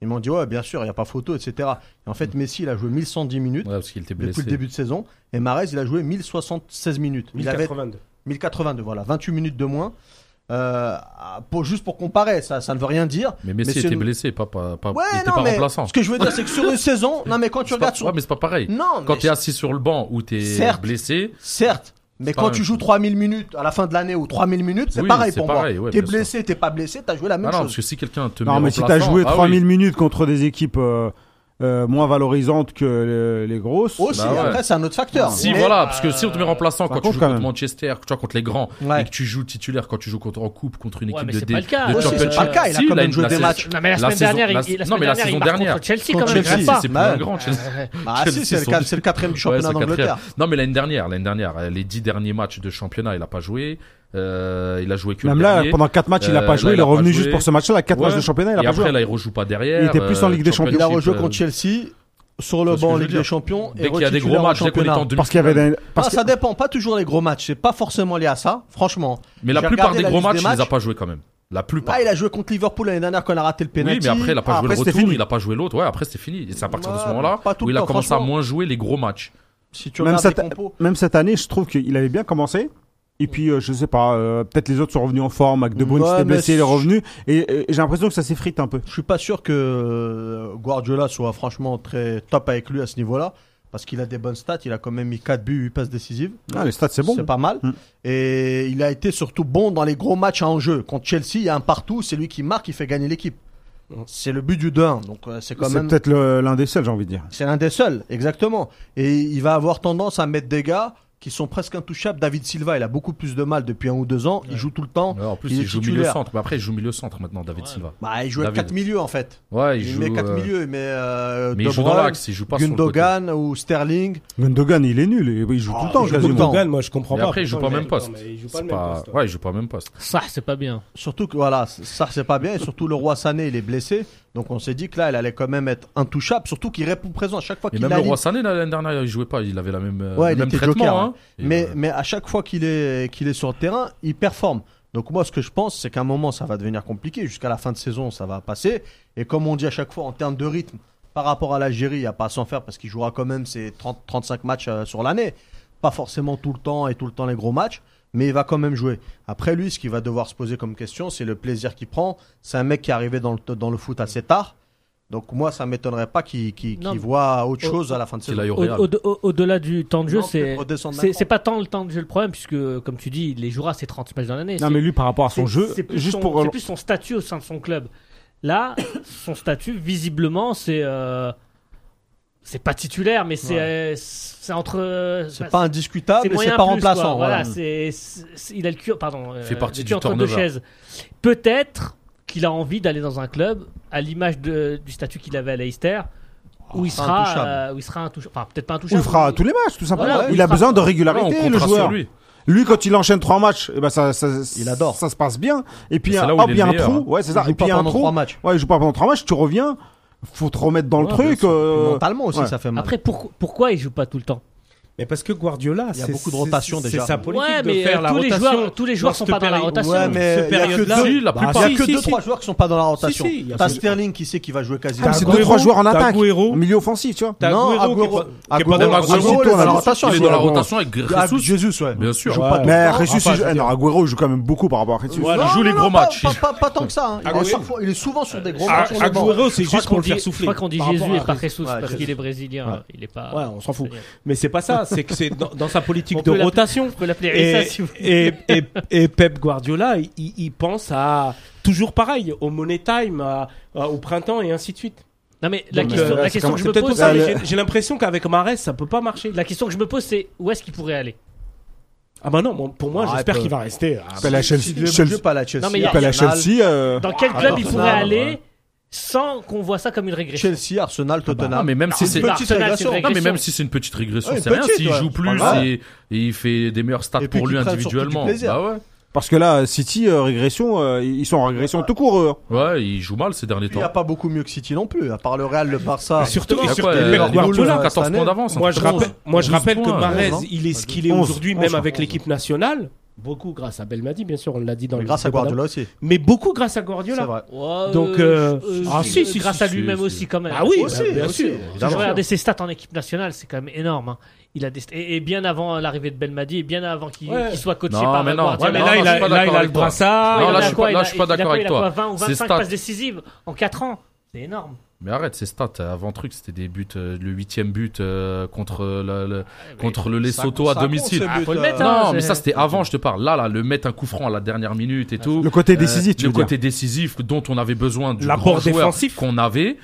Speaker 3: Ils m'ont dit, ouais, bien sûr, il n'y a pas photo, etc. Et en fait, Messi, il a joué 1110 minutes
Speaker 5: Mm. Ouais, parce qu'il était blessé.
Speaker 3: depuis le début de saison. Et Marez, il a joué 1076 minutes. Il avait
Speaker 2: 1082.
Speaker 3: 1082, voilà, 28 minutes de moins. Euh, pour, juste pour comparer, ça, ça ne veut rien dire.
Speaker 5: Mais Messi
Speaker 3: Mais c'est
Speaker 5: était
Speaker 3: une-
Speaker 5: blessé, pas, pas, pas-
Speaker 3: Ouais,
Speaker 5: il était
Speaker 3: non,
Speaker 5: pas
Speaker 3: mais
Speaker 5: remplaçant.
Speaker 3: ce que je veux dire, c'est que sur une saison, non, mais quand tu
Speaker 5: C'est pas-
Speaker 3: regardes sur.
Speaker 5: Ouais, mais c'est pas pareil.
Speaker 3: Non,
Speaker 5: Quand
Speaker 3: mais
Speaker 5: t'es assis sur le banc ou t'es
Speaker 3: Certes.
Speaker 5: blessé,
Speaker 3: certes, mais
Speaker 5: pas
Speaker 3: quand
Speaker 5: la
Speaker 3: tu
Speaker 5: même
Speaker 3: joues
Speaker 5: chose.
Speaker 3: 3000 minutes à la fin de l'année ou 3000 minutes, c'est
Speaker 5: Oui,
Speaker 3: pareil
Speaker 5: c'est
Speaker 3: pour moi.
Speaker 5: pareil, ouais,
Speaker 3: t'es
Speaker 5: bien
Speaker 3: blessé, t'es pas blessé, t'as joué la même
Speaker 5: ah non, parce
Speaker 3: chose.
Speaker 5: que si quelqu'un te met
Speaker 1: Non, mais si t'as
Speaker 5: remplaçant,
Speaker 1: joué
Speaker 5: ah oui.
Speaker 1: 3000 minutes contre des équipes euh, euh, moins valorisantes que euh, les grosses.
Speaker 3: Aussi,
Speaker 5: Bah ouais.
Speaker 3: après, Oh, c'est un autre facteur.
Speaker 5: Si
Speaker 3: Mais-
Speaker 5: voilà, parce que si on te met remplaçant
Speaker 1: Ça
Speaker 5: quand tu
Speaker 1: compte
Speaker 5: joues
Speaker 1: quand
Speaker 5: contre
Speaker 1: même.
Speaker 5: Manchester, tu vois contre les grands,
Speaker 3: Ouais.
Speaker 5: et que tu joues titulaire quand tu joues contre en coupe contre une
Speaker 4: Ouais,
Speaker 5: équipe
Speaker 4: mais
Speaker 5: de,
Speaker 4: c'est
Speaker 5: dé-
Speaker 4: pas le cas. Ouais,
Speaker 5: de
Speaker 3: c'est
Speaker 5: championship.
Speaker 3: pas le cas, il a
Speaker 5: Si,
Speaker 3: quand même
Speaker 5: une-
Speaker 3: joué
Speaker 5: la
Speaker 3: des
Speaker 5: saison-
Speaker 3: matchs.
Speaker 4: Non, mais la
Speaker 5: La
Speaker 4: semaine
Speaker 5: saison-
Speaker 4: dernière,
Speaker 5: la-
Speaker 4: il, la
Speaker 5: non,
Speaker 4: semaine
Speaker 5: mais la
Speaker 4: dernière, il
Speaker 5: saison
Speaker 4: marque
Speaker 5: dernière.
Speaker 4: contre Chelsea
Speaker 3: Contre
Speaker 4: quand même,
Speaker 3: Chelsea,
Speaker 4: regarde pas.
Speaker 5: C'est pas le
Speaker 3: Ouais.
Speaker 5: grand. Chelsea.
Speaker 4: Euh,
Speaker 3: Bah,
Speaker 5: Chelsea
Speaker 3: si, c'est le,
Speaker 5: sont-
Speaker 3: quat- c'est le quatrième
Speaker 5: Ouais,
Speaker 3: championnat
Speaker 5: c'est le quatrième.
Speaker 3: d'Angleterre.
Speaker 5: Non, mais l'année dernière, l'année dernière, euh, les dix derniers matchs de championnat, il a pas joué. Euh, il a joué que
Speaker 1: Même
Speaker 5: le
Speaker 1: là,
Speaker 5: dernier.
Speaker 1: pendant 4 matchs, il a
Speaker 5: Euh,
Speaker 1: pas
Speaker 5: là,
Speaker 1: joué.
Speaker 5: il
Speaker 1: il est
Speaker 5: a pas
Speaker 1: revenu
Speaker 5: joué.
Speaker 1: juste pour ce match-là. 4 matchs
Speaker 5: Ouais.
Speaker 1: de championnat, il a
Speaker 5: et
Speaker 1: pas
Speaker 5: après,
Speaker 1: joué.
Speaker 5: là, il rejoue pas derrière.
Speaker 1: Il était plus en Ligue des Champions.
Speaker 3: Il a rejoué
Speaker 5: euh,
Speaker 3: contre Chelsea, sur le
Speaker 5: vois ce que
Speaker 3: banc en
Speaker 5: je veux
Speaker 3: Ligue des
Speaker 5: dire
Speaker 3: Champions. et
Speaker 5: Dès qu'il y a des
Speaker 3: retitulaire
Speaker 5: gros
Speaker 3: en
Speaker 5: matchs, dès qu'on est
Speaker 3: championnat.
Speaker 5: en demi
Speaker 1: Parce qu'il y avait des- parce
Speaker 3: Ah, ça dépend, pas toujours les gros matchs, c'est pas forcément lié à ça, franchement.
Speaker 5: Mais la
Speaker 3: J'ai
Speaker 5: plupart
Speaker 3: regardé
Speaker 5: des
Speaker 3: la
Speaker 5: gros
Speaker 3: liste des
Speaker 5: matchs, il les a
Speaker 3: matchs.
Speaker 5: pas joués quand même. La plupart.
Speaker 3: Là, Ah, il a joué contre Liverpool l'année dernière quand il a raté le
Speaker 5: Oui,
Speaker 3: penalty. Ah,
Speaker 5: mais après, il a pas joué
Speaker 1: après,
Speaker 5: le
Speaker 1: c'était
Speaker 5: retour,
Speaker 1: fini.
Speaker 5: il a pas joué l'autre. Ouais, après, c'est fini. Et C'est à partir de ce
Speaker 3: Ouais,
Speaker 5: moment-là
Speaker 3: pas tout
Speaker 5: où
Speaker 3: le
Speaker 5: il a
Speaker 3: temps,
Speaker 5: commencé à
Speaker 3: franchement.
Speaker 5: moins jouer les gros matchs.
Speaker 3: Si tu
Speaker 1: Même
Speaker 3: regardes
Speaker 1: ça
Speaker 3: les
Speaker 1: t'a-
Speaker 3: compos.
Speaker 1: même cette année, je trouve qu'il avait bien commencé. Et puis, euh, je sais pas, euh, peut-être les autres sont revenus en forme. Avec De Bruyne
Speaker 3: Ouais,
Speaker 1: s'était
Speaker 3: mais
Speaker 1: blessé, il est
Speaker 3: je-
Speaker 1: revenu. Et, et j'ai l'impression que ça s'effrite un peu.
Speaker 3: Je suis pas sûr que euh, Guardiola soit franchement très top avec lui à ce niveau-là. Parce qu'il a des bonnes stats, il a quand même mis 4 buts, 8 passes décisives.
Speaker 1: Ah, les stats, c'est bon.
Speaker 3: pas mal.
Speaker 1: Mm.
Speaker 3: Et il a été surtout bon dans les gros matchs à enjeu. Contre Chelsea, il y a un partout, c'est lui qui marque, il fait gagner l'équipe.
Speaker 2: Mm.
Speaker 3: C'est le but du 2-1. Donc euh, c'est quand
Speaker 1: C'est
Speaker 3: même.
Speaker 1: peut-être le- l'un des seuls, j'ai envie de dire.
Speaker 3: C'est l'un des seuls, exactement. Et il va avoir tendance à mettre des gars qui sont presque intouchables. David Silva, il a beaucoup plus de mal depuis un ou deux ans. Il joue tout le temps.
Speaker 5: Ouais, en plus,
Speaker 3: Il
Speaker 5: il,
Speaker 3: est
Speaker 5: joue
Speaker 3: titulaire.
Speaker 5: milieu centre. Mais après, il joue milieu centre maintenant, David Silva.
Speaker 3: Bah, il joue à
Speaker 5: David.
Speaker 3: 4 milieux en fait.
Speaker 5: Ouais, il,
Speaker 3: Il,
Speaker 5: joue.
Speaker 3: met 4
Speaker 5: euh,
Speaker 3: milieux, il met euh,
Speaker 5: Mais
Speaker 3: De
Speaker 5: il joue dans
Speaker 3: Bruyne,
Speaker 5: l'axe, il joue pas sur le côté.
Speaker 3: Gundogan ou Sterling.
Speaker 1: Gundogan, il est nul. et- Il joue
Speaker 3: Ah,
Speaker 1: tout le temps,
Speaker 3: il joue tout le
Speaker 1: quasiment.
Speaker 3: temps.
Speaker 2: Gundogan, moi, je comprends
Speaker 5: Et
Speaker 2: pas.
Speaker 5: après, il joue
Speaker 2: pourquoi
Speaker 5: pas
Speaker 2: le
Speaker 5: même poste.
Speaker 2: met- Il joue pas
Speaker 5: C'est
Speaker 2: le
Speaker 5: pas-
Speaker 2: même poste.
Speaker 5: Ouais, il joue pas même poste.
Speaker 4: Ça, c'est pas bien.
Speaker 3: Surtout que voilà, ça c'est pas bien. Et surtout le roi Sané, il est blessé. Donc on s'est dit que là, il allait quand même être intouchable. Surtout qu'il répond présent à chaque fois
Speaker 5: Et
Speaker 3: qu'il
Speaker 5: même le
Speaker 3: aligne.
Speaker 5: roi Sané l'année dernière, il jouait pas. Il avait la même, euh,
Speaker 3: Ouais,
Speaker 5: le
Speaker 3: il
Speaker 5: même
Speaker 3: était
Speaker 5: traitement.
Speaker 3: joker,
Speaker 5: hein. Et,
Speaker 3: Mais,
Speaker 5: euh,
Speaker 3: mais à chaque fois qu'il est, qu'il est sur le terrain, il performe. Donc moi, ce que je pense, c'est qu'à un moment, ça va devenir compliqué. Jusqu'à la fin de saison, ça va passer. Et comme on dit à chaque fois, en termes de rythme, par rapport à l'Algérie, il n'y a pas à s'en faire parce qu'il jouera quand même ses 30, 35 matchs euh, sur l'année. Pas forcément tout le temps et tout le temps les gros matchs, mais il va quand même jouer. Après lui, ce qu'il va devoir se poser comme question, c'est le plaisir qu'il prend. C'est un mec qui est arrivé dans le, dans le foot assez tard. Donc moi, ça m'étonnerait pas qu'il qu'il-
Speaker 4: Non,
Speaker 3: qu'il
Speaker 4: mais-
Speaker 3: voit autre
Speaker 4: au-
Speaker 3: chose à la fin de
Speaker 5: qu'il
Speaker 3: saison.
Speaker 5: aille au
Speaker 4: Au-
Speaker 5: Real.
Speaker 4: au- au- Au-delà du temps de jeu,
Speaker 3: Non,
Speaker 4: c'est
Speaker 3: peut-être redescendre
Speaker 4: c'est-
Speaker 3: d'un
Speaker 4: c'est pas tant le temps de jeu le problème, puisque comme tu dis, il les jouera ces 30 matchs dans l'année.
Speaker 1: Non,
Speaker 4: C'est-
Speaker 1: mais lui, par rapport à son
Speaker 4: c'est-
Speaker 1: jeu,
Speaker 4: c'est plus,
Speaker 1: juste
Speaker 4: son-
Speaker 1: pour.
Speaker 4: c'est plus son statut au sein de son club. Là, son statut, visiblement, c'est. euh, c'est pas titulaire, mais c'est euh, c'est entre. euh,
Speaker 3: C'est
Speaker 4: bah,
Speaker 3: pas
Speaker 2: Ah,
Speaker 3: indiscutable, mais
Speaker 4: moyen
Speaker 3: c'est pas
Speaker 4: plus,
Speaker 3: remplaçant.
Speaker 4: quoi. Voilà,
Speaker 3: voilà.
Speaker 4: c'est- c'est- il a le cul, pardon, euh,
Speaker 5: Fait partie
Speaker 4: le cul
Speaker 5: du
Speaker 4: entre deux
Speaker 5: turnover.
Speaker 4: chaises. Peut-être qu'il a envie d'aller dans un club à l'image de- du statut qu'il avait à Leicester,
Speaker 2: Ah,
Speaker 4: où il
Speaker 3: intouchable.
Speaker 4: sera, euh, où il sera intouchable. Enfin, peut-être pas
Speaker 1: Ou
Speaker 4: intouchable.
Speaker 1: il fera
Speaker 4: mais-
Speaker 1: tous les matchs, tout simplement.
Speaker 4: Voilà,
Speaker 1: il
Speaker 4: il
Speaker 1: a
Speaker 4: fera-
Speaker 1: besoin de
Speaker 5: Ouais, on
Speaker 1: régularité, le
Speaker 5: comptera
Speaker 1: joueur.
Speaker 5: sur lui.
Speaker 1: Lui, quand il enchaîne trois matchs, eh ben ça, ça,
Speaker 3: Il adore.
Speaker 1: Ça se passe bien. Et puis,
Speaker 5: C'est là où
Speaker 1: hop,
Speaker 5: il est
Speaker 1: il y a un
Speaker 5: le meilleur,
Speaker 1: trou.
Speaker 5: hein.
Speaker 1: Ouais, c'est
Speaker 3: Il
Speaker 1: ça.
Speaker 3: joue
Speaker 1: Et puis,
Speaker 3: pas
Speaker 1: il y a un
Speaker 3: pendant
Speaker 1: trou.
Speaker 3: trois matchs.
Speaker 1: Ouais, il joue pas pendant trois matchs. Tu reviens, faut te remettre dans le
Speaker 5: Ouais,
Speaker 1: truc.
Speaker 5: bien sûr.
Speaker 1: euh,
Speaker 3: Mentalement aussi,
Speaker 1: ouais.
Speaker 3: ça fait mal.
Speaker 4: Après, pour- pourquoi il joue pas tout le temps
Speaker 2: Mais parce que Guardiola,
Speaker 3: Il y a
Speaker 2: c'est-
Speaker 3: beaucoup de
Speaker 2: c'est-
Speaker 3: rotation,
Speaker 2: c'est-
Speaker 3: déjà.
Speaker 2: C'est sa politique
Speaker 4: Ouais,
Speaker 2: de
Speaker 4: mais,
Speaker 2: faire
Speaker 4: euh,
Speaker 2: la
Speaker 4: tous les
Speaker 2: rotation.
Speaker 4: joueurs- tous les joueurs
Speaker 2: Dans
Speaker 4: sont
Speaker 2: cette
Speaker 4: pas dans la
Speaker 2: péri-
Speaker 4: rotation.
Speaker 2: Ouais, mais
Speaker 3: il y a que
Speaker 2: période-là-
Speaker 3: deux,
Speaker 5: Si, la
Speaker 2: Bah,
Speaker 5: plupart.
Speaker 3: il y a
Speaker 2: si,
Speaker 3: que
Speaker 2: si,
Speaker 3: deux,
Speaker 2: si.
Speaker 3: trois joueurs qui sont pas dans la rotation.
Speaker 2: Si, si, il y a
Speaker 3: T'as
Speaker 2: ce-
Speaker 3: Sterling qui sait qu'il va jouer quasiment.
Speaker 1: Ah, mais
Speaker 2: T'as
Speaker 1: C'est deux,
Speaker 2: Agüero,
Speaker 1: trois joueurs en
Speaker 2: t'as
Speaker 1: attaque.
Speaker 2: Agüero.
Speaker 1: Milieu offensif, tu vois.
Speaker 2: T'as
Speaker 3: Non,
Speaker 2: Agüero qui est
Speaker 3: Agüero-
Speaker 2: pas- qui est pas dans
Speaker 3: Agüero-
Speaker 2: la
Speaker 5: Agüero,
Speaker 2: rotation.
Speaker 5: il
Speaker 1: est dans la
Speaker 3: rotation,
Speaker 5: Il est
Speaker 1: aussi,
Speaker 5: dans la
Speaker 1: Agüero.
Speaker 5: rotation avec
Speaker 3: Ah,
Speaker 5: Jesus.
Speaker 3: Jesus, ouais.
Speaker 5: Bien sûr.
Speaker 3: joue
Speaker 2: Ouais.
Speaker 3: pas tout
Speaker 1: Mais
Speaker 3: le temps.
Speaker 1: Ressus,
Speaker 2: enfin,
Speaker 1: il joue- eh non, Aguero il joue quand même beaucoup par rapport à Ressus.
Speaker 2: Voilà.
Speaker 5: Il joue les
Speaker 3: pas-
Speaker 5: gros matchs.
Speaker 3: Pas, pas- pas tant que ça. hein. Il, est
Speaker 2: Agüero-
Speaker 3: sur- il est souvent sur des gros
Speaker 2: Ah,
Speaker 3: matchs. sur le banc.
Speaker 2: Agüero, c'est
Speaker 4: Je crois
Speaker 2: juste pour
Speaker 4: qu'on
Speaker 2: le faire
Speaker 4: dit-
Speaker 2: souffler.
Speaker 4: Je crois qu'on dit
Speaker 2: Par rapport
Speaker 4: Jésus et
Speaker 2: à-
Speaker 4: pas Jesus
Speaker 3: Ouais,
Speaker 4: parce
Speaker 3: Jésus.
Speaker 4: qu'il est brésilien.
Speaker 2: Ouais.
Speaker 4: Il est pas.
Speaker 2: Ouais, on s'en fout.
Speaker 4: c'est-à-dire-
Speaker 2: Mais c'est pas ça, c'est que c'est dans, dans sa politique
Speaker 4: On
Speaker 2: de
Speaker 4: peut l'appeler-
Speaker 2: rotation.
Speaker 4: On peut l'appeler ça
Speaker 2: Et,
Speaker 4: si vous
Speaker 2: et, et, et Pep Guardiola, il, il pense à toujours pareil, au money time, à- à- au printemps et ainsi de suite.
Speaker 4: Non mais la
Speaker 1: Donc,
Speaker 4: question,
Speaker 1: euh,
Speaker 4: la
Speaker 1: c'est
Speaker 4: question
Speaker 1: comme-
Speaker 4: que je
Speaker 2: C'est
Speaker 4: me
Speaker 2: peut-être pour
Speaker 4: pose,
Speaker 2: ça,
Speaker 4: c'est-
Speaker 1: le-
Speaker 2: mais j'ai- j'ai l'impression qu'avec Marès, ça peut pas marcher.
Speaker 4: la question que je me pose, c'est où est-ce qu'il pourrait aller
Speaker 2: Ah bah non, bon, pour moi,
Speaker 3: Ah,
Speaker 2: j'espère
Speaker 3: peu.
Speaker 2: qu'il va rester. Ah,
Speaker 1: Appelle à
Speaker 3: Si
Speaker 1: Chelsea.
Speaker 3: Dieu
Speaker 1: Chelsea-
Speaker 3: veut pas la Chelsea.
Speaker 4: Non, mais il y a-
Speaker 1: Appelle à
Speaker 3: Arsenal.
Speaker 1: Chelsea. euh,
Speaker 4: Dans
Speaker 2: Ah,
Speaker 4: quel club il
Speaker 3: Arsenal,
Speaker 4: pourrait aller
Speaker 5: ouais.
Speaker 4: sans qu'on voit ça comme une régression
Speaker 3: Chelsea, Arsenal,
Speaker 5: Non,
Speaker 3: Tottenham.
Speaker 5: Ah, mais même si
Speaker 3: Une
Speaker 5: c'est.
Speaker 4: bah,
Speaker 3: petite
Speaker 4: Arsenal,
Speaker 3: régression.
Speaker 4: c'est
Speaker 5: Non, mais
Speaker 4: régression.
Speaker 5: même si c'est une petite régression,
Speaker 3: Ouais,
Speaker 5: c'est rien.
Speaker 3: petite,
Speaker 5: S'il
Speaker 3: ouais.
Speaker 5: joue
Speaker 3: Pas
Speaker 5: plus
Speaker 3: mal.
Speaker 5: et, et il fait des meilleurs stats
Speaker 3: Et puis
Speaker 5: pour lui
Speaker 3: qu'il prenne surtout du
Speaker 5: individuellement.
Speaker 3: plaisir.
Speaker 5: Bah ouais.
Speaker 1: Parce que là, City, euh, régression, euh, ils sont en régression tout court, eux. hein.
Speaker 5: Ouais, il joue mal ces derniers
Speaker 3: Il n'y a
Speaker 5: temps.
Speaker 3: pas beaucoup mieux que City non plus, à part le Real, le Barça.
Speaker 2: Mais surtout,
Speaker 5: Il y a
Speaker 2: surtout,
Speaker 5: quoi, euh,
Speaker 2: Pep
Speaker 5: Liverpool,
Speaker 2: Guardiola,
Speaker 5: 14
Speaker 3: cette année.
Speaker 5: points d'avance.
Speaker 2: Moi, je rappelle, moi, je
Speaker 5: 12
Speaker 2: rappelle que
Speaker 5: points,
Speaker 2: Marez,
Speaker 3: onze, hein.
Speaker 2: il est ce qu'il est
Speaker 1: 11,
Speaker 2: aujourd'hui, même
Speaker 1: 11, je
Speaker 2: avec
Speaker 1: crois.
Speaker 2: l'équipe nationale. Beaucoup grâce à Belmadi, bien sûr, on l'a dit dans
Speaker 3: Mais
Speaker 2: le
Speaker 3: Grâce à
Speaker 2: débat d'avant.
Speaker 3: Guardiola aussi.
Speaker 2: Mais beaucoup grâce à Guardiola.
Speaker 3: C'est vrai.
Speaker 2: Donc, euh, ah, si, si,
Speaker 4: grâce
Speaker 2: si,
Speaker 4: à
Speaker 5: si,
Speaker 4: lui-même
Speaker 5: si.
Speaker 4: aussi, quand même.
Speaker 2: Ah oui,
Speaker 3: Aussi,
Speaker 2: bah, bien
Speaker 3: aussi,
Speaker 2: sûr.
Speaker 4: J'ai
Speaker 3: évidemment.
Speaker 4: regardé ses stats en équipe nationale, c'est quand même énorme. hein. Il a des st- et, et bien avant hein, l'arrivée de Belmadi, et bien avant qu'il
Speaker 2: Ouais.
Speaker 4: qu'il soit coaché
Speaker 5: Non,
Speaker 4: par
Speaker 5: mais non.
Speaker 2: Ouais,
Speaker 4: Guardiola.
Speaker 2: mais
Speaker 5: Non,
Speaker 2: là,
Speaker 5: non,
Speaker 2: il
Speaker 5: je
Speaker 2: a,
Speaker 5: suis
Speaker 2: là,
Speaker 5: pas d'accord
Speaker 2: il a
Speaker 5: avec
Speaker 2: le
Speaker 5: toi.
Speaker 2: brassard.
Speaker 4: Ah, il
Speaker 5: Non, là,
Speaker 4: en a
Speaker 5: je suis
Speaker 4: quoi
Speaker 5: pas-
Speaker 4: Il
Speaker 5: là,
Speaker 4: a-
Speaker 5: je suis
Speaker 4: il
Speaker 5: pas
Speaker 4: a
Speaker 5: d'accord
Speaker 4: quoi,
Speaker 5: avec
Speaker 4: il a
Speaker 5: toi.
Speaker 4: 20 ou
Speaker 5: C'est
Speaker 4: 25
Speaker 5: stat.
Speaker 4: passes décisives en 4 ans. C'est énorme.
Speaker 5: Mais arrête, ces stats. Avant truc, c'était des buts, euh, le huitième but euh, contre le, le- contre le Lesotho à domicile.
Speaker 4: faut le
Speaker 3: Ah,
Speaker 4: mettre, hein.
Speaker 5: Non,
Speaker 4: c'est-
Speaker 5: mais ça c'était avant, je te parle. Là, là, le mettre un coup franc à la dernière minute et tout.
Speaker 1: Le côté décisif, tu
Speaker 5: Euh,
Speaker 1: veux
Speaker 5: le
Speaker 1: dire.
Speaker 5: côté décisif dont on avait besoin du
Speaker 2: L'apport
Speaker 5: grand joueur
Speaker 2: défensif.
Speaker 5: qu'on avait.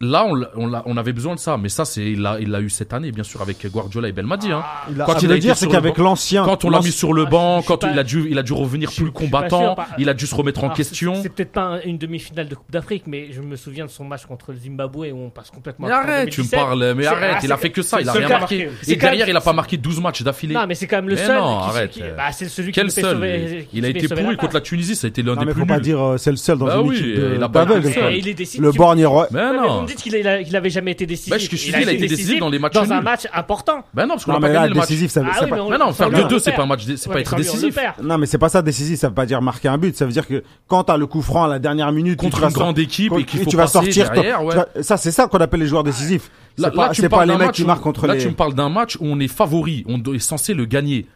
Speaker 5: Là, on, l'a- on, l'a- on avait besoin de ça, mais ça, c'est il l'a il l'a eu cette année, bien sûr, avec Guardiola et Belmadi. hein.
Speaker 1: Quand
Speaker 5: Ah,
Speaker 1: il
Speaker 5: il a
Speaker 1: veut
Speaker 5: été
Speaker 1: dire, c'est
Speaker 5: sur le
Speaker 1: qu'avec l'ancien.
Speaker 5: Quand on l'a mis
Speaker 1: l'ancien-
Speaker 5: sur le
Speaker 4: Ah, je-
Speaker 5: banc,
Speaker 4: je suis
Speaker 5: quand
Speaker 4: pas-
Speaker 5: il a dû, il a dû revenir
Speaker 4: je-
Speaker 5: plus
Speaker 4: je suis pas sûr,
Speaker 5: combattant,
Speaker 4: par-
Speaker 5: il a dû se remettre en
Speaker 4: Alors, c'est-
Speaker 5: question.
Speaker 4: C'est peut-être pas un- une demi-finale de Coupe d'Afrique, mais je me souviens de son match contre le Zimbabwe où on passe complètement.
Speaker 5: Mais
Speaker 4: à part en
Speaker 5: arrête, tu me
Speaker 4: 2017.
Speaker 5: parles, mais
Speaker 4: C'est-
Speaker 5: arrête,
Speaker 4: ah,
Speaker 5: il a
Speaker 4: c'est-
Speaker 5: fait que ça,
Speaker 4: c'est
Speaker 5: il a
Speaker 4: le
Speaker 5: rien
Speaker 4: seul
Speaker 5: marqué.
Speaker 4: marqué.
Speaker 5: Et
Speaker 4: C'est quand
Speaker 5: derrière,
Speaker 4: même-
Speaker 5: il a pas marqué 12 matchs d'affilée.
Speaker 4: Non, mais c'est quand même le
Speaker 5: Mais
Speaker 4: seul.
Speaker 5: non,
Speaker 4: qui-
Speaker 5: arrête.
Speaker 4: qui- bah, c'est celui qui
Speaker 5: Quel
Speaker 4: nous fait
Speaker 5: seul
Speaker 4: sauver-
Speaker 5: lui
Speaker 4: qui
Speaker 5: Il a
Speaker 4: nous fait
Speaker 5: été
Speaker 4: sauver la
Speaker 5: pourri
Speaker 4: passe.
Speaker 5: contre la Tunisie, ça a été l'un
Speaker 1: Non,
Speaker 5: des
Speaker 1: mais
Speaker 5: plus
Speaker 1: faut pas
Speaker 5: nuls.
Speaker 1: dire, euh, c'est le seul dans
Speaker 5: Bah
Speaker 1: une
Speaker 5: oui,
Speaker 1: équipe
Speaker 5: euh,
Speaker 1: de-
Speaker 5: il a pas
Speaker 1: d'aveugle,
Speaker 5: marqué.
Speaker 1: quoi.
Speaker 4: Et il est décisif.
Speaker 1: Le
Speaker 4: tu-
Speaker 1: borgne roi.
Speaker 5: Mais
Speaker 4: Ouais, mais Vous
Speaker 5: non,
Speaker 4: me dites qu'il a- qu'il avait jamais été décisif.
Speaker 5: Bah, je- je te dis,
Speaker 4: a
Speaker 5: il a
Speaker 4: été
Speaker 5: été décisif dans les matchs
Speaker 4: Dans un
Speaker 5: nuls.
Speaker 4: match important.
Speaker 5: ben non, parce qu'on
Speaker 1: Non,
Speaker 5: n'a pas
Speaker 1: mais là,
Speaker 5: gagné le match.
Speaker 1: décisif, ça veut-
Speaker 4: Ah
Speaker 1: ça
Speaker 4: oui,
Speaker 1: veut-
Speaker 4: mais on-
Speaker 5: Mais non, faire
Speaker 4: on lui en
Speaker 5: 2-2, c'est
Speaker 4: perd.
Speaker 5: pas un match, dé- c'est
Speaker 4: Ouais,
Speaker 5: pas
Speaker 4: mais
Speaker 5: être
Speaker 4: tant mieux, on le
Speaker 5: décisif.
Speaker 4: perd.
Speaker 1: Non, mais c'est pas ça décisif, ça veut pas dire marquer un but, ça veut dire que quand t'as le coup franc à la dernière minute, tu
Speaker 5: Contre
Speaker 1: vas
Speaker 5: une grande équipe
Speaker 1: Quand-
Speaker 5: et qu'il faut
Speaker 1: tu vas
Speaker 5: passer
Speaker 1: sortir ton-
Speaker 5: derrière, ouais.
Speaker 1: tu vas- ça c'est ça qu'on appelle les joueurs décisifs c'est
Speaker 5: Là,
Speaker 1: pas,
Speaker 5: là, tu
Speaker 1: c'est
Speaker 5: me parles
Speaker 1: pas les
Speaker 5: d'un
Speaker 1: mecs
Speaker 5: match
Speaker 1: qui
Speaker 5: où-
Speaker 1: marquent contre
Speaker 5: là,
Speaker 1: les
Speaker 5: tu me parles d'un match où on est favori, on do- est censé le gagner.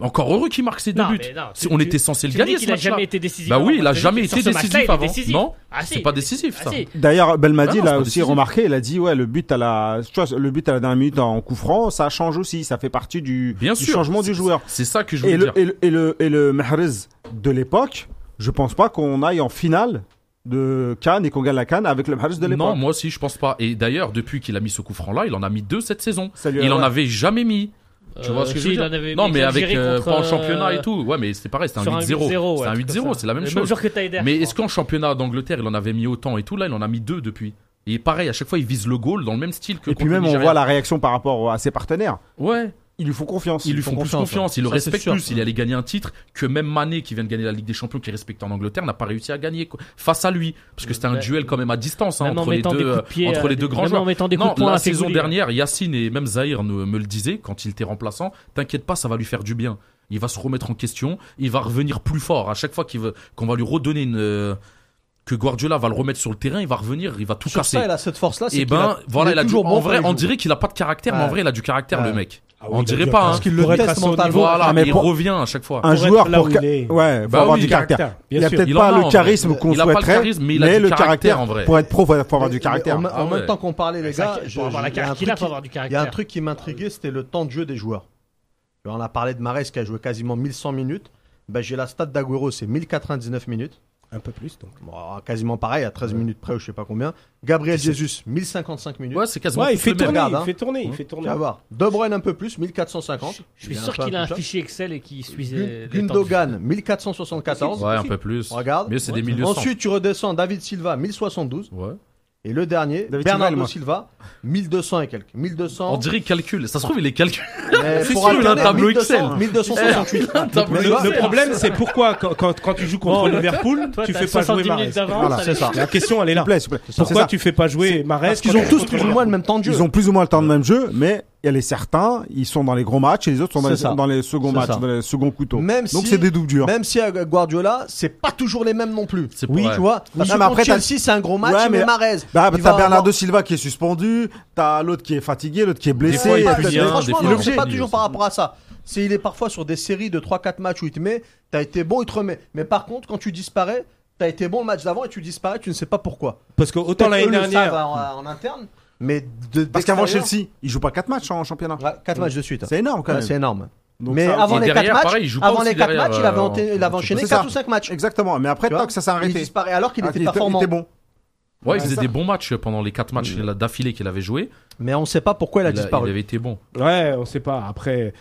Speaker 5: Encore heureux qu'il marque ses deux
Speaker 4: Non,
Speaker 5: buts.
Speaker 4: mais non,
Speaker 5: Si
Speaker 4: tu-
Speaker 5: on
Speaker 4: tu-
Speaker 5: était censé le
Speaker 4: Tu me dis
Speaker 5: gagner, ce
Speaker 4: qu'il a
Speaker 5: match-là.
Speaker 4: jamais été décisif.
Speaker 5: Bah
Speaker 4: avant,
Speaker 5: oui,
Speaker 4: moi,
Speaker 5: il a
Speaker 4: je te
Speaker 5: jamais
Speaker 4: dis,
Speaker 5: été
Speaker 4: sur ce
Speaker 5: décisif
Speaker 4: match-là, il est
Speaker 5: avant. Non,
Speaker 4: Ah, si,
Speaker 5: c'est
Speaker 4: il
Speaker 5: pas
Speaker 4: est
Speaker 5: décisif,
Speaker 4: Ah,
Speaker 5: ça.
Speaker 4: si.
Speaker 1: d'ailleurs Belmadi
Speaker 5: Ah non,
Speaker 1: l'a
Speaker 5: c'est pas
Speaker 1: aussi
Speaker 5: décisif.
Speaker 1: remarqué il a dit ouais le but à la tu vois, le but à la dernière minute en coup franc ça change aussi ça fait partie du,
Speaker 5: Bien
Speaker 1: du
Speaker 5: sûr.
Speaker 1: changement du joueur
Speaker 5: C'est ça que je
Speaker 1: et
Speaker 5: voulais
Speaker 1: le,
Speaker 5: dire.
Speaker 1: et le et le et le Mahrez de l'époque je pense pas qu'on aille en finale de Cannes et qu'on gagne la Cannes avec le Mahrez de
Speaker 5: Non,
Speaker 1: l'époque
Speaker 5: moi aussi, je pense pas. Et d'ailleurs, depuis qu'il a mis ce coup franc-là, il en a mis deux cette saison.
Speaker 1: Ça lui a-
Speaker 5: Il en
Speaker 1: ouais.
Speaker 5: avait jamais mis. Tu
Speaker 4: Euh,
Speaker 5: vois ce que
Speaker 4: si,
Speaker 5: je veux
Speaker 4: il
Speaker 5: dire
Speaker 4: en avait
Speaker 5: Non,
Speaker 4: mis
Speaker 5: mais
Speaker 4: contre
Speaker 5: avec
Speaker 4: l'Algérie
Speaker 5: euh, pas en
Speaker 4: contre,
Speaker 5: championnat
Speaker 4: euh,
Speaker 5: et tout. Ouais, mais c'était pareil, c'était un
Speaker 4: Sur
Speaker 5: 8-0.
Speaker 4: ouais,
Speaker 5: C'était un
Speaker 4: truc comme
Speaker 5: 8-0,
Speaker 4: ça.
Speaker 5: c'est la même
Speaker 4: Le
Speaker 5: chose.
Speaker 4: jour que Taider,
Speaker 5: Mais
Speaker 4: je
Speaker 5: est-ce
Speaker 4: crois.
Speaker 5: qu'en championnat d'Angleterre, il en avait mis autant et tout Là, il en a mis deux depuis. Et pareil, à chaque fois, il vise le goal dans le même style que
Speaker 1: et
Speaker 5: contre
Speaker 1: puis
Speaker 5: le
Speaker 1: même on
Speaker 5: Nigeria.
Speaker 1: voit la réaction par rapport à ses partenaires
Speaker 5: Ouais,
Speaker 1: ils lui font confiance hein.
Speaker 5: ils lui font plus
Speaker 3: confiance,
Speaker 5: confiance, ils le
Speaker 3: Ça, c'est
Speaker 5: respectent
Speaker 3: sûr.
Speaker 5: plus. Il est allé gagner un titre que même Mané, qui vient de gagner la Ligue des Champions, qui est respecté en Angleterre, n'a pas réussi à gagner quoi. face à lui, parce que c'était un
Speaker 4: Ouais.
Speaker 5: duel quand même à distance hein,
Speaker 4: Euh, Même en
Speaker 5: entre les
Speaker 4: mettant des
Speaker 5: deux,
Speaker 4: coups
Speaker 5: euh,
Speaker 4: de pied,
Speaker 5: entre
Speaker 4: euh,
Speaker 5: les deux
Speaker 4: des-
Speaker 5: grands
Speaker 4: même
Speaker 5: joueurs.
Speaker 4: en mettant des
Speaker 5: non,
Speaker 4: coups de poing à
Speaker 5: la
Speaker 4: Fégouli,
Speaker 5: saison
Speaker 4: là.
Speaker 5: dernière, Yacine et même Zahir ne- me le disaient quand il était remplaçant. T'inquiète pas, ça va lui faire du bien. Il va se remettre en question, il va revenir plus fort à chaque fois qu'il veut- qu'on va lui redonner une. euh, que Guardiola va le remettre sur le terrain, il va revenir, il va tout
Speaker 3: Sur
Speaker 5: casser.
Speaker 3: ça, il a cette force-là. c'est
Speaker 5: Et
Speaker 3: qu'il
Speaker 5: ben
Speaker 3: a-
Speaker 5: voilà,
Speaker 3: est
Speaker 5: il a du,
Speaker 3: toujours bon
Speaker 5: en vrai,
Speaker 3: quand il
Speaker 5: on
Speaker 3: joue.
Speaker 5: dirait qu'il a pas de caractère, mais en
Speaker 3: Ouais.
Speaker 5: vrai, il a du caractère
Speaker 3: Ouais.
Speaker 5: le mec.
Speaker 2: Ah oui,
Speaker 5: on
Speaker 2: il a
Speaker 5: dirait
Speaker 2: du
Speaker 5: pas,
Speaker 2: caractère.
Speaker 5: hein.
Speaker 3: Qu'il
Speaker 2: Pour
Speaker 3: le
Speaker 2: être à
Speaker 3: teste
Speaker 2: son
Speaker 3: mentalement.
Speaker 2: niveau.
Speaker 5: Voilà,
Speaker 1: Ah, mais
Speaker 5: mais il
Speaker 1: pour-
Speaker 5: revient à chaque fois.
Speaker 1: un
Speaker 2: Pour être
Speaker 1: joueur
Speaker 2: là
Speaker 1: pour
Speaker 2: où
Speaker 1: ca-
Speaker 2: il est.
Speaker 1: ouais faut
Speaker 5: Bah
Speaker 1: avoir
Speaker 5: oui,
Speaker 1: du caractère,
Speaker 2: bien
Speaker 1: il a
Speaker 2: sûr.
Speaker 1: peut-être
Speaker 5: Il
Speaker 1: pas
Speaker 5: en a,
Speaker 1: le
Speaker 5: en
Speaker 1: charisme
Speaker 5: vrai.
Speaker 1: qu'on
Speaker 5: Il a pas le
Speaker 1: souhaiterait
Speaker 5: charisme, mais il a du
Speaker 1: le
Speaker 5: caractère,
Speaker 1: caractère
Speaker 5: en vrai.
Speaker 1: pour être pro faut faut avoir du
Speaker 3: Mais-
Speaker 1: caractère
Speaker 3: mais En,
Speaker 5: Ah
Speaker 3: en même
Speaker 5: ouais.
Speaker 3: temps qu'on parlait, les
Speaker 4: Mais
Speaker 3: gars,
Speaker 4: ça,
Speaker 3: je-
Speaker 4: pour avoir
Speaker 3: je-
Speaker 4: la
Speaker 3: il y a un
Speaker 4: carte qu'il
Speaker 3: truc
Speaker 4: a, faut
Speaker 3: qui-
Speaker 4: avoir du
Speaker 3: Il y a un
Speaker 4: caractère.
Speaker 3: truc qui m'intriguait, c'était le temps de jeu des joueurs. Tu vois, On a parlé de Marès qui a joué quasiment 1100 minutes. Ben, J'ai la stat d'Aguero, c'est 1099 minutes.
Speaker 2: Un peu plus, donc.
Speaker 3: Bon, alors, quasiment pareil, à 13 minutes près ou je sais pas combien. Gabriel Jesus, 1055 minutes.
Speaker 5: Ouais, c'est quasiment
Speaker 2: Ouais, il
Speaker 5: tous
Speaker 2: fait
Speaker 5: les mêmes.
Speaker 2: tourner,
Speaker 3: regarde,
Speaker 2: il
Speaker 3: hein.
Speaker 2: fait tourner, il
Speaker 5: Mmh.
Speaker 2: fait
Speaker 3: Tu
Speaker 2: tourner.
Speaker 3: vas voir. De Bruyne un peu plus, 1450.
Speaker 4: Je suis
Speaker 3: Il est
Speaker 4: sûr
Speaker 3: un peu
Speaker 4: qu'il a un
Speaker 3: comme ça.
Speaker 4: fichier Excel et qu'il suit.
Speaker 3: Gun-
Speaker 4: euh, les temps de-
Speaker 3: Gundogan, 1474.
Speaker 5: Ouais, un peu plus.
Speaker 3: Regarde.
Speaker 5: Mais c'est des
Speaker 3: Ouais.
Speaker 5: milieux
Speaker 3: Ensuite, tu redescends David Silva, 1072.
Speaker 5: Ouais.
Speaker 3: Et le dernier,
Speaker 1: David
Speaker 3: Bernardo
Speaker 1: Silva,
Speaker 3: Silva, 1200 et quelques. 1200.
Speaker 5: On dirait calcul. Ça se trouve, il est calcul.
Speaker 3: Mais
Speaker 5: C'est
Speaker 3: pour
Speaker 5: sûr, il a un
Speaker 3: alterner,
Speaker 5: tableau
Speaker 3: 1200,
Speaker 5: Excel.
Speaker 3: 1268.
Speaker 5: Un tableau
Speaker 3: Mais
Speaker 2: Le,
Speaker 3: tu vois,
Speaker 2: le problème, c'est pourquoi quand, quand, quand tu joues contre Liverpool,
Speaker 4: Toi,
Speaker 2: tu
Speaker 4: t'as
Speaker 2: fais pas jouer
Speaker 4: 70
Speaker 2: Mahrez.
Speaker 4: minutes d'avance.
Speaker 3: Voilà,
Speaker 4: avec-
Speaker 3: c'est ça.
Speaker 2: La question, elle est
Speaker 1: S'il
Speaker 2: là.
Speaker 1: vous plaît, s'il vous plaît. C'est
Speaker 2: Pourquoi
Speaker 1: ça.
Speaker 2: tu fais pas jouer Mahrez
Speaker 3: Parce qu'ils ont tous plus ou moins le même temps de jeu.
Speaker 1: Ils ont plus ou moins le temps de même jeu, mais il y a les certains, ils sont dans les gros matchs et les autres sont dans,
Speaker 3: C'est
Speaker 1: les,
Speaker 3: ça.
Speaker 1: dans les seconds
Speaker 3: C'est
Speaker 1: matchs,
Speaker 3: ça.
Speaker 1: dans les seconds couteaux.
Speaker 3: Même
Speaker 1: Donc
Speaker 3: si-
Speaker 1: c'est des doubles durs.
Speaker 3: Même si à Guardiola, c'est pas toujours les mêmes non plus.
Speaker 5: C'est
Speaker 3: Oui,
Speaker 5: vrai.
Speaker 3: tu vois. Parce
Speaker 1: Non,
Speaker 3: que
Speaker 1: mais
Speaker 3: contre
Speaker 1: après, t'as-
Speaker 3: Chelsea, c'est un gros match,
Speaker 1: Ouais,
Speaker 3: mais
Speaker 1: mais-
Speaker 3: Marez.
Speaker 1: Bah,
Speaker 3: il
Speaker 1: t'as
Speaker 3: va
Speaker 1: Bernardo
Speaker 3: avoir-
Speaker 1: Silva qui est suspendu, t'as l'autre qui est fatigué, l'autre qui est blessé.
Speaker 5: fois, il
Speaker 1: t'as-
Speaker 5: punit
Speaker 1: t'as-
Speaker 5: un,
Speaker 1: t'as-
Speaker 5: des
Speaker 3: Franchement,
Speaker 5: fois,
Speaker 3: non,
Speaker 5: il
Speaker 3: c'est
Speaker 5: en
Speaker 1: hein.
Speaker 3: pas
Speaker 5: punit
Speaker 3: toujours
Speaker 5: aussi.
Speaker 3: par rapport à ça. C'est il est parfois sur des séries de 3-4 matchs où il te met, t'as été bon, il te remet. Mais par contre, quand tu disparais, t'as été bon le match d'avant et tu disparais, tu ne sais pas pourquoi.
Speaker 2: Parce que autant
Speaker 3: Peut-être
Speaker 2: l'année
Speaker 3: eux le savent hein,
Speaker 2: dernière,
Speaker 3: en, en interne, mais de,
Speaker 1: Parce qu'avant
Speaker 3: d'extérieur,
Speaker 1: Chelsea, ils jouent pas quatre matchs en championnat.
Speaker 3: ouais, quatre matchs de suite.
Speaker 1: C'est énorme quand
Speaker 3: Ouais, C'est
Speaker 1: même.
Speaker 3: énorme.
Speaker 1: Donc
Speaker 3: mais
Speaker 1: ça-
Speaker 3: avant
Speaker 5: Et
Speaker 3: les
Speaker 5: derrière,
Speaker 3: 4 matchs,
Speaker 5: pareil, il joue pas
Speaker 3: avant
Speaker 5: aussi
Speaker 3: les quatre
Speaker 5: derrière,
Speaker 3: matchs, il avait,
Speaker 5: euh,
Speaker 3: enté- il avait enchaîné
Speaker 1: c'est
Speaker 3: 4
Speaker 1: ça.
Speaker 3: ou 5 matchs.
Speaker 1: Exactement. Mais après,
Speaker 3: Tu vois,
Speaker 1: tant que ça s'est
Speaker 3: Il
Speaker 1: arrêté.
Speaker 3: disparaît alors qu'il
Speaker 1: Ah,
Speaker 3: était
Speaker 1: il était- il
Speaker 3: performant.
Speaker 1: était bon.
Speaker 5: Ouais,
Speaker 1: Ouais,
Speaker 5: il faisait
Speaker 1: ça.
Speaker 5: des bons matchs pendant les quatre matchs là, d'affilée qu'il avait joué.
Speaker 3: Mais on ne sait pas pourquoi il a
Speaker 5: il, a- il
Speaker 3: disparu.
Speaker 5: avait été bon.
Speaker 2: ouais, on sait pas. Après,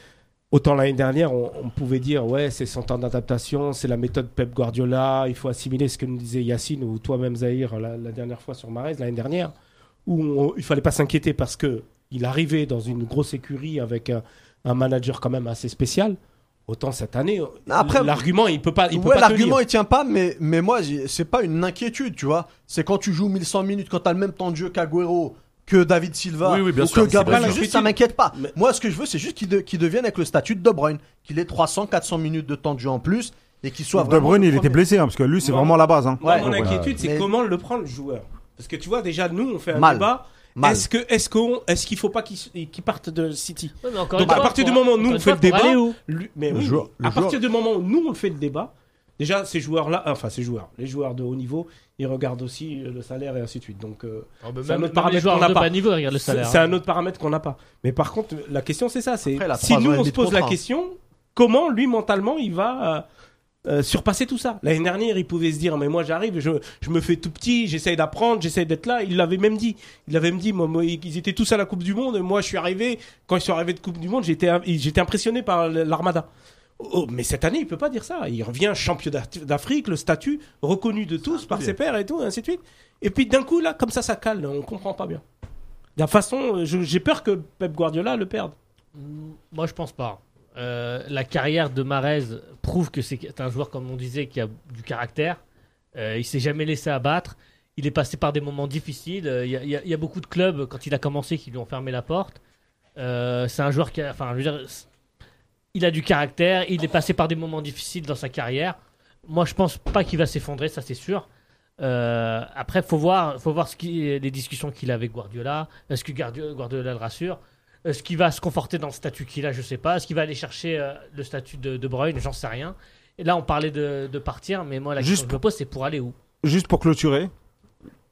Speaker 2: autant l'année dernière, on, on pouvait dire, ouais, c'est son temps d'adaptation, c'est la méthode Pep Guardiola, il faut assimiler ce que nous disait Yacine ou toi-même Zahir la, la dernière fois sur Marez, l'année dernière, où on- il fallait pas s'inquiéter parce que il arrivait dans une grosse écurie avec un, un manager quand même assez spécial. Autant cette année,
Speaker 3: Après-
Speaker 2: l'argument, il peut pas. Il peut
Speaker 3: Ouais,
Speaker 2: pas
Speaker 3: l'argument
Speaker 2: tenir.
Speaker 3: il tient pas, mais, mais moi j'ai- c'est pas une inquiétude, tu vois. C'est quand tu joues 1100 minutes, quand t'as le même temps de jeu qu'Aguero, que David Silva,
Speaker 5: Oui, oui, bien
Speaker 3: ou
Speaker 5: sûr,
Speaker 3: que
Speaker 5: mais c'est pas
Speaker 3: Gabriel
Speaker 5: une
Speaker 3: Jesus,
Speaker 2: inquiétude.
Speaker 3: ça m'inquiète pas.
Speaker 2: Mais-
Speaker 3: Moi ce que je veux, c'est juste qu'il de- qu'il devienne avec le statut de De Bruyne, qu'il ait 300-400 minutes de temps de jeu en plus et qu'il soit
Speaker 1: De
Speaker 3: vraiment
Speaker 1: Bruyne,
Speaker 3: le
Speaker 1: il était
Speaker 3: premier.
Speaker 1: blessé, hein, parce que lui, c'est
Speaker 2: Ouais.
Speaker 1: vraiment la base. Hein.
Speaker 2: Moi,
Speaker 3: Ouais.
Speaker 2: mon
Speaker 3: Ouais.
Speaker 2: inquiétude, c'est
Speaker 3: Mais-
Speaker 2: comment le prend le joueur. Parce que tu vois, déjà, nous, on fait un
Speaker 3: Mal.
Speaker 2: débat.
Speaker 3: Mal.
Speaker 2: Est-ce que, est-ce qu'on, est-ce qu'il faut pas qu'il, s- qu'il parte de City
Speaker 4: Ouais, mais encore
Speaker 2: Donc,
Speaker 4: une
Speaker 2: à
Speaker 4: fois,
Speaker 2: partir
Speaker 4: pour-
Speaker 2: du moment où nous,
Speaker 4: encore
Speaker 2: on
Speaker 4: une
Speaker 2: fait
Speaker 4: fois,
Speaker 2: le
Speaker 4: pour
Speaker 2: débat,
Speaker 4: aller où
Speaker 2: Lui- Mais
Speaker 1: Le
Speaker 2: oui,
Speaker 1: joueur- le
Speaker 2: à
Speaker 1: joueur-
Speaker 2: partir du moment où nous, on le fait le débat, déjà, ces joueurs-là, enfin, ces joueurs, les joueurs de haut niveau, ils regardent aussi euh, le salaire et ainsi de suite. Donc, euh,
Speaker 4: Même,
Speaker 2: C'est un autre
Speaker 4: même les
Speaker 2: paramètre
Speaker 4: joueurs
Speaker 2: qu'on n'a
Speaker 4: de
Speaker 2: pas.
Speaker 4: bas niveau, regarde le
Speaker 2: c'est
Speaker 4: salaire. hein.
Speaker 2: c'est un autre paramètre qu'on n'a pas. Mais par contre, la question, c'est ça. C'est
Speaker 3: Après, elle a
Speaker 2: si
Speaker 3: trois
Speaker 2: nous,
Speaker 3: ans et
Speaker 2: on
Speaker 3: demi
Speaker 2: se
Speaker 3: de
Speaker 2: pose la
Speaker 3: contrat.
Speaker 2: question, comment lui, mentalement, il va euh, euh, surpasser tout ça L'année dernière, il pouvait se dire, mais moi, j'arrive, je, je me fais tout petit, j'essaye d'apprendre, j'essaye d'être là. Il l'avait même dit. Il l'avait même dit, moi, moi, ils étaient tous à la Coupe du Monde. Moi, je suis arrivé, quand ils sont arrivés de Coupe du Monde, j'étais euh, j'étais impressionné par l'Armada. Oh, mais cette année, il peut pas dire ça. Il revient champion d'Af- d'Afrique, le statut reconnu de tous par ses pairs et tout, ainsi de suite. Et puis d'un coup, là, comme ça, ça cale. On comprend pas bien. De la façon, euh, je- j'ai peur que Pep Guardiola le perde.
Speaker 4: Mm, Moi, je pense pas. Euh, la carrière de Marez prouve que c'est un joueur, comme on disait, qui a du caractère. Euh, il s'est jamais laissé abattre. Il est passé par des moments difficiles. Euh, Il y a- il y, a- il y a beaucoup de clubs, quand il a commencé, qui lui ont fermé la porte. Euh, c'est un joueur qui a. Enfin, je veux dire, c'est- il a du caractère. Il est passé par des moments difficiles dans sa carrière. Moi, je pense pas qu'il va s'effondrer, ça, c'est sûr. Euh, après, faut voir, faut voir ce qui, les discussions qu'il a avec Guardiola. Est-ce que Guardio- Guardiola le rassure Est-ce qu'il va se conforter dans le statut qu'il a Je sais pas. Est-ce qu'il va aller chercher euh, le statut de, de Bruyne J'en sais rien. Et là, on parlait de, de partir, mais moi, la
Speaker 1: Juste
Speaker 4: question que je me pose, c'est pour aller où
Speaker 1: Juste pour clôturer,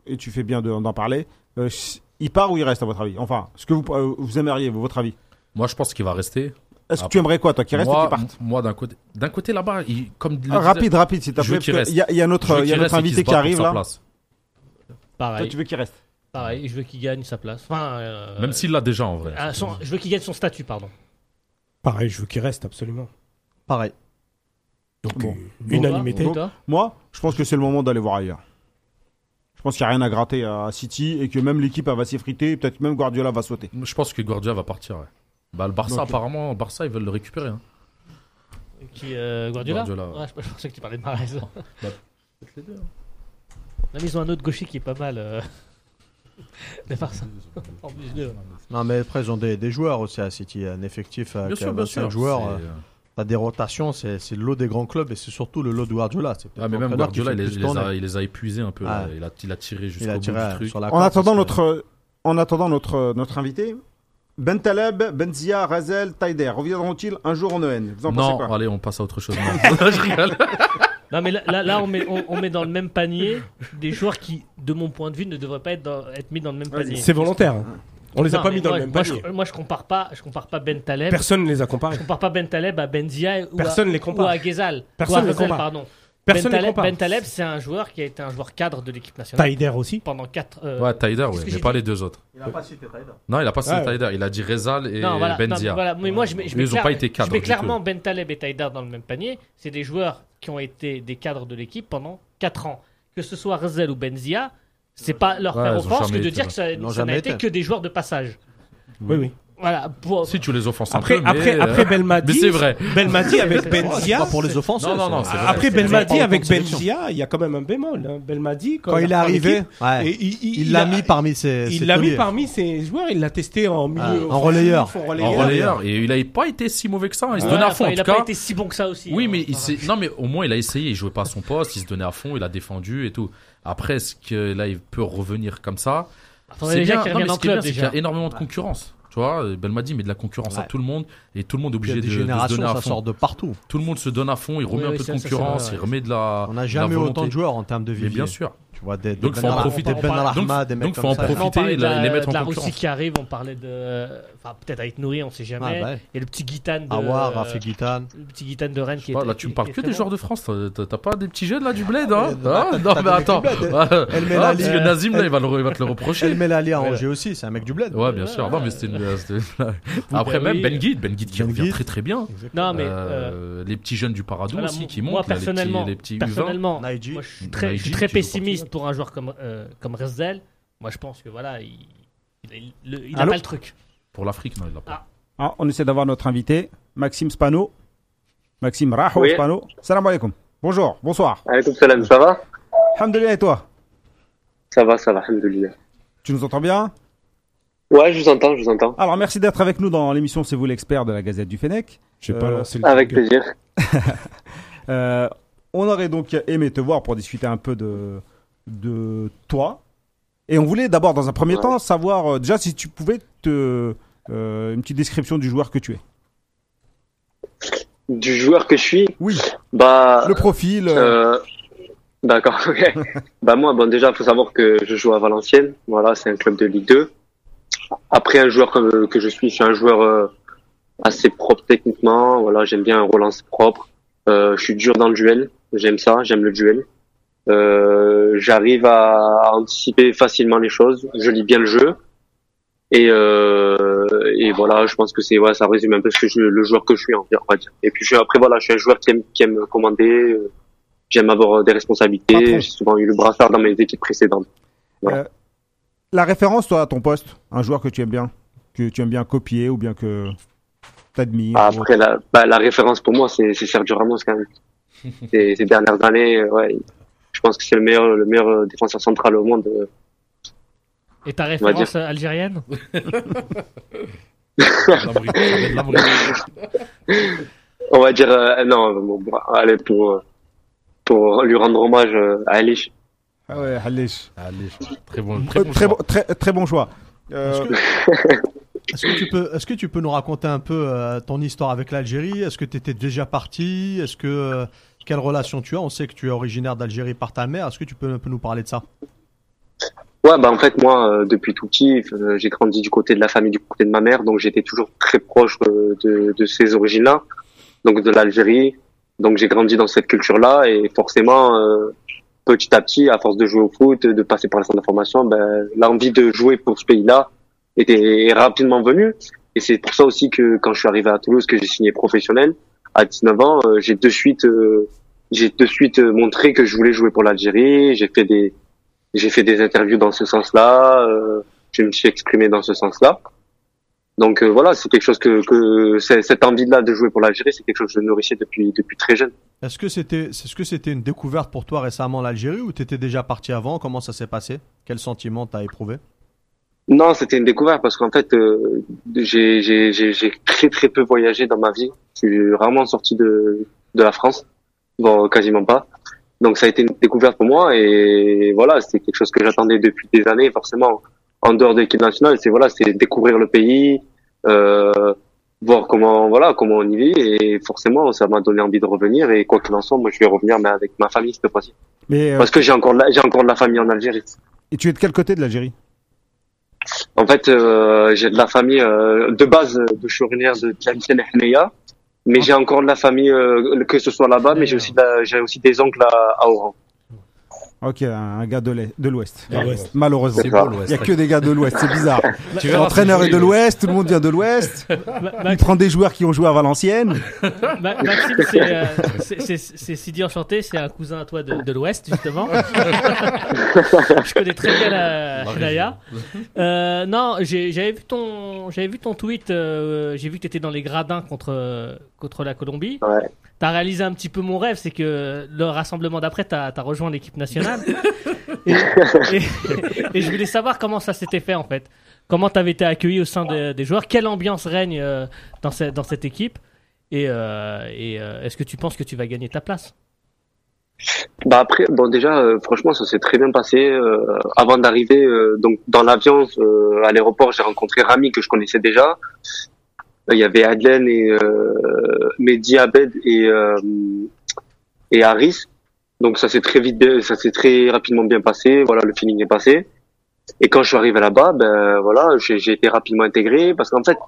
Speaker 1: et tu fais bien de- d'en parler, euh, s- il part ou il reste, à votre avis Enfin, ce que vous, euh, vous aimeriez, vous, votre avis.
Speaker 5: Moi, je pense qu'il va rester.
Speaker 1: Est-ce que
Speaker 5: Ah,
Speaker 1: tu aimerais quoi, toi, qu'il reste ou
Speaker 5: moi,
Speaker 1: qu'il parte
Speaker 5: moi, d'un côté, d'un côté là-bas, il- comme le
Speaker 1: Ah,
Speaker 5: disait-
Speaker 1: Rapide, rapide, s'il te
Speaker 5: Je veux
Speaker 1: plaît.
Speaker 5: qu'il
Speaker 1: parce que Il y a, il y a
Speaker 5: je veux
Speaker 1: notre, il y a notre
Speaker 5: qu'il reste et qu'il se
Speaker 1: invité
Speaker 5: batte
Speaker 1: qui
Speaker 5: pour
Speaker 1: arrive
Speaker 5: sa
Speaker 1: là.
Speaker 5: place.
Speaker 1: Toi,
Speaker 4: Pareil,
Speaker 1: tu veux qu'il reste
Speaker 4: pareil. Je veux qu'il gagne sa place. Enfin, euh,
Speaker 5: Même s'il l'a déjà en vrai.
Speaker 4: ah, son- je veux qu'il gagne son statut, pardon.
Speaker 2: Pareil, je veux qu'il reste absolument.
Speaker 3: Pareil.
Speaker 2: Donc
Speaker 1: Bon.
Speaker 2: euh, unanimité.
Speaker 4: Toi, toi
Speaker 1: Moi, je pense que c'est le moment d'aller voir ailleurs. Je pense qu'il n'y a rien à gratter à City et que même l'équipe elle va s'effriter, et peut-être même Guardiola va sauter.
Speaker 5: Je pense que Guardiola va partir. ouais. Bah, le Barça,
Speaker 1: Donc-
Speaker 5: apparemment, le Barça, ils veulent le récupérer. hein.
Speaker 4: Qui, euh, Guardiola,
Speaker 5: Guardiola, ouais. Bah,
Speaker 4: Ouais, je, je pensais que tu parlais de Marez. Non,
Speaker 5: hein.
Speaker 4: mais ils ont un autre gaucher qui est pas mal. Euh... de par ça. En plus d'eux.
Speaker 3: Non, mais après, ils ont des, des joueurs aussi à City, un effectif à
Speaker 5: Bien
Speaker 1: bah,
Speaker 5: sûr, bien sûr.
Speaker 3: joueurs. euh,
Speaker 5: C'est, euh,
Speaker 3: T'as des rotations, c'est c'est le lot des grands clubs et c'est surtout le lot de Guardiola. C'est peut-être
Speaker 5: Ah, mais même
Speaker 3: l'entraîneur qui
Speaker 5: Guardiola,
Speaker 3: fait le plus
Speaker 5: il les, il les a,
Speaker 3: tourner.
Speaker 5: il les a épuisés un peu.
Speaker 3: Ah.
Speaker 5: là. Il, a, il a tiré
Speaker 3: Il
Speaker 5: jusqu'au
Speaker 3: a
Speaker 5: bout
Speaker 3: tiré
Speaker 5: du
Speaker 3: euh,
Speaker 5: truc.
Speaker 3: sur la
Speaker 1: En
Speaker 3: corde,
Speaker 1: attendant
Speaker 3: parce que-
Speaker 1: notre, en attendant notre, notre invité, Ben Taleb, Benzia, Razel, Taider, reviendront-ils un jour en EN Vous en pensez
Speaker 5: Non,
Speaker 1: quoi
Speaker 5: allez, on passe à autre chose. Non, je rigole.
Speaker 4: Non, mais là, là, là, on, met, on, on met dans le même panier des joueurs qui, de mon point de vue, ne devraient pas être, dans- être mis dans le même
Speaker 1: Vas-y.
Speaker 4: panier.
Speaker 2: C'est volontaire. hein. On les a
Speaker 4: Non,
Speaker 2: pas
Speaker 4: mais
Speaker 2: mis dans
Speaker 4: moi,
Speaker 2: le même
Speaker 4: moi,
Speaker 2: panier.
Speaker 4: Je, moi, je compare pas, je compare pas Ben Taleb.
Speaker 2: Personne ne les a comparés.
Speaker 4: Je compare pas Ben Taleb à Benzia ou à,
Speaker 2: Personne ne les
Speaker 4: ou
Speaker 2: compare.
Speaker 4: à Ghezal.
Speaker 2: Personne
Speaker 4: Ou à
Speaker 2: les
Speaker 4: Ghezal,
Speaker 2: compare.
Speaker 4: pardon.
Speaker 2: Personne ne les
Speaker 4: ben Taleb,
Speaker 2: compare.
Speaker 4: Ben Taleb, c'est un joueur qui a été un joueur cadre de l'équipe nationale
Speaker 2: Taider aussi.
Speaker 4: pendant euh, 4
Speaker 5: Ouais, Taider,
Speaker 4: Qu'est-ce
Speaker 5: ouais,
Speaker 4: que
Speaker 5: mais
Speaker 4: j'ai
Speaker 5: pas
Speaker 4: dit
Speaker 5: les deux autres.
Speaker 3: Il a pas cité Taïda.
Speaker 5: Non, il a pas cité
Speaker 1: Ah,
Speaker 2: Ouais.
Speaker 5: Taider. Il a dit Rezal et
Speaker 4: non, voilà, non,
Speaker 5: Benzia.
Speaker 4: mais voilà. Mais moi, je mets, je
Speaker 5: hein. Ils
Speaker 4: mets
Speaker 5: ont
Speaker 4: clair-
Speaker 5: pas été cadres
Speaker 4: je mets
Speaker 5: du
Speaker 4: clairement Ben Taleb et Taïdar dans le même panier. C'est des joueurs qui ont été des cadres de l'équipe pendant 4 ans. Que ce soit Rezel ou Benzia, c'est pas leur
Speaker 5: Ouais,
Speaker 4: faire
Speaker 5: ils ont
Speaker 4: offense que
Speaker 5: jamais
Speaker 4: de
Speaker 5: été,
Speaker 4: dire que ça
Speaker 3: Ils l'ont
Speaker 4: ça n'a
Speaker 3: jamais
Speaker 4: été
Speaker 3: été.
Speaker 4: que des joueurs de passage.
Speaker 2: Oui, oui.
Speaker 4: Voilà. Pour...
Speaker 5: Si tu les offenses
Speaker 2: Après,
Speaker 5: un peu,
Speaker 2: après,
Speaker 5: mais, euh,
Speaker 2: après Belmadi.
Speaker 5: mais c'est vrai.
Speaker 2: Belmadi avec
Speaker 3: C'est
Speaker 2: Benzia.
Speaker 3: pas pour les Ah. offenses.
Speaker 5: Non, non, non, c'est vrai.
Speaker 2: Après
Speaker 5: C'est vrai.
Speaker 2: Belmadi
Speaker 3: C'est
Speaker 2: avec
Speaker 3: pas en compte de
Speaker 2: Benzia, il y a quand même un bémol. hein. Belmadi,
Speaker 3: Quand il est
Speaker 2: reprend l'équipe,
Speaker 3: arrivé, ouais.
Speaker 2: et il- il-
Speaker 3: il
Speaker 2: il
Speaker 3: l'a
Speaker 2: a-
Speaker 3: mis parmi ses. ses
Speaker 2: Il l'a mis
Speaker 3: tauliers.
Speaker 2: parmi ses joueurs, il l'a testé en milieu.
Speaker 3: Ah, en
Speaker 2: offensif,
Speaker 3: relayeur.
Speaker 2: En
Speaker 5: En
Speaker 2: relayeur.
Speaker 5: relayeur. Et il n'a pas été si mauvais que ça. hein. Il se
Speaker 4: Ouais,
Speaker 5: donnait à
Speaker 4: enfin,
Speaker 5: fond, en
Speaker 4: il
Speaker 5: tout
Speaker 4: a pas
Speaker 5: cas.
Speaker 4: été si bon que ça aussi.
Speaker 5: Oui,
Speaker 4: hein.
Speaker 5: mais il
Speaker 4: Enfin,
Speaker 5: s'est- non, mais au moins il a essayé. Il jouait pas à son poste. Il se donnait à fond. Il a défendu et tout. Après, est-ce que là, il peut revenir comme ça
Speaker 4: faudrait déjà qu'il
Speaker 5: Non, mais
Speaker 4: revienne
Speaker 5: ce
Speaker 4: en
Speaker 5: qui est
Speaker 4: club,
Speaker 5: bien, c'est qu'il y
Speaker 4: déjà.
Speaker 5: a énormément de concurrence. Tu vois, euh, Belmadi met de la concurrence à
Speaker 3: Ouais.
Speaker 5: tout le monde et tout le monde est
Speaker 3: Il y a
Speaker 5: obligé
Speaker 3: des
Speaker 5: de, de se
Speaker 3: générations,
Speaker 5: donner à
Speaker 3: ça
Speaker 5: fond.
Speaker 3: sort de partout.
Speaker 5: Tout le monde se donne à fond, il remet
Speaker 4: Oui,
Speaker 5: un
Speaker 4: oui,
Speaker 5: peu
Speaker 4: ça,
Speaker 5: de
Speaker 4: ça, c'est vrai,
Speaker 5: concurrence,
Speaker 4: ouais.
Speaker 5: il remet de la.
Speaker 3: On n'a
Speaker 5: de
Speaker 3: jamais
Speaker 5: la
Speaker 3: eu
Speaker 5: volonté.
Speaker 3: autant de joueurs en termes de
Speaker 5: Mais
Speaker 3: vivier.
Speaker 5: bien sûr.
Speaker 3: Tu vois, des, des
Speaker 5: Donc, faut en
Speaker 3: Benrahma,
Speaker 5: profiter.
Speaker 3: des Ben Arma, des mecs
Speaker 5: donc, faut en
Speaker 3: comme ça.
Speaker 5: profiter.
Speaker 4: on parlait
Speaker 5: et
Speaker 4: de
Speaker 5: la-
Speaker 4: la,
Speaker 5: les mettre en
Speaker 4: de la
Speaker 5: concurrence.
Speaker 4: Russie qui arrive, on parlait de. Enfin, peut-être avec Nourri, on sait jamais.
Speaker 3: Ah, bah ouais.
Speaker 4: Et le petit Guitane de.
Speaker 3: Awar, Rafi Guitane.
Speaker 4: le petit Guitane de Rennes qui
Speaker 5: Je sais pas,
Speaker 4: est.
Speaker 5: là, tu me parles
Speaker 4: qui est
Speaker 5: que
Speaker 4: très
Speaker 5: des
Speaker 4: bon.
Speaker 5: joueurs de France. T'as t'as- t'as pas des petits jeunes là du bled, hein
Speaker 3: mais
Speaker 5: Hein Non, mais attends. Ah,
Speaker 3: El Melali.
Speaker 5: Parce que Nazim, là,
Speaker 3: El-
Speaker 5: il va le re- il va te le reprocher.
Speaker 3: El Melali à
Speaker 5: Ouais.
Speaker 3: Angers aussi, c'est un mec du bled.
Speaker 5: Ouais, bien sûr. Non, mais c'était une. euh, c'était une blague.
Speaker 4: Oui,
Speaker 5: Après,
Speaker 4: bah
Speaker 5: même
Speaker 4: oui.
Speaker 5: Ben Guide, Ben Guide qui
Speaker 3: Ben
Speaker 5: revient
Speaker 3: Guide.
Speaker 5: très très bien.
Speaker 4: Non, mais. euh,
Speaker 5: Euh, Les petits jeunes du Paradou
Speaker 4: Voilà,
Speaker 5: aussi
Speaker 4: moi-
Speaker 5: qui
Speaker 4: moi,
Speaker 5: montent. là, les petits-
Speaker 4: personnellement,
Speaker 5: Les petits U20.
Speaker 4: personnellement moi,
Speaker 3: Naiji.
Speaker 4: je suis très, je
Speaker 5: Naiji,
Speaker 4: suis très
Speaker 5: qui joue au
Speaker 4: pessimiste
Speaker 5: Portugal.
Speaker 4: pour un joueur comme, euh, comme Rezdel. Moi, je pense que voilà, il, il, il- le- il a
Speaker 1: Allô
Speaker 4: pas le truc.
Speaker 5: Pour l'Afrique, non, il l'a pas.
Speaker 1: Ah, On essaie d'avoir notre invité, Maxime Spano. Maxime Rahou,
Speaker 6: Oui.
Speaker 1: Spano. Salam alaikum. Bonjour, bonsoir.
Speaker 6: Alaykoum salam, ça va
Speaker 1: Alhamdulillah et toi
Speaker 6: Ça va, ça va, alhamdoulilah.
Speaker 1: Tu nous entends bien
Speaker 6: Ouais, je vous entends, je vous entends.
Speaker 1: Alors merci d'être avec nous dans l'émission C'est vous l'expert de la Gazette du Fennec.
Speaker 2: Je vais pas
Speaker 1: Euh,
Speaker 2: lancer le
Speaker 6: Avec
Speaker 2: jingle.
Speaker 6: plaisir.
Speaker 1: Euh, on aurait donc aimé te voir pour discuter un peu de, de toi. Et on voulait d'abord, dans un premier
Speaker 6: Ouais.
Speaker 1: temps, savoir euh, déjà si tu pouvais te. euh, une petite description du joueur que tu es.
Speaker 6: Du joueur que je suis,
Speaker 1: Oui,
Speaker 6: bah.
Speaker 1: le profil. euh,
Speaker 6: Euh, D'accord, ok. bah moi, bon déjà, faut savoir que je joue à Valenciennes. Voilà, c'est un club de Ligue 2. Après, un joueur que, que je suis, je suis un joueur euh, assez propre techniquement. Voilà, j'aime bien un relance propre. Euh, je suis dur dans le duel. J'aime ça, j'aime le duel. Euh, J'arrive à anticiper facilement les choses. Je lis bien le jeu. Et, euh, et voilà, je pense que c'est ouais, ça résume un peu ce que je- le joueur que je suis, on va dire. Et puis je, après voilà, je suis un joueur qui aime, qui aime commander, euh, j'aime avoir euh, des
Speaker 1: Patron.
Speaker 6: responsabilités. J'ai souvent eu le brassard dans mes équipes précédentes.
Speaker 1: la référence, toi, à ton poste, un joueur que tu aimes bien, que tu aimes bien copier ou bien que t'admires. ou-
Speaker 6: Après la, bah, la référence pour moi, c'est c'est Sergio Ramos quand même. ces, ces dernières années, euh, ouais, je pense que c'est le meilleur, le meilleur euh, défenseur central au monde. euh.
Speaker 4: Et ta
Speaker 6: dire-
Speaker 4: référence euh, algérienne
Speaker 5: La Maurit- ça va être la Mauritanie.
Speaker 6: On va dire euh, non, bon, bon, allez pour euh, pour lui rendre hommage euh, à Elish.
Speaker 1: Ah ouais, Halish.
Speaker 5: Allez, très bon,
Speaker 1: Euh,
Speaker 5: très bon.
Speaker 1: très,
Speaker 5: choix.
Speaker 1: bon, très, très bon choix. Euh,
Speaker 3: Est-ce que... Est-ce que tu peux, est-ce que tu peux nous raconter un peu euh, ton histoire avec l'Algérie Est-ce que tu étais déjà parti Est-ce que euh, quelle relation tu as On sait que tu es originaire d'Algérie par ta mère. Est-ce que tu peux un peu nous parler de ça
Speaker 6: Ouais, bah en fait moi euh, depuis tout petit, euh, j'ai grandi du côté de la famille, du côté de ma mère, donc j'étais toujours très proche euh, de, de ces origines-là, donc de l'Algérie. Donc j'ai grandi dans cette culture-là et forcément, euh, petit à petit, à force de jouer au foot, de passer par les centres de formation, ben, l'envie de jouer pour ce pays-là était est rapidement venue. Et c'est pour ça aussi que quand je suis arrivé à Toulouse, que j'ai signé professionnel à 19 ans, euh, j'ai de suite, euh, j'ai de suite euh, montré que je voulais jouer pour l'Algérie. J'ai fait des j'ai fait des interviews dans ce sens-là, euh, je me suis exprimé dans ce sens-là. Donc euh, voilà, c'est quelque chose que, que c'est- cette envie-là de jouer pour l'Algérie, c'est quelque chose que je nourrissais depuis depuis très jeune.
Speaker 3: Est-ce que c'était, est-ce que c'était une découverte pour toi récemment l'Algérie ou t'étais déjà parti avant Comment ça s'est passé Quel sentiment t'as éprouvé
Speaker 6: Non, c'était une découverte parce qu'en fait, euh, j'ai j'ai- j'ai- j'ai très très peu voyagé dans ma vie. Je suis rarement sorti de, de la France, bon, quasiment pas. Donc ça a été une découverte pour moi et voilà, c'était quelque chose que j'attendais depuis des années. Forcément, en dehors de l'équipe nationale, c'est voilà, c'est découvrir le pays, euh, voir comment voilà comment on y vit et forcément, ça m'a donné envie de revenir et quoi qu'il en soit, moi je vais revenir mais avec ma famille cette fois-ci
Speaker 1: mais euh,
Speaker 6: parce que j'ai encore de la- j'ai encore de la famille en Algérie.
Speaker 1: et tu es de quel côté de l'Algérie
Speaker 6: En fait, euh, j'ai de la famille euh, de base euh, de Chourinière de Tlemcen et Hmeya, mais j'ai encore de la famille euh, que ce soit là-bas, mais j'ai aussi de la- j'ai aussi des oncles à, à Oran.
Speaker 1: Ok, un un gars de l'Est- de l'Ouest.
Speaker 2: De l'Ouest.
Speaker 1: Malheureusement.
Speaker 5: C'est
Speaker 6: ça.
Speaker 5: beau
Speaker 1: Il
Speaker 5: l'Ouest.
Speaker 1: n'y a que des gars de l'Ouest, c'est bizarre.
Speaker 5: Tu verras,
Speaker 1: L'entraîneur
Speaker 5: c'est
Speaker 1: est de
Speaker 5: joli,
Speaker 1: l'Ouest, tout le monde vient de l'Ouest.
Speaker 4: Ma-
Speaker 1: Il
Speaker 4: Max-
Speaker 1: prend des joueurs qui ont joué à Valenciennes.
Speaker 4: Ma- Maxime, c'est, euh, c'est- c'est c'est Sidi Enchanté, c'est un cousin à toi de, de l'Ouest, justement. Je connais très bien la
Speaker 5: La
Speaker 4: Hinaya.
Speaker 5: hein.
Speaker 4: Euh, non, j'ai- j'avais vu, ton- j'avais vu ton tweet, euh, j'ai vu que tu étais dans les gradins contre, euh, contre la Colombie.
Speaker 6: Ouais.
Speaker 4: T'as réalisé un petit peu mon rêve, c'est que le rassemblement d'après, t'as as rejoint l'équipe nationale. et, et- et je voulais savoir comment ça s'était fait en fait. Comment t'avais été accueilli au sein de- des joueurs Quelle ambiance règne euh, dans, ce- dans cette équipe Et, euh, et, euh, est-ce que tu penses que tu vas gagner ta place
Speaker 6: Bah après, bon déjà, euh, franchement, ça s'est très bien passé. euh, avant d'arriver, euh, donc dans l'avion euh, à l'aéroport, j'ai rencontré Rami que je connaissais déjà. Euh, Il y avait Adlen et euh, Mehdi Abed et euh, et Harris. Donc ça s'est très vite, bien- ça s'est très rapidement bien passé. Voilà, le feeling est passé. Et quand je suis arrivé là-bas, ben voilà, j'ai j'ai été rapidement intégré parce qu'en fait,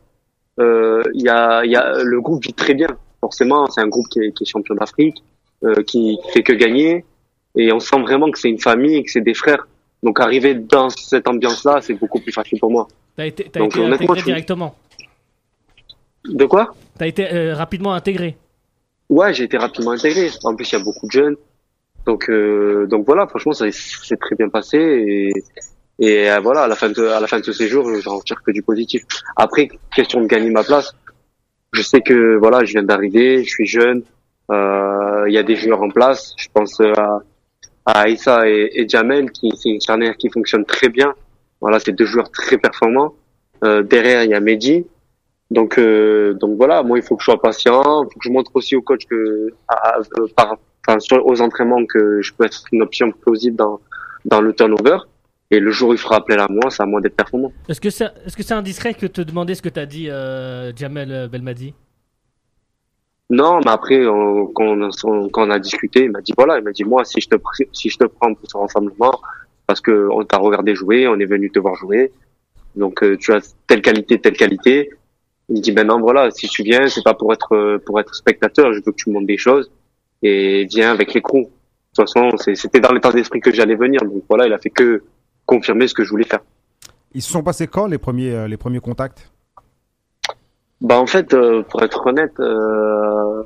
Speaker 6: euh, il y a, il y a le groupe vit très bien. Forcément, c'est un groupe qui est, qui est champion d'Afrique, euh, qui fait que gagner. Et on sent vraiment que c'est une famille, que c'est des frères. Donc arriver dans cette ambiance-là, c'est beaucoup plus facile pour moi.
Speaker 4: T'as été, t'as
Speaker 6: Donc,
Speaker 4: été
Speaker 6: honnêtement,
Speaker 4: intégré
Speaker 6: je-
Speaker 4: directement.
Speaker 6: De quoi
Speaker 4: T'as été euh, rapidement intégré.
Speaker 6: Ouais, j'ai été rapidement intégré. En plus, il y a beaucoup de jeunes. Donc, euh, donc voilà, franchement, ça s'est très bien passé. Et, et euh, voilà, à la fin de, à la fin de ce séjour, j'en retire que du positif. Après, question de gagner ma place. Je sais que voilà, je viens d'arriver, je suis jeune. Euh, Il y a des joueurs en place. Je pense euh, à, à Issa et, et Jamel, qui c'est une charnière qui fonctionne très bien. Voilà, c'est deux joueurs très performants. Euh, derrière, il y a Mehdi. Donc, euh, donc voilà, moi, il faut que je sois patient. Il faut que je montre aussi au coach que, à- à- euh, par, enfin, sur, aux entraînements que je peux être une option plausible dans, dans le turnover. Et le jour où il fera appel à moi, c'est à moi d'être performant.
Speaker 4: Est-ce que c'est est -ce indiscret que te demander ce que t'as dit, euh, Jamel euh, Belmadi
Speaker 6: Non, mais après, on- quand, on, a- quand on a discuté, il m'a dit voilà, il m'a dit moi, si je te, pr- si je te prends pour ce rassemblement, parce que on t'a regardé jouer, on est venu te voir jouer, donc euh, tu as telle qualité, telle qualité. Il me dit ben non, voilà, si tu viens, c'est pas pour être euh, pour être spectateur, je veux que tu montes des choses et viens avec les crews. De toute façon, c'est- c'était dans l'état d'esprit que j'allais venir, donc voilà, il a fait que confirmer ce que je voulais faire.
Speaker 1: Ils se sont passés quand les premiers, euh, les premiers contacts
Speaker 6: Bah en fait, euh, pour être honnête, euh,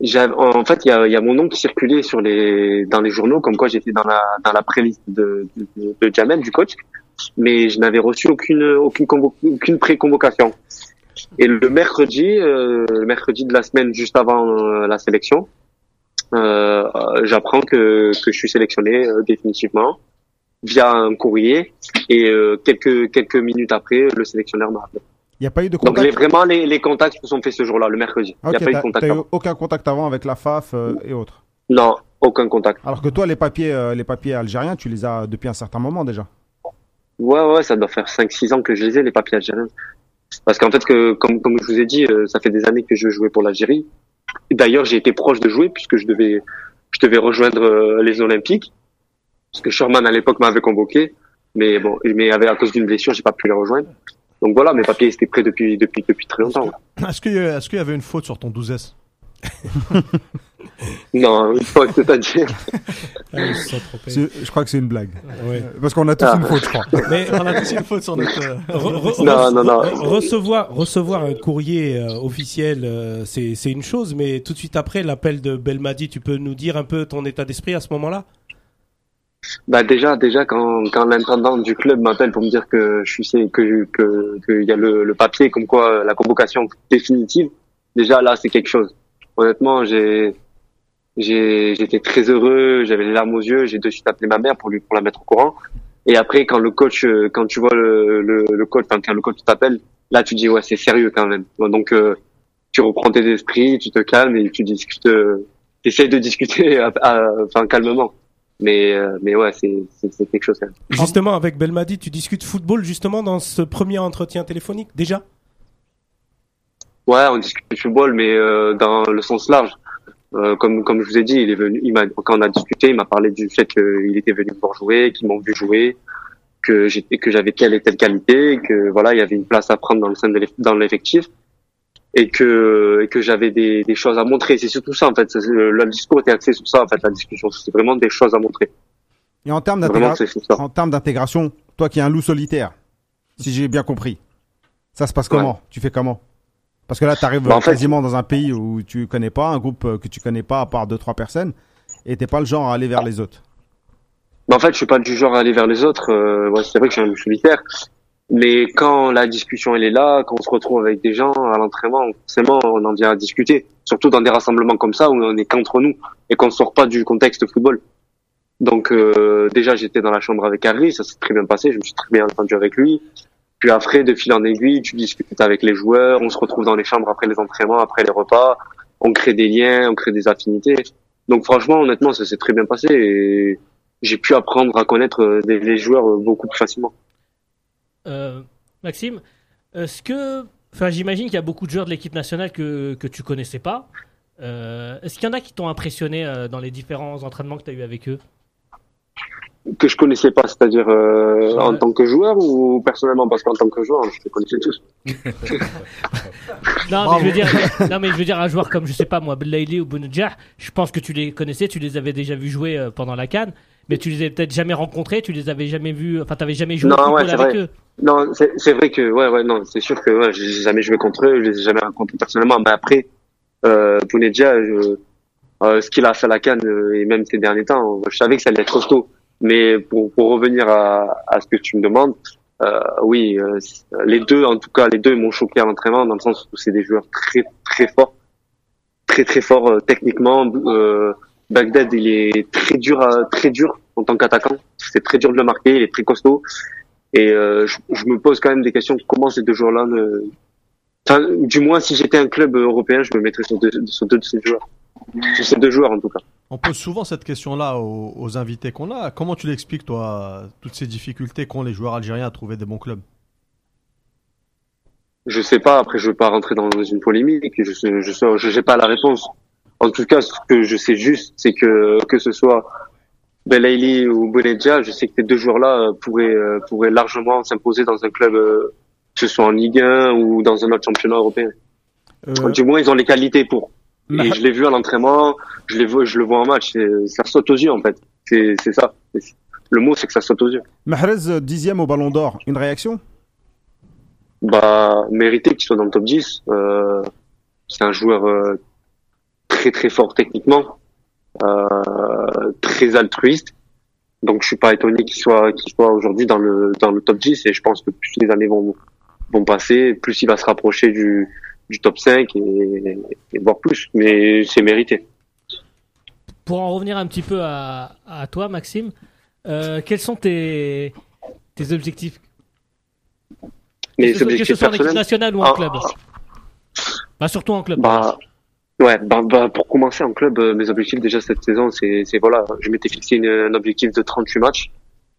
Speaker 6: j'avais- en fait il y a, il y a mon nom qui circulait sur les dans les journaux comme quoi j'étais dans la dans la préliste de, de, de Jamel du coach, mais je n'avais reçu aucune aucune convo- aucune pré-convocation. Et le mercredi, euh, le mercredi de la semaine juste avant euh, la sélection, euh, euh, j'apprends que que je suis sélectionné euh, définitivement via un courrier et euh, quelques quelques minutes après le sélectionneur m'a appelé.
Speaker 1: Il n'y a pas eu de
Speaker 6: Donc
Speaker 1: contact
Speaker 6: les, vraiment, les, les contacts se sont faits ce jour-là, le mercredi. Il
Speaker 1: Ah,
Speaker 6: n'y
Speaker 1: ok,
Speaker 6: a pas eu de
Speaker 1: t'as-
Speaker 6: contact
Speaker 1: t'as eu
Speaker 6: avant.
Speaker 1: aucun contact avant avec la FAF euh, et autres.
Speaker 6: Non, aucun contact.
Speaker 1: Alors que toi, les papiers, euh, les papiers algériens, tu les as depuis un certain moment déjà.
Speaker 6: Ouais, ouais, ça doit faire 5-6 ans que je les ai, les papiers algériens. Parce qu'en fait, que, comme, comme je vous ai dit, euh, ça fait des années que je jouais pour l'Algérie. Et D'ailleurs, j'ai été proche de jouer puisque je devais, je devais rejoindre euh, les Olympiques. Parce que Sherman, à l'époque, m'avait convoqué. Mais bon, mais avec, à cause d'une blessure, j'ai pas pu les rejoindre. Donc voilà, mes papiers étaient prêts depuis, depuis, depuis très longtemps. ouais.
Speaker 3: Est-ce qu'il y, a- est-ce qu'il y avait une faute sur ton 12S
Speaker 6: Non, une fois, c'est-à-dire.
Speaker 2: Ah, ils se sont trompés.
Speaker 1: C'est- Je crois que c'est une blague.
Speaker 2: Ouais.
Speaker 1: Euh, Parce qu'on a tous
Speaker 6: Ah.
Speaker 1: une faute, je crois.
Speaker 2: Mais
Speaker 3: On a tous une faute sur notre. euh,
Speaker 2: Re- re-
Speaker 6: Non,
Speaker 2: re-
Speaker 6: non, non.
Speaker 2: re- Recevoir, recevoir un courrier euh, officiel, euh, c'est c'est une chose, mais tout de suite après, l'appel de Belmadi, tu peux nous dire un peu ton état d'esprit à ce moment-là
Speaker 6: Bah déjà, déjà quand, quand l'intendant du club m'appelle pour me dire que je suis sé- que que qu'il y a le, le papier comme quoi euh, la convocation définitive, déjà là c'est quelque chose. Honnêtement, j'ai j'ai j'étais très heureux, j'avais les larmes aux yeux, j'ai de suite appelé ma mère pour lui pour la mettre au courant. Et après quand le coach, euh, quand tu vois le le, le coach, enfin quand le coach t'appelle, là tu dis ouais c'est sérieux quand même. Donc euh, tu reprends tes esprits, tu te calmes et tu discutes, euh, t'essayes de discuter à- à- enfin calmement. Mais, euh, mais ouais, c'est c'est- c'est quelque chose. hein. quand même.
Speaker 2: Justement, avec Belmadi, tu discutes football justement dans ce premier entretien téléphonique, déjà
Speaker 6: Ouais, on discute football, mais euh, dans le sens large. Euh, comme, comme je vous ai dit, il est venu, il m'a, quand on a discuté, il m'a parlé du fait qu'il était venu me voir jouer, qu'ils m'ont vu jouer, que j'étais, que j'avais telle et telle qualité, que voilà, il y avait une place à prendre dans le sein de l'eff- dans l'effectif, et que, et que j'avais des, des choses à montrer. C'est surtout ça, en fait. C'est- Le, le discours était axé sur ça, en fait, la discussion. C'est vraiment des choses à montrer.
Speaker 1: Et en termes
Speaker 6: Vraiment,
Speaker 1: d'intégra-
Speaker 6: c'est c'est ça.
Speaker 1: en termes d'intégration, toi qui es un loup solitaire, si j'ai bien compris, ça se passe comment Tu fais comment Parce que là, tu arrives
Speaker 6: Bah, en fait-
Speaker 1: quasiment dans un pays où tu connais pas, un groupe euh, que tu connais pas à part deux trois personnes, et t'es pas le genre à aller vers les autres.
Speaker 6: Mais Bah, en fait, je suis pas du genre à aller vers les autres. Euh, ouais, c'est vrai que je suis un loup solitaire. Mais quand la discussion elle est là, quand on se retrouve avec des gens à l'entraînement, forcément on en vient à discuter. Surtout dans des rassemblements comme ça où on est qu'entre nous et qu'on sort pas du contexte football. Donc euh, déjà j'étais dans la chambre avec Harry, ça s'est très bien passé, je me suis très bien entendu avec lui. Puis après, de fil en aiguille, tu discutes avec les joueurs, on se retrouve dans les chambres après les entraînements, après les repas, on crée des liens, on crée des affinités. Donc franchement, honnêtement, ça s'est très bien passé et j'ai pu apprendre à connaître euh, des- les joueurs euh, beaucoup plus facilement.
Speaker 4: Euh, Maxime, est-ce que. Enfin, j'imagine qu'il y a beaucoup de joueurs de l'équipe nationale que, que tu connaissais pas. Euh, est-ce qu'il y en a qui t'ont impressionné euh, dans les différents entraînements que tu as eu avec eux
Speaker 6: Que je connaissais pas, c'est-à-dire euh, en
Speaker 4: Ouais.
Speaker 6: tant que joueur ou personnellement, parce qu'en tant que joueur, je les connaissais tous.
Speaker 4: non mais,
Speaker 3: Bravo.
Speaker 4: je veux dire, non, mais je veux dire, un joueur comme, je sais pas moi, Blayley ou Bounedjah, je pense que tu les connaissais, tu les avais déjà vus jouer euh, pendant la Cannes, mais tu les avais peut-être jamais rencontrés, tu les avais jamais vus. Enfin, tu n'avais jamais joué au
Speaker 6: Non,
Speaker 4: football
Speaker 6: ouais, c'est
Speaker 4: avec
Speaker 6: vrai.
Speaker 4: eux.
Speaker 6: Non, c'est c'est vrai que ouais, ouais, non, c'est sûr que ouais, j'ai jamais joué contre eux, je les ai jamais rencontrés personnellement, mais après, euh, Bounedjah, je- euh, ce qu'il a fait à la canne et même ces derniers temps, je savais que ça allait être costaud. Mais pour, pour revenir à, à ce que tu me demandes, euh, oui, euh, c- les deux, en tout cas, les deux m'ont choqué à l'entraînement dans le sens où c'est des joueurs très très forts, très très fort euh, techniquement. Euh, Bagdad, il est très dur, à- très dur en tant qu'attaquant. C'est très dur de le marquer. Il est très costaud. Et euh, je, je me pose quand même des questions. Comment ces deux joueurs-là ne... Enfin, du moins, si j'étais un club européen, je me mettrais sur deux, sur deux de ces joueurs. Sur ces deux joueurs, en tout cas.
Speaker 3: On pose souvent cette question-là aux, aux invités qu'on a. Comment tu l'expliques, toi, toutes ces difficultés qu'ont les joueurs algériens à trouver des bons clubs
Speaker 6: Je sais pas. Après, je veux pas rentrer dans une polémique. Je sais, je sais, je j'ai pas la réponse. En tout cas, ce que je sais juste, c'est que que ce soit Belaïli ou Bonedja, je sais que ces deux joueurs-là euh, pourraient euh, pourraient largement s'imposer dans un club, euh, que ce soit en Ligue 1 ou dans un autre championnat européen.
Speaker 1: Euh,
Speaker 6: Du moins, ils ont les qualités pour.
Speaker 1: Nah.
Speaker 6: Et je l'ai vu à l'entraînement, je les vois, je le vois en match. c'est- Ça saute aux yeux, en fait. C'est c'est ça. C'est- Le mot, c'est que ça saute aux yeux.
Speaker 1: Mahrez, euh, dixième au Ballon d'Or. Une réaction
Speaker 6: bah, mérité qu'il soit dans le top 10. Euh, c'est un joueur euh, très très fort techniquement, euh, très altruiste. Donc je suis pas étonné qu'il soit qu'il soit aujourd'hui dans le dans le top 10 et je pense que plus les années vont vont passer, plus il va se rapprocher du du top 5 et, et voire plus. Mais c'est mérité.
Speaker 4: Pour en revenir un petit peu à, à toi, Maxime, euh, quels sont tes, tes objectifs
Speaker 6: Mais
Speaker 4: Que ce soit- Que ce soit en équipe nationale ou en
Speaker 6: Ah,
Speaker 4: club Bah, surtout en club.
Speaker 6: Bah, ouais, bah, bah, pour commencer en club, euh, mes objectifs déjà cette saison, c'est, c'est voilà, je m'étais fixé une- un objectif de 38 matchs,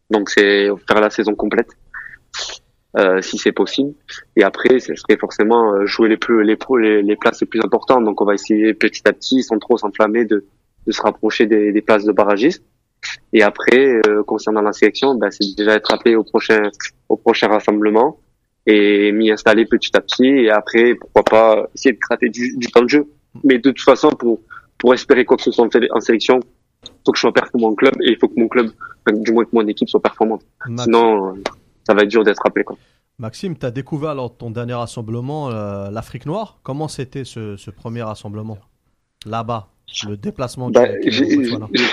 Speaker 6: donc c'est faire la saison complète, euh, si c'est possible. Et après, ce serait forcément euh, jouer les plus, les pro, les, les places les plus importantes. Donc on va essayer petit à petit, sans trop s'enflammer, de, de se rapprocher des, des places de barragistes. Et après, euh, concernant la sélection, bah, c'est déjà être appelé au prochain, au prochain rassemblement et m'y installer petit à petit et après pourquoi pas essayer de gratter du, du temps de jeu mais de toute façon pour pour espérer quoi que ce soit en, sé- en sélection faut que je sois performant en club et il faut que mon club enfin, du moins que mon équipe soit performante
Speaker 3: Max-
Speaker 6: sinon euh, ça va être dur d'être appelé quoi
Speaker 3: Maxime, tu as découvert lors de ton dernier rassemblement euh, l'Afrique noire. Comment c'était ce, ce premier rassemblement Là-bas, le déplacement
Speaker 6: Bah,
Speaker 3: du- du
Speaker 6: j'ai-
Speaker 3: Botswana.
Speaker 6: j'ai-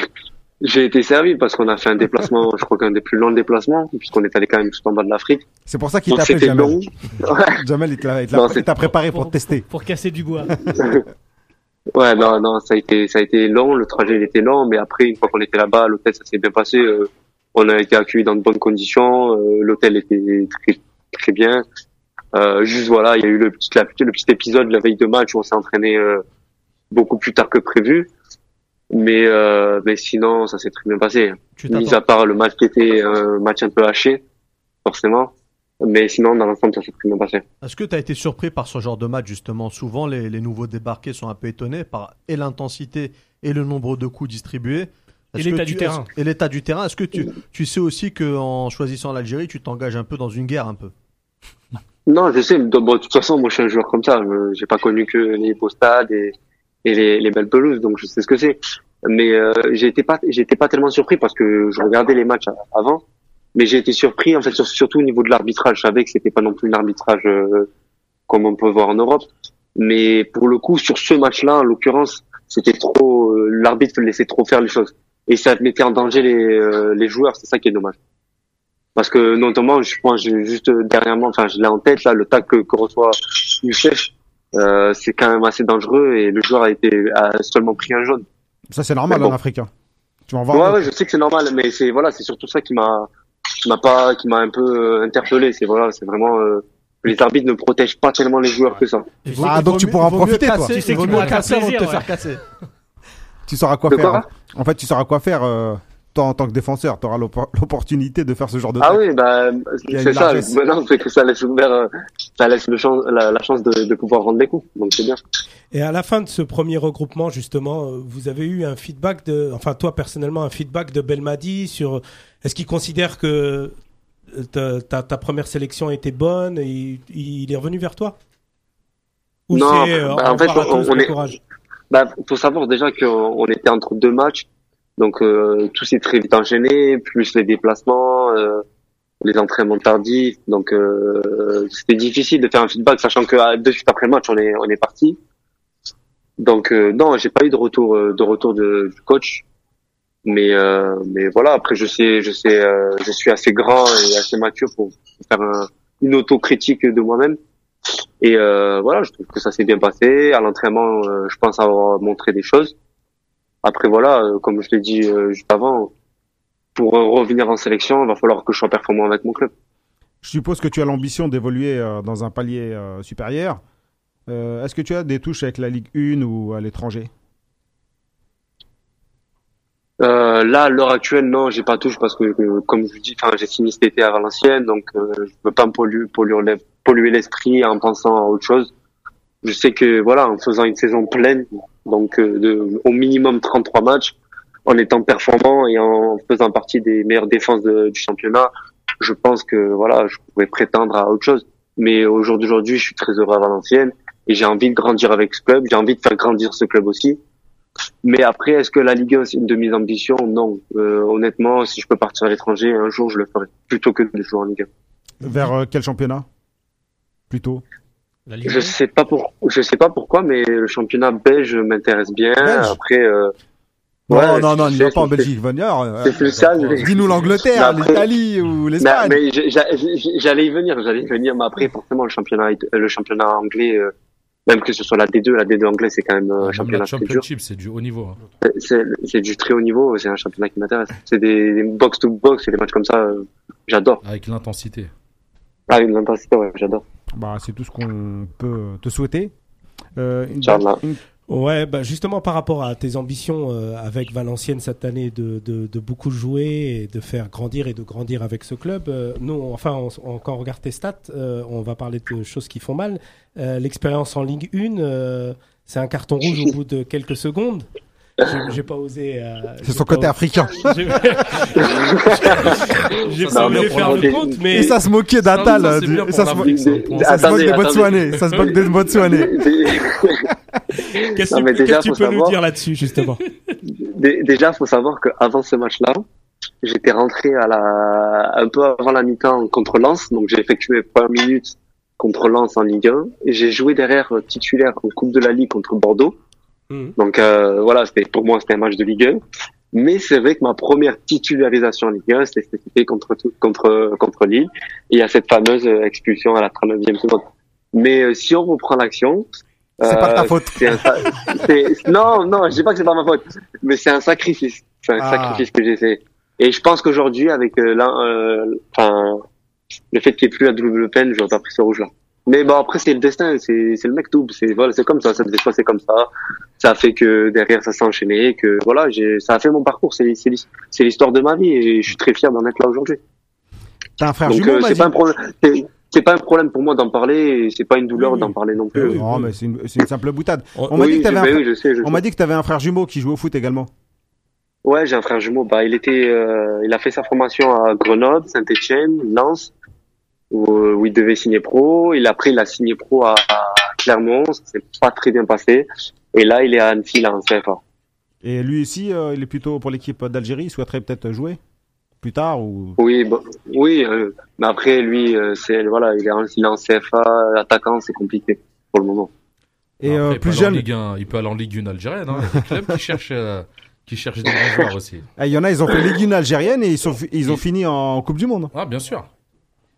Speaker 6: j'ai été servi parce qu'on a fait un déplacement je crois qu'un des plus longs déplacements puisqu'on est allé quand même tout en bas de l'Afrique
Speaker 1: C'est pour ça qu'il
Speaker 6: donc
Speaker 1: t'appelle
Speaker 6: c'était long
Speaker 1: Jamel. Jamel, il te l'a- il te
Speaker 6: Non,
Speaker 1: l'a-
Speaker 6: c'est-
Speaker 1: il t'a préparé pour
Speaker 4: Pour-
Speaker 1: te tester.
Speaker 4: Pour casser du bois.
Speaker 6: Ouais, non, non, ça a été, ça a été long. Le trajet, il était long, mais après, une fois qu'on était là-bas, à l'hôtel, ça s'est bien passé. euh, on a été accueillis dans de bonnes conditions. euh, l'hôtel était très, très bien. Euh, juste voilà, il y a eu le petit, la- le petit épisode la veille de match où on s'est entraîné euh, beaucoup plus tard que prévu. Mais, euh, mais sinon, ça s'est très bien passé.
Speaker 3: Tu
Speaker 6: Mis à
Speaker 3: t'attends-
Speaker 6: part le match qui était euh, un match un peu haché, forcément. Mais sinon, dans l'ensemble, ça s'est très bien passé.
Speaker 3: Est-ce que tu as été surpris par ce genre de match justement Souvent, les, les nouveaux débarqués sont un peu étonnés par et l'intensité et le nombre de coups distribués.
Speaker 2: Et
Speaker 3: Est-ce que
Speaker 2: l'état
Speaker 3: tu-
Speaker 2: du terrain.
Speaker 3: est-ce- Et l'état du terrain. Est-ce que
Speaker 6: Mm.
Speaker 3: tu, tu sais aussi qu'en choisissant l'Algérie, tu t'engages un peu dans une guerre un peu
Speaker 6: Non, je sais. mais de- bon, de toute façon, moi, je suis un joueur comme ça. Je- J'ai pas connu que les beaux stades et, et les, les belles pelouses, donc je sais ce que c'est. Mais euh, j'étais pas, j'étais pas tellement surpris parce que je regardais les matchs a- avant. Mais j'ai été surpris, en fait, sur- surtout au niveau de l'arbitrage. Je savais que c'était pas non plus un arbitrage euh, comme on peut voir en Europe. Mais pour le coup, sur ce match-là, en l'occurrence, c'était trop. euh, L'arbitre laissait trop faire les choses et ça mettait en danger les, euh, les joueurs. C'est ça qui est dommage parce que notamment je pense j'ai juste euh, dernièrement enfin je l'ai en tête là le tac que, que reçoit Youssef euh, c'est quand même assez dangereux et le joueur a été a seulement pris un jaune
Speaker 1: Ça, c'est normal
Speaker 6: Mais bon.
Speaker 1: en Afrique. hein. Tu vas en voir.
Speaker 6: ouais
Speaker 1: un
Speaker 6: ouais
Speaker 1: autre.
Speaker 6: je sais que c'est normal mais c'est voilà c'est surtout ça qui m'a qui m'a pas qui m'a un peu euh, interpellé c'est voilà c'est vraiment euh, les arbitres ne protègent pas tellement les joueurs que ça
Speaker 1: Ah, donc tu pourras en profiter, toi.
Speaker 4: Tu sais
Speaker 3: il vaut
Speaker 4: que tu
Speaker 3: mieux
Speaker 4: pourras te
Speaker 3: casser
Speaker 4: faire
Speaker 3: avant de te
Speaker 4: plaisir,
Speaker 3: faire casser.
Speaker 1: Tu sauras quoi
Speaker 6: De
Speaker 1: faire.
Speaker 6: quoi
Speaker 1: hein. En fait, tu sauras quoi faire. euh, Toi, en tant que défenseur, tu auras l'opportunité de faire ce genre de
Speaker 6: ah
Speaker 1: truc.
Speaker 6: oui bah
Speaker 1: Il y a
Speaker 6: c'est
Speaker 1: une
Speaker 6: ça
Speaker 1: largesse.
Speaker 6: maintenant c'est que ça laisse ouvert euh, ça laisse le chance la, la chance de, de pouvoir rendre des coups donc c'est bien
Speaker 2: Et à la fin de ce premier regroupement, justement, euh, vous avez eu un feedback de, enfin toi personnellement, un feedback de Belmadi sur euh, est-ce qu'il considère que euh, ta, ta- ta première sélection était bonne et il, il est revenu vers toi Ou
Speaker 6: Non,
Speaker 2: c'est euh,
Speaker 6: bah,
Speaker 2: au
Speaker 6: en fait,
Speaker 2: revoir à
Speaker 6: on-
Speaker 2: tous,
Speaker 6: on
Speaker 2: bon
Speaker 6: est-
Speaker 2: courage
Speaker 6: Bah, faut savoir déjà qu'on on était entre deux matchs, donc euh, tout s'est très vite enchaîné, plus les déplacements, euh, les entraînements tardifs, donc euh, c'était difficile de faire un feedback, sachant que ah, de suite après le match on est on est parti. Donc euh, non, j'ai pas eu de retour euh, de retour de, du coach, mais euh, mais voilà. Après je sais je sais euh, je suis assez grand et assez mature pour faire un- une autocritique de moi-même. Et euh, voilà, je trouve que ça s'est bien passé. À l'entraînement, euh, je pense avoir montré des choses. Après voilà, euh, comme je l'ai dit euh, juste avant, pour euh, revenir en sélection, il va falloir que je sois performant avec mon club.
Speaker 1: Je suppose que tu as l'ambition d'évoluer euh, dans un palier euh, supérieur. Euh, Est-ce que tu as des touches avec la Ligue 1 ou à l'étranger
Speaker 6: Euh, là, à l'heure actuelle, non, j'ai pas touche parce que, euh, comme je vous dis, enfin, j'ai signé cet été à Valenciennes, donc euh, je veux pas me polluer, polluer, l'es- polluer l'esprit en pensant à autre chose. Je sais que voilà, en faisant une saison pleine, donc euh, de, au minimum 33 matchs, en étant performant et en faisant partie des meilleures défenses de- du championnat, je pense que voilà, je pourrais prétendre à autre chose. Mais au jour d'aujourd'hui, je suis très heureux à Valenciennes et j'ai envie de grandir avec ce club, j'ai envie de faire grandir ce club aussi. Mais après, est-ce que la Ligue 1, c'est une de mes ambitions Non. Euh, honnêtement, si je peux partir à l'étranger, un jour, je le ferai. Plutôt que de jouer en Ligue 1.
Speaker 1: Vers euh, quel championnat Plutôt.
Speaker 4: La Ligue
Speaker 6: Je sais pas pour, je sais pas pourquoi, mais le championnat belge m'intéresse bien.
Speaker 1: Belge
Speaker 6: Après, euh,
Speaker 1: Non,
Speaker 6: Ouais,
Speaker 1: non, non,
Speaker 6: c'est-
Speaker 1: il va pas en
Speaker 6: c'est-
Speaker 1: Belgique, va venir. euh,
Speaker 6: c'est plus ça. je-
Speaker 1: Dis-nous l'Angleterre,
Speaker 6: Mais après-
Speaker 1: l'Italie ou
Speaker 6: Mais,
Speaker 1: l'Espagne.
Speaker 6: mais j'ai- j'ai- j'ai- j'allais y venir, j'allais y venir. Mais après, forcément, le championnat, it- le championnat anglais, euh, même que ce soit la D2, la D2 anglais, c'est quand même euh, un championnat
Speaker 5: La
Speaker 6: très dur.
Speaker 5: Championship, c'est du haut niveau. hein.
Speaker 6: C'est- c'est c'est du très haut niveau. C'est un championnat qui m'intéresse. C'est des, des box to box, et des matchs comme ça. euh, j'adore.
Speaker 5: Avec l'intensité.
Speaker 6: Ah, une intensité, ouais, j'adore.
Speaker 1: Bah, c'est tout ce qu'on peut te souhaiter. Euh, une-
Speaker 6: Inch'Allah.
Speaker 1: une-
Speaker 2: Ouais, bah justement par rapport à tes ambitions euh, avec Valenciennes cette année de, de, de beaucoup jouer et de faire grandir et de grandir avec ce club, euh, nous, enfin, on, on- quand on regarde tes stats, euh, on va parler de choses qui font mal. Euh, L'expérience en Ligue 1, euh, c'est un carton rouge au bout de quelques secondes. J'ai- J'ai pas osé. euh, j'ai
Speaker 1: C'est son
Speaker 2: pas
Speaker 1: côté africain.
Speaker 2: osé- J'ai j'ai pas
Speaker 5: Ça, c'est
Speaker 2: voulu
Speaker 5: bien
Speaker 2: faire
Speaker 6: pour
Speaker 2: le
Speaker 6: la-
Speaker 2: compte, mais
Speaker 1: Et ça se moquait d'Atal.
Speaker 5: Ça, ça, c'est
Speaker 1: du-
Speaker 5: bien pour
Speaker 1: et euh, ça se mo-
Speaker 5: l'Afrique.
Speaker 1: et Ah, ça se moque des Botswanais. Ça se moque des Botswanais.
Speaker 2: qu'est-ce
Speaker 6: Non,
Speaker 2: que
Speaker 6: mais
Speaker 2: qu'est-ce
Speaker 6: déjà,
Speaker 2: que tu
Speaker 6: faut
Speaker 2: peux nous
Speaker 6: savoir-
Speaker 2: dire là-dessus, justement
Speaker 6: Dé- Déjà, faut savoir qu'avant ce match-là, j'étais rentré à la, un peu avant la mi-temps contre Lens, donc j'ai effectué mes premières minutes contre Lens en Ligue 1. Et J'ai joué derrière euh, titulaire en Coupe de la Ligue contre Bordeaux.
Speaker 2: Mhm.
Speaker 6: Donc euh, voilà, c'était pour moi c'était un match de Ligue 1. Mais c'est vrai que ma première titularisation en Ligue 1, c'était cet été contre tout- contre contre Lille. Et il y a cette fameuse euh, expulsion à la 39e seconde. Mais euh, si on reprend l'action,
Speaker 1: C'est pas de ta
Speaker 6: euh,
Speaker 1: faute.
Speaker 6: c'est un sa- c'est- non, non, je dis pas que c'est pas ma faute, mais c'est un sacrifice. C'est un
Speaker 1: Ah.
Speaker 6: sacrifice que j'ai fait. Et je pense qu'aujourd'hui, avec euh, l'un- euh, enfin, le fait qu'il n'y ait plus la double peine, j'aurais pas pris ce rouge-là. Mais bon, après, c'est le destin, c'est c'est le mec double, c'est voilà, c'est comme ça, ça devait se passer comme ça. Ça a fait que derrière, ça s'est enchaîné, que voilà, j'ai- ça a fait mon parcours, c'est c'est l'his- c'est l'histoire de ma vie et je suis très fier d'en être là aujourd'hui.
Speaker 1: T'as un frère
Speaker 6: Donc,
Speaker 1: jumeau,
Speaker 6: euh,
Speaker 1: m'a
Speaker 6: c'est
Speaker 1: dit.
Speaker 6: pas un problème, c'est- c'est pas un problème pour moi d'en parler, et c'est pas une douleur
Speaker 2: Oui, oui.
Speaker 6: d'en parler non
Speaker 2: Ah
Speaker 6: plus.
Speaker 2: oui.
Speaker 1: Non, Oh, mais c'est une, c'est une simple boutade.
Speaker 2: On-
Speaker 1: Euh, On m'a
Speaker 6: Oui,
Speaker 1: dit que t'avais
Speaker 6: je-
Speaker 1: un
Speaker 6: bah
Speaker 1: fr-
Speaker 6: oui, je sais, je
Speaker 1: on m'a dit que t'avais un frère jumeau qui jouait au foot également.
Speaker 6: Ouais, j'ai un frère jumeau. Bah, il était, euh, il a fait sa formation à Grenoble, Saint-Étienne, Lens, où, euh, où il devait signer pro. Il après, il a signé pro à, à Clermont. Ça s'est pas très bien passé. Et là, il est à Annecy, là, en CFA.
Speaker 1: Et lui aussi, euh, il est plutôt pour l'équipe d'Algérie. Il souhaiterait peut-être jouer plus tard ou.
Speaker 6: Oui, bon, oui. euh, mais après, lui, euh, c'est voilà, il est, en, il est en CFA, attaquant, c'est compliqué pour le moment.
Speaker 1: Et
Speaker 5: Après,
Speaker 1: euh,
Speaker 5: il peut
Speaker 1: plus
Speaker 5: aller en
Speaker 1: jeune,
Speaker 5: Ligue 1, il peut aller en Ligue 1 algérienne. hein. Il y a des clubs qui cherchent, euh, qui cherchent des bons joueurs aussi.
Speaker 1: Ah, il y en a, ils ont fait Ligue 1 algérienne et ils, sont, ils ont fini en Coupe du Monde.
Speaker 5: Ah, bien sûr.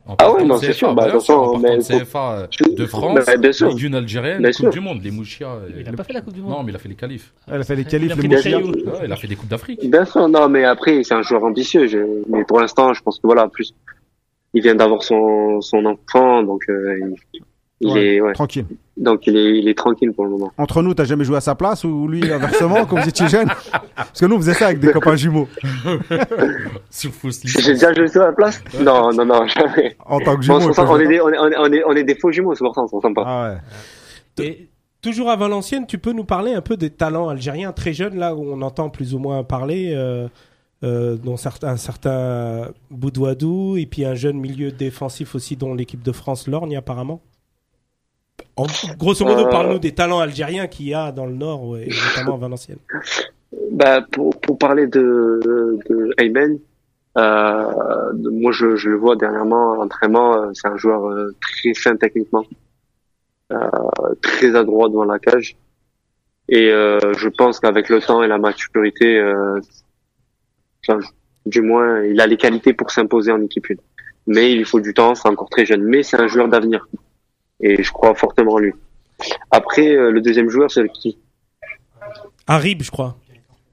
Speaker 5: En
Speaker 6: Ah ouais,
Speaker 5: partant de
Speaker 6: non, c'est
Speaker 5: CFA,
Speaker 6: sûr, bah,
Speaker 5: bien
Speaker 6: de toute
Speaker 5: sûr, en
Speaker 6: façon,
Speaker 5: partant de
Speaker 6: mais faut-
Speaker 5: CFA euh,
Speaker 6: tu-
Speaker 5: de France,
Speaker 6: Bah, bien sûr.
Speaker 5: Ligue 1 algérienne,
Speaker 6: Bien
Speaker 5: Coupe
Speaker 6: sûr.
Speaker 5: du Monde, les Mouchia. euh,
Speaker 4: Il a
Speaker 5: le-
Speaker 4: pas fait la Coupe du Monde.
Speaker 5: Non, mais il a fait les qualifs. Ah
Speaker 1: Elle a fait les
Speaker 4: Il
Speaker 1: qualifs,
Speaker 4: a
Speaker 1: les
Speaker 4: pris
Speaker 1: mondiaux.
Speaker 4: des cailloux.
Speaker 5: Ouais, il a fait des Coupes d'Afrique.
Speaker 6: Bien sûr, non, mais après, c'est un joueur ambitieux. Je... Mais pour l'instant, je pense que voilà, en plus, il vient d'avoir son son enfant, donc euh, il, il
Speaker 1: Ouais.
Speaker 6: est ouais.
Speaker 1: Tranquille.
Speaker 6: Donc il est, il est tranquille pour le moment.
Speaker 1: Entre nous, t'as jamais joué à sa place ou lui inversement quand vous étiez jeune Parce que nous, on faisait ça avec des copains jumeaux
Speaker 5: Sur fausse
Speaker 6: J'ai
Speaker 5: licence.
Speaker 6: déjà joué sur la place Non, non, non, jamais.
Speaker 1: en tant que
Speaker 6: Bon,
Speaker 1: jumeaux.
Speaker 6: on,
Speaker 1: on
Speaker 6: s'entend-
Speaker 1: faisait
Speaker 6: on est des, on, est, on, est, on, est, on est des faux jumeaux, c'est pour ça, on s'entend pas.
Speaker 1: Ah ouais.
Speaker 4: Et-
Speaker 2: Toujours à Valenciennes, tu peux nous parler un peu des talents algériens très jeunes, là où on entend plus ou moins parler, euh, euh, dont certains, un certain Boudouadou, et puis un jeune milieu défensif aussi dont l'équipe de France lorgne apparemment. En- grosso modo,
Speaker 6: Euh.
Speaker 2: parle-nous des talents algériens qu'il y a dans le Nord, ouais, et notamment à Valenciennes.
Speaker 6: Bah, pour, pour parler de, de Ayman, euh, de- moi je, je le vois dernièrement à l'entraînement, euh, c'est un joueur euh, très fin techniquement, euh, très adroit devant la cage. Et euh, je pense qu'avec le temps et la maturité, euh, enfin, du moins, il a les qualités pour s'imposer en équipe 1. Mais il lui faut du temps, c'est encore très jeune. Mais c'est un joueur d'avenir. Et je crois fortement en lui. Après, euh, le deuxième joueur, c'est qui
Speaker 2: Harib, je crois.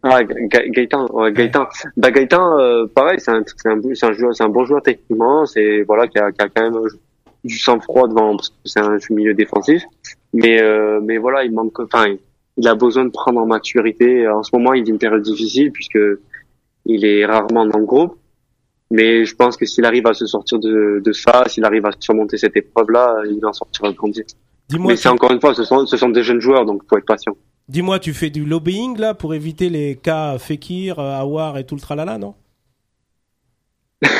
Speaker 6: Ah, Ga- Gaëtan, ouais, Gaëtan. Bah, Gaëtan, euh, pareil, c'est un, c'est un, c'est un joueur, c'est un bon joueur techniquement, c'est, voilà, qui a, qui a quand même euh, du sang-froid devant, parce que c'est un milieu défensif. Mais, euh, mais voilà, il manque, enfin, il a besoin de prendre en maturité. En ce moment, il vit une période difficile puisque il est rarement dans le groupe. Mais je pense que s'il arrive à se sortir de, de ça, s'il arrive à surmonter cette épreuve-là, il en sortira grandi.
Speaker 2: Dis-moi,
Speaker 6: Mais
Speaker 2: tu-
Speaker 6: c'est encore une fois, ce sont, ce sont des jeunes joueurs, donc faut être patient.
Speaker 2: dis-moi, tu fais du lobbying là pour éviter les cas Fekir, euh, Awar et tout le tralala, non
Speaker 4: Ouais,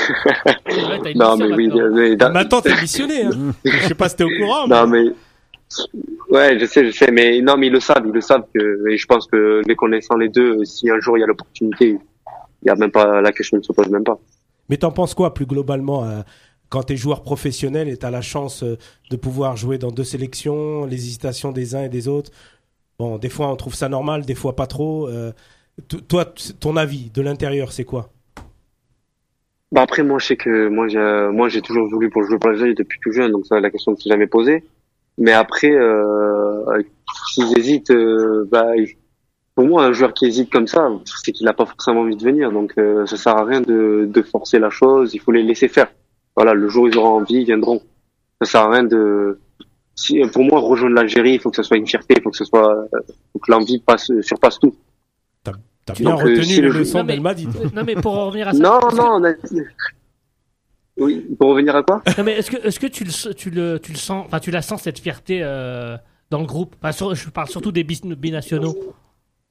Speaker 4: t'as une
Speaker 6: Non,
Speaker 4: mission
Speaker 6: mais oui,
Speaker 4: maintenant.
Speaker 6: mais da-
Speaker 2: Maintenant, t'es missionné. Hein. je sais pas si t'es au courant.
Speaker 6: Euh, Non,
Speaker 2: mais-
Speaker 6: mais. Ouais, je sais, je sais, mais non, mais ils le savent, ils le savent que, et je pense que les connaissant les deux, euh, si un jour il y a l'opportunité, il y a même pas, la question ne se pose même pas.
Speaker 2: Mais t'en penses quoi plus globalement euh, quand t'es joueur professionnel et t'as la chance euh, de pouvoir jouer dans deux sélections, les hésitations des uns et des autres Bon, des fois on trouve ça normal, des fois pas trop. euh, t- toi, t- ton avis de l'intérieur, c'est quoi
Speaker 6: Bah après, moi, je sais que, moi, j'ai, moi, j'ai toujours voulu pour jouer pour l'Algérie depuis tout jeune, donc ça, la question ne s'est jamais posée. Mais après, euh, s'ils hésitent, euh, bah, il- pour moi, un joueur qui hésite comme ça, c'est qu'il n'a pas forcément envie de venir. Donc, euh, ça sert à rien de, de forcer la chose. Il faut les laisser faire. Voilà, le jour où ils auront envie, ils viendront. Ça sert à rien de. Si, pour moi, rejoindre l'Algérie, il faut que ce soit une fierté, il faut que ce soit, euh, faut que l'envie passe, surpasse tout.
Speaker 2: T'as
Speaker 6: Tu-
Speaker 2: bien
Speaker 6: donc, euh,
Speaker 2: retenu
Speaker 6: si
Speaker 2: les
Speaker 6: le jeu-
Speaker 2: leçons
Speaker 4: Non, mais-
Speaker 2: d'Elmadi. toi.
Speaker 4: Non, mais pour en revenir à Ah, ça.
Speaker 6: Non,
Speaker 4: parce que-
Speaker 6: non, on a... oui. Pour revenir à quoi
Speaker 4: Non, mais est-ce que, est-ce que tu, le, s- tu, le, tu le sens, enfin, tu la sens cette fierté euh, dans le groupe Enfin, sur- Je parle surtout des bis- binationaux.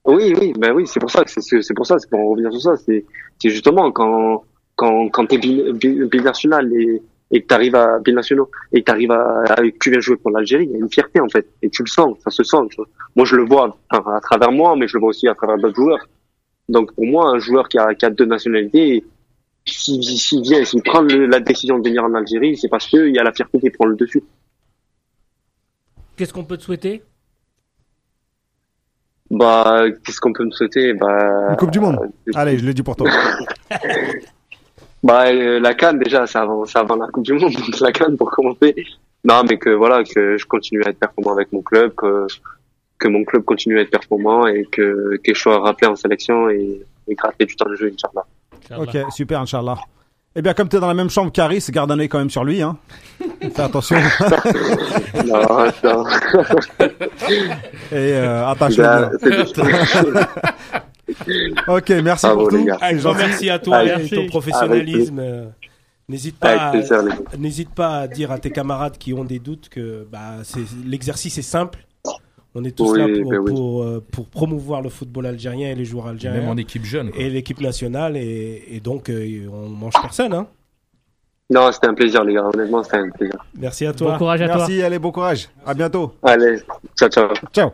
Speaker 6: Oui, oui, ben oui, c'est pour ça, que c'est- c'est c'est pour ça, c'est pour en revenir sur ça, c'est c'est justement quand quand quand t'es bi- bi- binational et et que t'arrives à binationaux et que t'arrives à, à- que tu viens jouer pour l'Algérie, il y a une fierté en fait et tu le sens, ça se sent. tu vois. Moi, je le vois enfin, à travers moi, mais je le vois aussi à travers d'autres joueurs. Donc pour moi, un joueur qui a qui a deux nationalités, s'il s'il vient, s'il prend le- la décision de venir en Algérie, c'est parce que il y a la fierté qui prend le dessus.
Speaker 4: Qu'est-ce qu'on peut te souhaiter
Speaker 6: Bah, qu'est-ce qu'on peut me souhaiter Bah,
Speaker 1: Une Coupe du Monde.
Speaker 6: euh,
Speaker 1: Allez, je l'ai dit pour toi.
Speaker 6: Bah euh, la canne déjà, c'est avant, c'est avant la Coupe du Monde, donc la canne pour commencer. Non, mais que voilà, que je continue à être performant avec mon club, que, que mon club continue à être performant et que, que je sois rappelé en sélection et, et gratter du temps de jeu, Inch'Allah.
Speaker 1: ok, super, Inch'Allah. Eh bien, comme t'es dans la même chambre qu'Aris, garde un œil quand même sur lui. Hein. Fais attention
Speaker 6: Non, non,
Speaker 1: et euh, attache
Speaker 6: là,
Speaker 1: le
Speaker 6: c'est-
Speaker 1: Ok, merci
Speaker 2: Ah,
Speaker 1: pour
Speaker 6: Bravo, Oh, les
Speaker 1: tout.
Speaker 6: gars.
Speaker 2: Un
Speaker 1: C'est
Speaker 2: grand
Speaker 1: gentil.
Speaker 2: merci à toi
Speaker 6: Avec-
Speaker 2: et ton professionnalisme. euh, N'hésite pas,
Speaker 6: Avec plaisir,
Speaker 2: à-
Speaker 6: les gars.
Speaker 2: n'hésite pas à dire à tes camarades qui ont des doutes que bah, c'est- l'exercice est simple. On est tous
Speaker 6: Oui,
Speaker 2: là pour,
Speaker 6: ben oui.
Speaker 2: pour, euh, pour promouvoir le football algérien et les joueurs
Speaker 5: Même
Speaker 2: algériens
Speaker 5: en équipe jeune. quoi.
Speaker 2: et l'équipe nationale et, et donc euh, on mange personne. Hein.
Speaker 6: non c'était un plaisir, les gars. Honnêtement, c'était un plaisir.
Speaker 2: Merci à toi.
Speaker 4: Bon courage à toi.
Speaker 1: Merci, allez, bon courage. À bientôt.
Speaker 6: Allez, ciao, ciao.
Speaker 1: Ciao.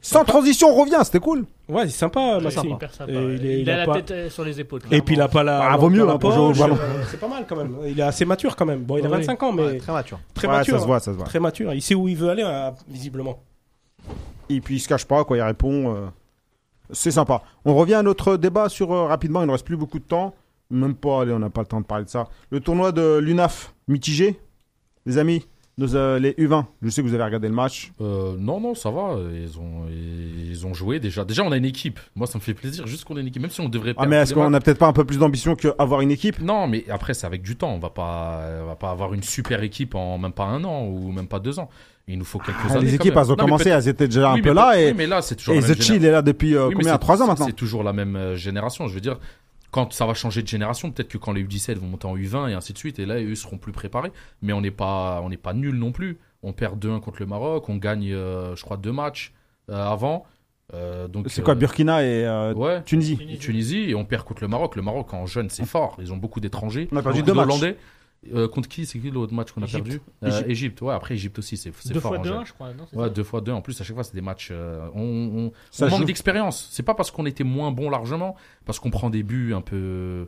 Speaker 1: Sans transition, on revient, c'était cool.
Speaker 2: Ouais, c'est sympa,
Speaker 4: Ouais,
Speaker 2: Maxime.
Speaker 4: c'est hyper sympa.
Speaker 2: Et il
Speaker 4: Il,
Speaker 2: est- il
Speaker 4: a,
Speaker 2: a
Speaker 4: la
Speaker 2: pas-
Speaker 4: tête euh, sur les épaules.
Speaker 2: Et puis il a pas la.
Speaker 1: Ah, vaut mieux,
Speaker 2: la
Speaker 1: hein, pour jouer au
Speaker 2: poche,
Speaker 1: ballon.
Speaker 2: euh, C'est pas mal quand même. Il est assez mature quand même. Bon, il a
Speaker 4: Ouais.
Speaker 2: 25 ans, mais
Speaker 3: Ouais, très mature.
Speaker 2: très
Speaker 1: Ouais,
Speaker 2: mature. hein.
Speaker 1: ça se voit, ça se voit.
Speaker 2: Très mature. Il sait où il veut aller, euh, visiblement.
Speaker 1: Et puis il se cache pas, quoi, il répond. euh, C'est sympa. On revient à notre débat sur euh, rapidement, il ne reste plus beaucoup de temps. Même pas, allez, on n'a pas le temps de parler de ça. Le tournoi de l'UNAF mitigé, les amis, nos, euh, les U20. Je sais que vous avez regardé le match.
Speaker 5: Euh, non, non, ça va. Ils ont, ils ont joué déjà. Déjà, on a une équipe. Moi, ça me fait plaisir juste qu'on ait une équipe, même si on devrait
Speaker 1: Ah,
Speaker 5: perdre
Speaker 1: mais est-ce
Speaker 5: tous les
Speaker 1: qu'on n'a
Speaker 5: matchs.
Speaker 1: peut-être pas un peu plus d'ambition qu'avoir une équipe
Speaker 5: Non, mais après, c'est avec du temps. On va pas, on va pas avoir une super équipe en même pas un an ou même pas deux ans. Il nous faut quelques
Speaker 1: Ah,
Speaker 5: années.
Speaker 1: Les
Speaker 5: quand
Speaker 1: équipes, elles
Speaker 5: même.
Speaker 1: ont
Speaker 5: Non, mais
Speaker 1: commencé,
Speaker 5: peut-
Speaker 1: elles étaient déjà
Speaker 5: oui,
Speaker 1: un
Speaker 5: mais
Speaker 1: peu là.
Speaker 5: peut-
Speaker 1: Et,
Speaker 5: oui, mais là, c'est toujours
Speaker 1: et
Speaker 5: la même
Speaker 1: The Chill
Speaker 5: génération.
Speaker 1: est là depuis euh,
Speaker 5: Oui, mais
Speaker 1: combien
Speaker 5: c'est-
Speaker 1: 3 ans
Speaker 5: c'est-
Speaker 1: maintenant
Speaker 5: C'est toujours la même euh, génération. Je veux dire, quand ça va changer de génération, peut-être que quand les U17 vont monter en U20 et ainsi de suite, et là, eux seront plus préparés. Mais on n'est pas, on n'est pas nuls non plus. On perd 2-1 contre le Maroc, on gagne, euh, je crois, deux matchs euh, avant. Euh, donc,
Speaker 1: C'est
Speaker 5: euh,
Speaker 1: quoi, Burkina et euh,
Speaker 5: Ouais.
Speaker 1: Tunisie
Speaker 5: Et Tunisie, et on perd contre le Maroc. Le Maroc en jeune, c'est fort. Ils ont beaucoup d'étrangers.
Speaker 1: On a perdu
Speaker 5: beaucoup
Speaker 1: deux matchs.
Speaker 5: d'Hollandais. Euh, contre qui C'est qui l'autre match qu'on a
Speaker 4: Égypte.
Speaker 5: perdu Euh, Égypte. ouais. Après, Égypte aussi, c'est c'est
Speaker 4: Deux
Speaker 5: fort
Speaker 4: fois
Speaker 5: en
Speaker 4: deux,
Speaker 5: jeune.
Speaker 4: un, je crois. Non, c'est
Speaker 5: Ouais,
Speaker 4: ça
Speaker 5: deux fois deux. En plus, à chaque fois, c'est des matchs. euh, on on-
Speaker 1: Ça
Speaker 5: on
Speaker 1: joue.
Speaker 5: manque d'expérience. C'est pas parce qu'on était moins bon largement, parce qu'on prend des buts un peu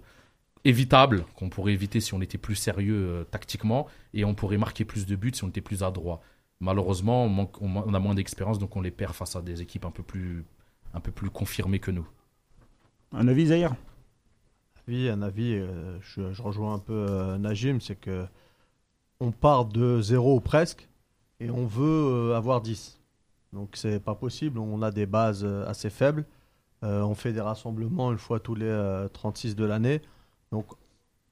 Speaker 5: évitables, qu'on pourrait éviter si on était plus sérieux euh, tactiquement, et on pourrait marquer plus de buts si on était plus adroit. Malheureusement, on, manque- on- on a moins d'expérience, donc on les perd face à des équipes un peu plus un peu plus confirmés que nous.
Speaker 1: Un avis, Zahir
Speaker 3: Oui, un avis, euh, je, je rejoins un peu euh, Najim, c'est que on part de zéro ou presque et on veut euh, avoir 10. Donc c'est pas possible, on a des bases euh, assez faibles. Euh, on fait des rassemblements une fois tous les euh, 36 de l'année. Donc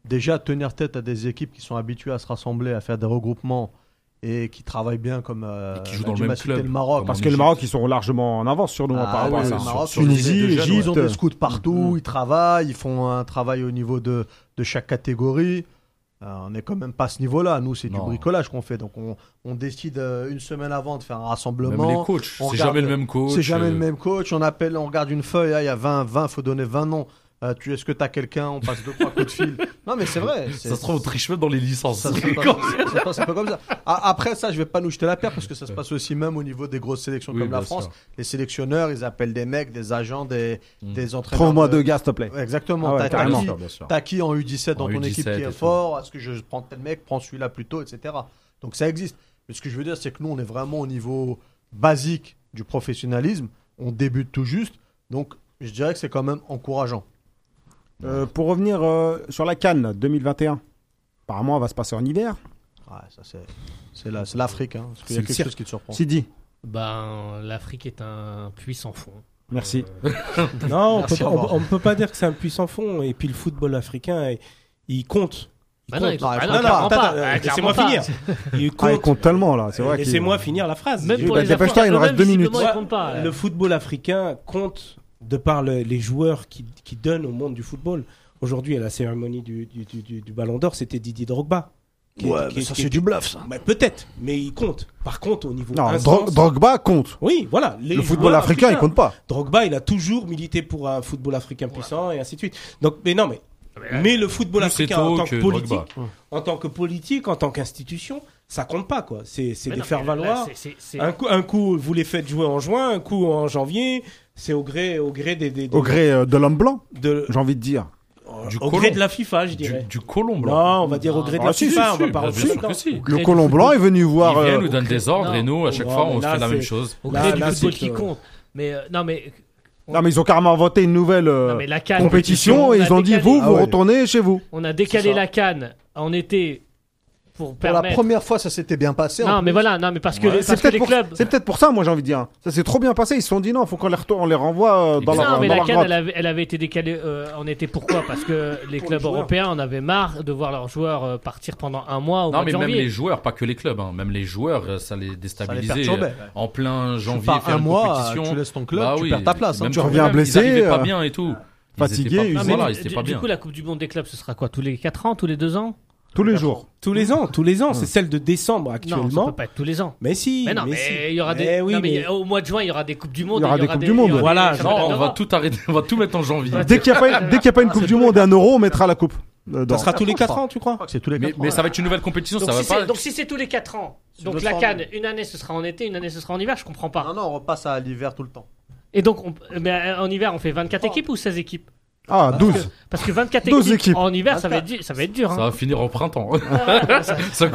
Speaker 3: déjà tenir tête à des équipes qui sont habituées à se rassembler, à faire des regroupements et qui travaillent bien comme euh,
Speaker 5: Et qui jouent dans le
Speaker 3: tu
Speaker 5: même
Speaker 3: m'as cité
Speaker 5: club,
Speaker 3: le Maroc.
Speaker 5: comme
Speaker 1: Parce
Speaker 5: en
Speaker 1: que le
Speaker 5: Égypte.
Speaker 1: Maroc, ils sont largement en avance sur nous hein, par
Speaker 3: Ah
Speaker 1: rapport
Speaker 3: oui,
Speaker 1: à
Speaker 3: le
Speaker 1: ça.
Speaker 3: Maroc,
Speaker 5: sur-
Speaker 1: Tunisie,
Speaker 5: sur les jeunes, Mm,
Speaker 1: Égypte.
Speaker 3: ils ont des scouts partout, ils travaillent, ils font un travail au niveau de, de chaque catégorie. Euh, on n'est quand même pas à ce niveau-là. Nous, c'est du
Speaker 5: Non.
Speaker 3: bricolage qu'on fait. Donc, on, on décide euh, une semaine avant de faire un
Speaker 5: Même les
Speaker 3: rassemblement.
Speaker 5: coachs,
Speaker 3: on
Speaker 5: c'est
Speaker 3: regarde-
Speaker 5: jamais le même coach.
Speaker 3: C'est jamais
Speaker 5: euh,
Speaker 3: le même coach. On appelle, on regarde une feuille. ah, Il y a 20, 20, faut donner 20 noms. Euh, tu Est-ce que tu as quelqu'un On passe deux, trois coups de fil. Non, mais c'est vrai. c'est-
Speaker 5: Ça se trouve, on triche même dans les licences.
Speaker 3: ça se passe- ça se passe un peu comme ça. A- Après ça, je vais pas nous jeter la pierre parce que ça se passe aussi même au niveau des grosses sélections
Speaker 5: Oui,
Speaker 3: comme la
Speaker 5: bien
Speaker 3: France.
Speaker 5: sûr.
Speaker 3: Les sélectionneurs, ils appellent des mecs, des agents, des,
Speaker 5: Mm.
Speaker 3: des entraîneurs.
Speaker 1: Trouve-moi
Speaker 3: de-
Speaker 1: deux gars, s'il te plaît.
Speaker 3: Exactement.
Speaker 1: Ah ouais,
Speaker 3: T'as- t'as
Speaker 1: carrément.
Speaker 3: qui-
Speaker 5: Bien sûr, bien sûr.
Speaker 3: T'as qui en U17 dans
Speaker 5: En
Speaker 3: ton
Speaker 5: U17
Speaker 3: équipe qui
Speaker 5: et
Speaker 3: est
Speaker 5: tout.
Speaker 3: fort Est-ce que je prends tel mec, prends celui-là plus tôt, etc. Donc ça existe. Mais ce que je veux dire, c'est que nous, on est vraiment au niveau basique du professionnalisme. On débute tout juste. Donc je dirais que c'est quand même encourageant.
Speaker 1: Euh, pour revenir euh, sur la Cannes 2021, apparemment, elle va se passer en hiver.
Speaker 3: Ouais, ça c'est. C'est la- c'est l'Afrique, hein, parce qu'il y
Speaker 1: C'est
Speaker 3: a
Speaker 1: le
Speaker 3: quelque
Speaker 1: cirque.
Speaker 3: chose qui te surprend.
Speaker 1: Sidi,
Speaker 4: Ben, l'Afrique est un puissant fond.
Speaker 1: merci.
Speaker 4: Euh,
Speaker 2: Non, on
Speaker 3: Merci,
Speaker 2: peut,
Speaker 3: au
Speaker 2: pas-
Speaker 3: revoir.
Speaker 2: on- on peut pas dire que c'est un puissant fond. Et puis le football africain, il- il compte. Il
Speaker 4: bah non,
Speaker 2: compte.
Speaker 4: ils- bah
Speaker 3: Non,
Speaker 4: non,
Speaker 3: non,
Speaker 4: clairement
Speaker 2: attends,
Speaker 4: pas.
Speaker 2: attends,
Speaker 4: Ah,
Speaker 2: euh, laissez-moi
Speaker 4: clairement pas.
Speaker 2: finir. Il
Speaker 1: Ah, il
Speaker 2: compte.
Speaker 1: compte tellement, là, c'est vrai. qu'il-
Speaker 2: Laissez-moi finir la phrase.
Speaker 4: Même
Speaker 1: Oui,
Speaker 4: pour
Speaker 1: bah,
Speaker 4: les
Speaker 1: dépêche-toi,
Speaker 4: Africains,
Speaker 1: il nous reste deux
Speaker 4: visiblement,
Speaker 1: minutes.
Speaker 4: ils comptent pas.
Speaker 2: Le football africain compte de par le- les joueurs qui, qui donnent au monde du football. Aujourd'hui, à la cérémonie du, du- du- du- du Ballon d'Or, c'était Didier Drogba. Qui- qui- qui-
Speaker 3: du bluff, ça.
Speaker 2: Bah, Peut-être, mais il compte. Par contre, au niveau.
Speaker 1: Non,
Speaker 2: instance-
Speaker 1: Dro- Drogba compte.
Speaker 2: Oui, voilà. les
Speaker 1: Le football
Speaker 2: joueurs
Speaker 1: africain, il
Speaker 2: africains.
Speaker 1: compte pas.
Speaker 2: Drogba, il a toujours milité pour un football africain puissant et ainsi de suite. Donc, mais non, mais,
Speaker 4: là,
Speaker 2: mais le football
Speaker 5: plus c'est
Speaker 2: africain en
Speaker 5: tôt
Speaker 2: tant que,
Speaker 5: que
Speaker 2: politique,
Speaker 5: Drogba.
Speaker 2: en tant que politique, en tant qu'institution, ça compte pas quoi. C'est c'est
Speaker 4: Mais
Speaker 2: des
Speaker 4: non,
Speaker 2: faire
Speaker 4: mais là,
Speaker 2: valoir.
Speaker 4: c'est- c'est- c'est-
Speaker 2: Un coup, un coup, vous les faites jouer en juin, un coup en janvier. C'est au gré, au gré des, des- des-
Speaker 1: Au gré euh, de l'homme blanc,
Speaker 2: de,
Speaker 1: j'ai envie de dire.
Speaker 5: Du
Speaker 2: au gré
Speaker 5: colon.
Speaker 2: de la FIFA, je
Speaker 5: Du,
Speaker 2: dirais.
Speaker 5: du colon blanc.
Speaker 2: Non, on va dire au gré de
Speaker 1: Ah,
Speaker 2: la
Speaker 1: si,
Speaker 2: FIFA, on va pas
Speaker 5: bien
Speaker 2: rentrer
Speaker 5: sûr
Speaker 2: dedans.
Speaker 5: que si.
Speaker 4: gré
Speaker 1: Le
Speaker 4: du
Speaker 1: colon
Speaker 4: football-
Speaker 1: blanc est venu
Speaker 5: Ils
Speaker 1: voir.
Speaker 5: viennent,
Speaker 1: euh,
Speaker 5: nous donnent des ordres
Speaker 4: non.
Speaker 5: et nous, à chaque
Speaker 2: Non,
Speaker 5: fois,
Speaker 2: mais
Speaker 5: on
Speaker 2: là,
Speaker 5: fait la même
Speaker 2: c'est-
Speaker 5: chose.
Speaker 4: Au
Speaker 2: Là,
Speaker 4: gré du
Speaker 2: là,
Speaker 4: football
Speaker 2: c'est
Speaker 4: qui
Speaker 2: que-
Speaker 4: compte. Mais euh, non, mais
Speaker 1: Non, mais ils ont carrément inventé une nouvelle euh,
Speaker 4: Non, mais la CAN,
Speaker 1: compétition
Speaker 4: on
Speaker 1: et
Speaker 4: a
Speaker 1: ils ont dit
Speaker 4: décalé-
Speaker 1: vous,
Speaker 3: Ah
Speaker 1: vous
Speaker 3: ouais.
Speaker 1: retournez chez vous.
Speaker 4: on a
Speaker 3: C'est
Speaker 4: décalé
Speaker 3: ça.
Speaker 4: la canne en été pour
Speaker 3: Pour la
Speaker 4: permettre.
Speaker 3: première fois, ça s'était bien passé. en
Speaker 4: Non,
Speaker 3: plus.
Speaker 4: mais voilà, non, mais parce que,
Speaker 5: Ouais.
Speaker 4: les-
Speaker 1: C'est
Speaker 4: parce que
Speaker 1: peut-être
Speaker 4: les
Speaker 1: pour,
Speaker 4: clubs.
Speaker 1: c'est peut-être pour ça, moi j'ai envie de dire. Ça s'est trop bien passé. Ils se sont dit non, faut qu'on les retourne, on les renvoie euh, dans
Speaker 5: Exactement.
Speaker 1: leur,
Speaker 4: Non, mais
Speaker 1: dans
Speaker 4: la
Speaker 1: leur
Speaker 4: CAN,
Speaker 1: grotte.
Speaker 4: elle avait, elle avait été décalée euh, en été. Pourquoi Parce que les
Speaker 2: Pour
Speaker 4: clubs
Speaker 2: les joueurs.
Speaker 4: européens en avaient marre de voir leurs joueurs euh, partir pendant un mois au mois
Speaker 5: Non,
Speaker 4: de
Speaker 5: mais même
Speaker 4: janvier.
Speaker 5: les joueurs, pas que les clubs, hein, même les joueurs, euh, ça les
Speaker 3: Ça les
Speaker 5: déstabilisait. euh,
Speaker 3: perturbait.
Speaker 5: En plein janvier,
Speaker 3: Pas
Speaker 5: faire
Speaker 3: un
Speaker 5: une
Speaker 3: mois,
Speaker 5: compétition.
Speaker 3: tu laisses ton club,
Speaker 5: Bah
Speaker 3: tu
Speaker 5: oui,
Speaker 3: perds ta place. hein.
Speaker 5: même
Speaker 1: tu
Speaker 5: pour
Speaker 1: reviens
Speaker 5: eux-mêmes,
Speaker 1: blessé,
Speaker 5: Ils arrivaient
Speaker 1: euh,
Speaker 5: pas bien et tout. Ils
Speaker 1: fatigué,
Speaker 5: étaient
Speaker 1: usé.
Speaker 5: pas,
Speaker 4: mais
Speaker 5: voilà,
Speaker 4: du-
Speaker 5: ils étaient
Speaker 4: du,
Speaker 5: pas bien.
Speaker 4: coup, la Coupe du Monde des clubs, ce sera quoi Tous les 4 ans Tous les 2 ans
Speaker 1: Tous les jours.
Speaker 2: Tous les ans, tous les ans, c'est celle de décembre
Speaker 4: Non, ça
Speaker 2: actuellement.
Speaker 4: peut pas être tous les ans.
Speaker 2: Mais si,
Speaker 4: Mais non, mais,
Speaker 2: si.
Speaker 4: il y aura des.
Speaker 2: Mais oui,
Speaker 4: non, mais
Speaker 2: mais-
Speaker 4: il y a- Au mois de juin, il y aura des Coupes du Monde.
Speaker 1: Il y aura
Speaker 4: et
Speaker 1: des Coupes du Monde.
Speaker 4: il y aura
Speaker 2: Voilà,
Speaker 4: des
Speaker 5: Non,
Speaker 4: championnats
Speaker 5: on va
Speaker 4: d'Europe.
Speaker 5: tout arrêter, on va tout mettre en janvier.
Speaker 4: Ouais.
Speaker 1: Dès qu'il n'y a, pas- dès qu'il y a pas une Coupe du Monde et un euro, on mettra la coupe. dedans.
Speaker 2: Ça sera tous les 4 ans, tu
Speaker 3: Je
Speaker 2: crois
Speaker 3: crois que C'est tous les
Speaker 5: Mais,
Speaker 3: quatre
Speaker 5: mais
Speaker 3: ans.
Speaker 5: ça va être une nouvelle compétition,
Speaker 4: Donc
Speaker 5: ça
Speaker 4: si,
Speaker 5: va pas.
Speaker 4: c'est- donc si c'est tous les 4 ans,
Speaker 3: C'est
Speaker 4: donc
Speaker 3: notre
Speaker 4: la
Speaker 3: formule.
Speaker 4: Cannes, une année ce sera en été, une année ce sera en hiver, je comprends pas.
Speaker 3: Non, non, on repasse à l'hiver tout le temps.
Speaker 4: Et donc on- mais, euh, en hiver, on fait 24 équipes ou 16 équipes
Speaker 1: Ah, 12.
Speaker 4: Parce que 24
Speaker 1: 12
Speaker 4: équipes,
Speaker 1: équipes.
Speaker 4: en hiver, ça va être, du- ça va être dur.
Speaker 5: Ça
Speaker 4: hein.
Speaker 5: va finir au printemps.
Speaker 4: ça-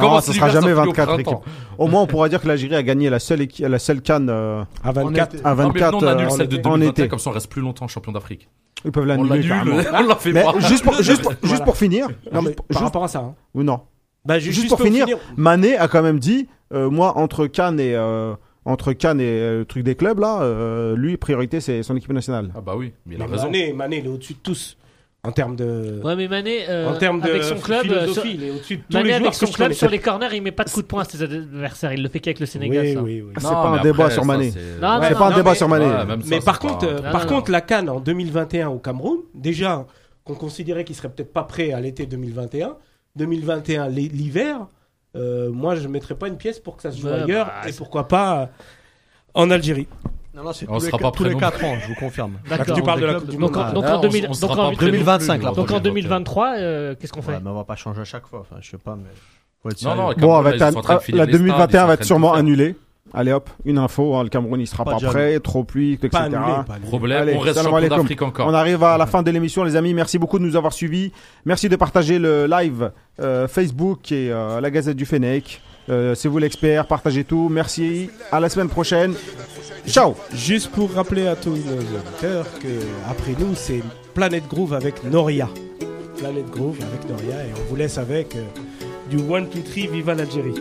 Speaker 1: Non,
Speaker 5: ça commence
Speaker 1: Ah, ça sera
Speaker 5: l'hiver,
Speaker 1: jamais
Speaker 5: finit au
Speaker 1: 24
Speaker 5: printemps.
Speaker 1: équipes. Au moins, on pourra dire que l'Algérie a gagné la seule, équi- la seule canne euh,
Speaker 2: À 24.
Speaker 3: En été.
Speaker 1: à
Speaker 5: Non, mais
Speaker 1: 24
Speaker 5: non, on annule
Speaker 1: euh,
Speaker 5: celle de
Speaker 1: en
Speaker 5: 2021,
Speaker 1: été.
Speaker 5: comme ça on reste plus longtemps champion d'Afrique.
Speaker 1: Ils peuvent
Speaker 5: On
Speaker 1: l'annuler. carrément.
Speaker 5: l'annule, on l'a fait
Speaker 1: Mais
Speaker 5: pas.
Speaker 1: juste pour, juste pour- juste
Speaker 2: Voilà.
Speaker 1: pour finir, non, mais
Speaker 2: Juste
Speaker 1: pour-
Speaker 2: Ah, par
Speaker 1: juste-
Speaker 2: rapport à ça. hein.
Speaker 1: ou non.
Speaker 2: Bah, ju-
Speaker 1: Juste, pour finir, Mané a quand même dit, euh, moi entre Cannes et euh, entre Cannes et euh, le truc des clubs là, euh, lui priorité c'est son équipe nationale.
Speaker 5: Ah bah oui, mais il a
Speaker 2: Mais
Speaker 5: raison.
Speaker 2: Mané, Mané, il est au-dessus de tous. En termes de.
Speaker 4: Ouais, mais Mané, euh,
Speaker 2: en termes de
Speaker 4: avec son club, euh,
Speaker 2: philosophie,
Speaker 4: sur-
Speaker 2: il est au-dessus de tous
Speaker 4: Mané
Speaker 2: les joueurs
Speaker 4: avec son
Speaker 2: que je
Speaker 4: club
Speaker 2: connais.
Speaker 4: sur les corners, il met pas de coup de poing à ses adversaires, il le fait qu'avec le Sénégal.
Speaker 2: Oui,
Speaker 4: ça.
Speaker 2: oui, oui.
Speaker 1: C'est pas un
Speaker 5: mais
Speaker 1: débat
Speaker 5: après,
Speaker 1: sur
Speaker 5: ça,
Speaker 1: Mané.
Speaker 5: c'est-
Speaker 4: Non,
Speaker 1: c'est
Speaker 4: non,
Speaker 1: pas un
Speaker 4: non,
Speaker 1: débat
Speaker 2: mais-
Speaker 1: sur Mané.
Speaker 5: Ouais, même ça,
Speaker 2: mais
Speaker 5: c'est
Speaker 2: par
Speaker 5: pas-
Speaker 2: contre, euh,
Speaker 4: Non,
Speaker 2: par
Speaker 4: Ah, non,
Speaker 2: contre, la Cannes en 2021 au Cameroun, déjà qu'on considérait qu'il serait peut-être pas prêt à l'été 2021, 2021 l'hi- l'hiver, euh, moi je mettrais pas une pièce pour que ça se joue
Speaker 4: Ouais,
Speaker 2: ailleurs
Speaker 4: bah,
Speaker 2: et
Speaker 4: c'est-
Speaker 2: pourquoi pas euh, en Algérie.
Speaker 3: Non, non, c'est
Speaker 5: On
Speaker 3: tous, les,
Speaker 5: sera pas
Speaker 3: tous
Speaker 5: prêt
Speaker 3: les
Speaker 5: non
Speaker 3: quatre ans, je vous confirme.
Speaker 2: Parce que
Speaker 4: D'accord.
Speaker 2: tu parles de la
Speaker 3: Club
Speaker 2: Coupe du
Speaker 3: de-
Speaker 2: Monde.
Speaker 4: Donc, en-
Speaker 3: Ah,
Speaker 4: donc
Speaker 5: là,
Speaker 4: en
Speaker 5: on-
Speaker 4: 2000
Speaker 5: on
Speaker 4: donc
Speaker 5: sera
Speaker 4: en
Speaker 5: pas prêt
Speaker 3: 2025,
Speaker 5: non
Speaker 3: là,
Speaker 5: plus,
Speaker 4: Donc en
Speaker 5: voter.
Speaker 4: 2023, euh, qu'est-ce qu'on
Speaker 3: Ouais,
Speaker 4: fait
Speaker 3: mais on va pas changer à chaque fois. Enfin, je sais pas, mais faut être
Speaker 5: Non,
Speaker 3: sérieux.
Speaker 5: non,
Speaker 1: Bon,
Speaker 5: Cameroun,
Speaker 1: elle va
Speaker 5: là,
Speaker 1: être
Speaker 5: ils sont
Speaker 1: an-
Speaker 5: en train de filer
Speaker 1: la
Speaker 5: les stades,
Speaker 1: 2021 va
Speaker 5: ils sont
Speaker 1: être
Speaker 5: en
Speaker 1: sûrement
Speaker 5: train de tout
Speaker 1: annulée. Allez hop, une info, hein, le Cameroun il sera
Speaker 3: Pas
Speaker 1: pas,
Speaker 3: de
Speaker 1: prêt, trop pluie, etc.
Speaker 2: Pas annulé, pas annulé.
Speaker 5: faire. Problème,
Speaker 1: Allez,
Speaker 5: on reste
Speaker 1: salam
Speaker 5: champion
Speaker 1: alaikum.
Speaker 5: d'Afrique encore.
Speaker 1: On arrive à la fin de l'émission, les amis. Merci beaucoup de nous avoir suivis. Merci de partager le live euh, Facebook et euh, la Gazette du Fennec. Euh, c'est vous l'expert, partagez tout. Merci, à la semaine prochaine. Ciao
Speaker 2: Juste pour rappeler à tous nos auditeurs que après nous c'est Planet Groove avec Noria. Planet Groove avec Noria et on vous laisse avec euh, du One Two Three Viva l'Algérie.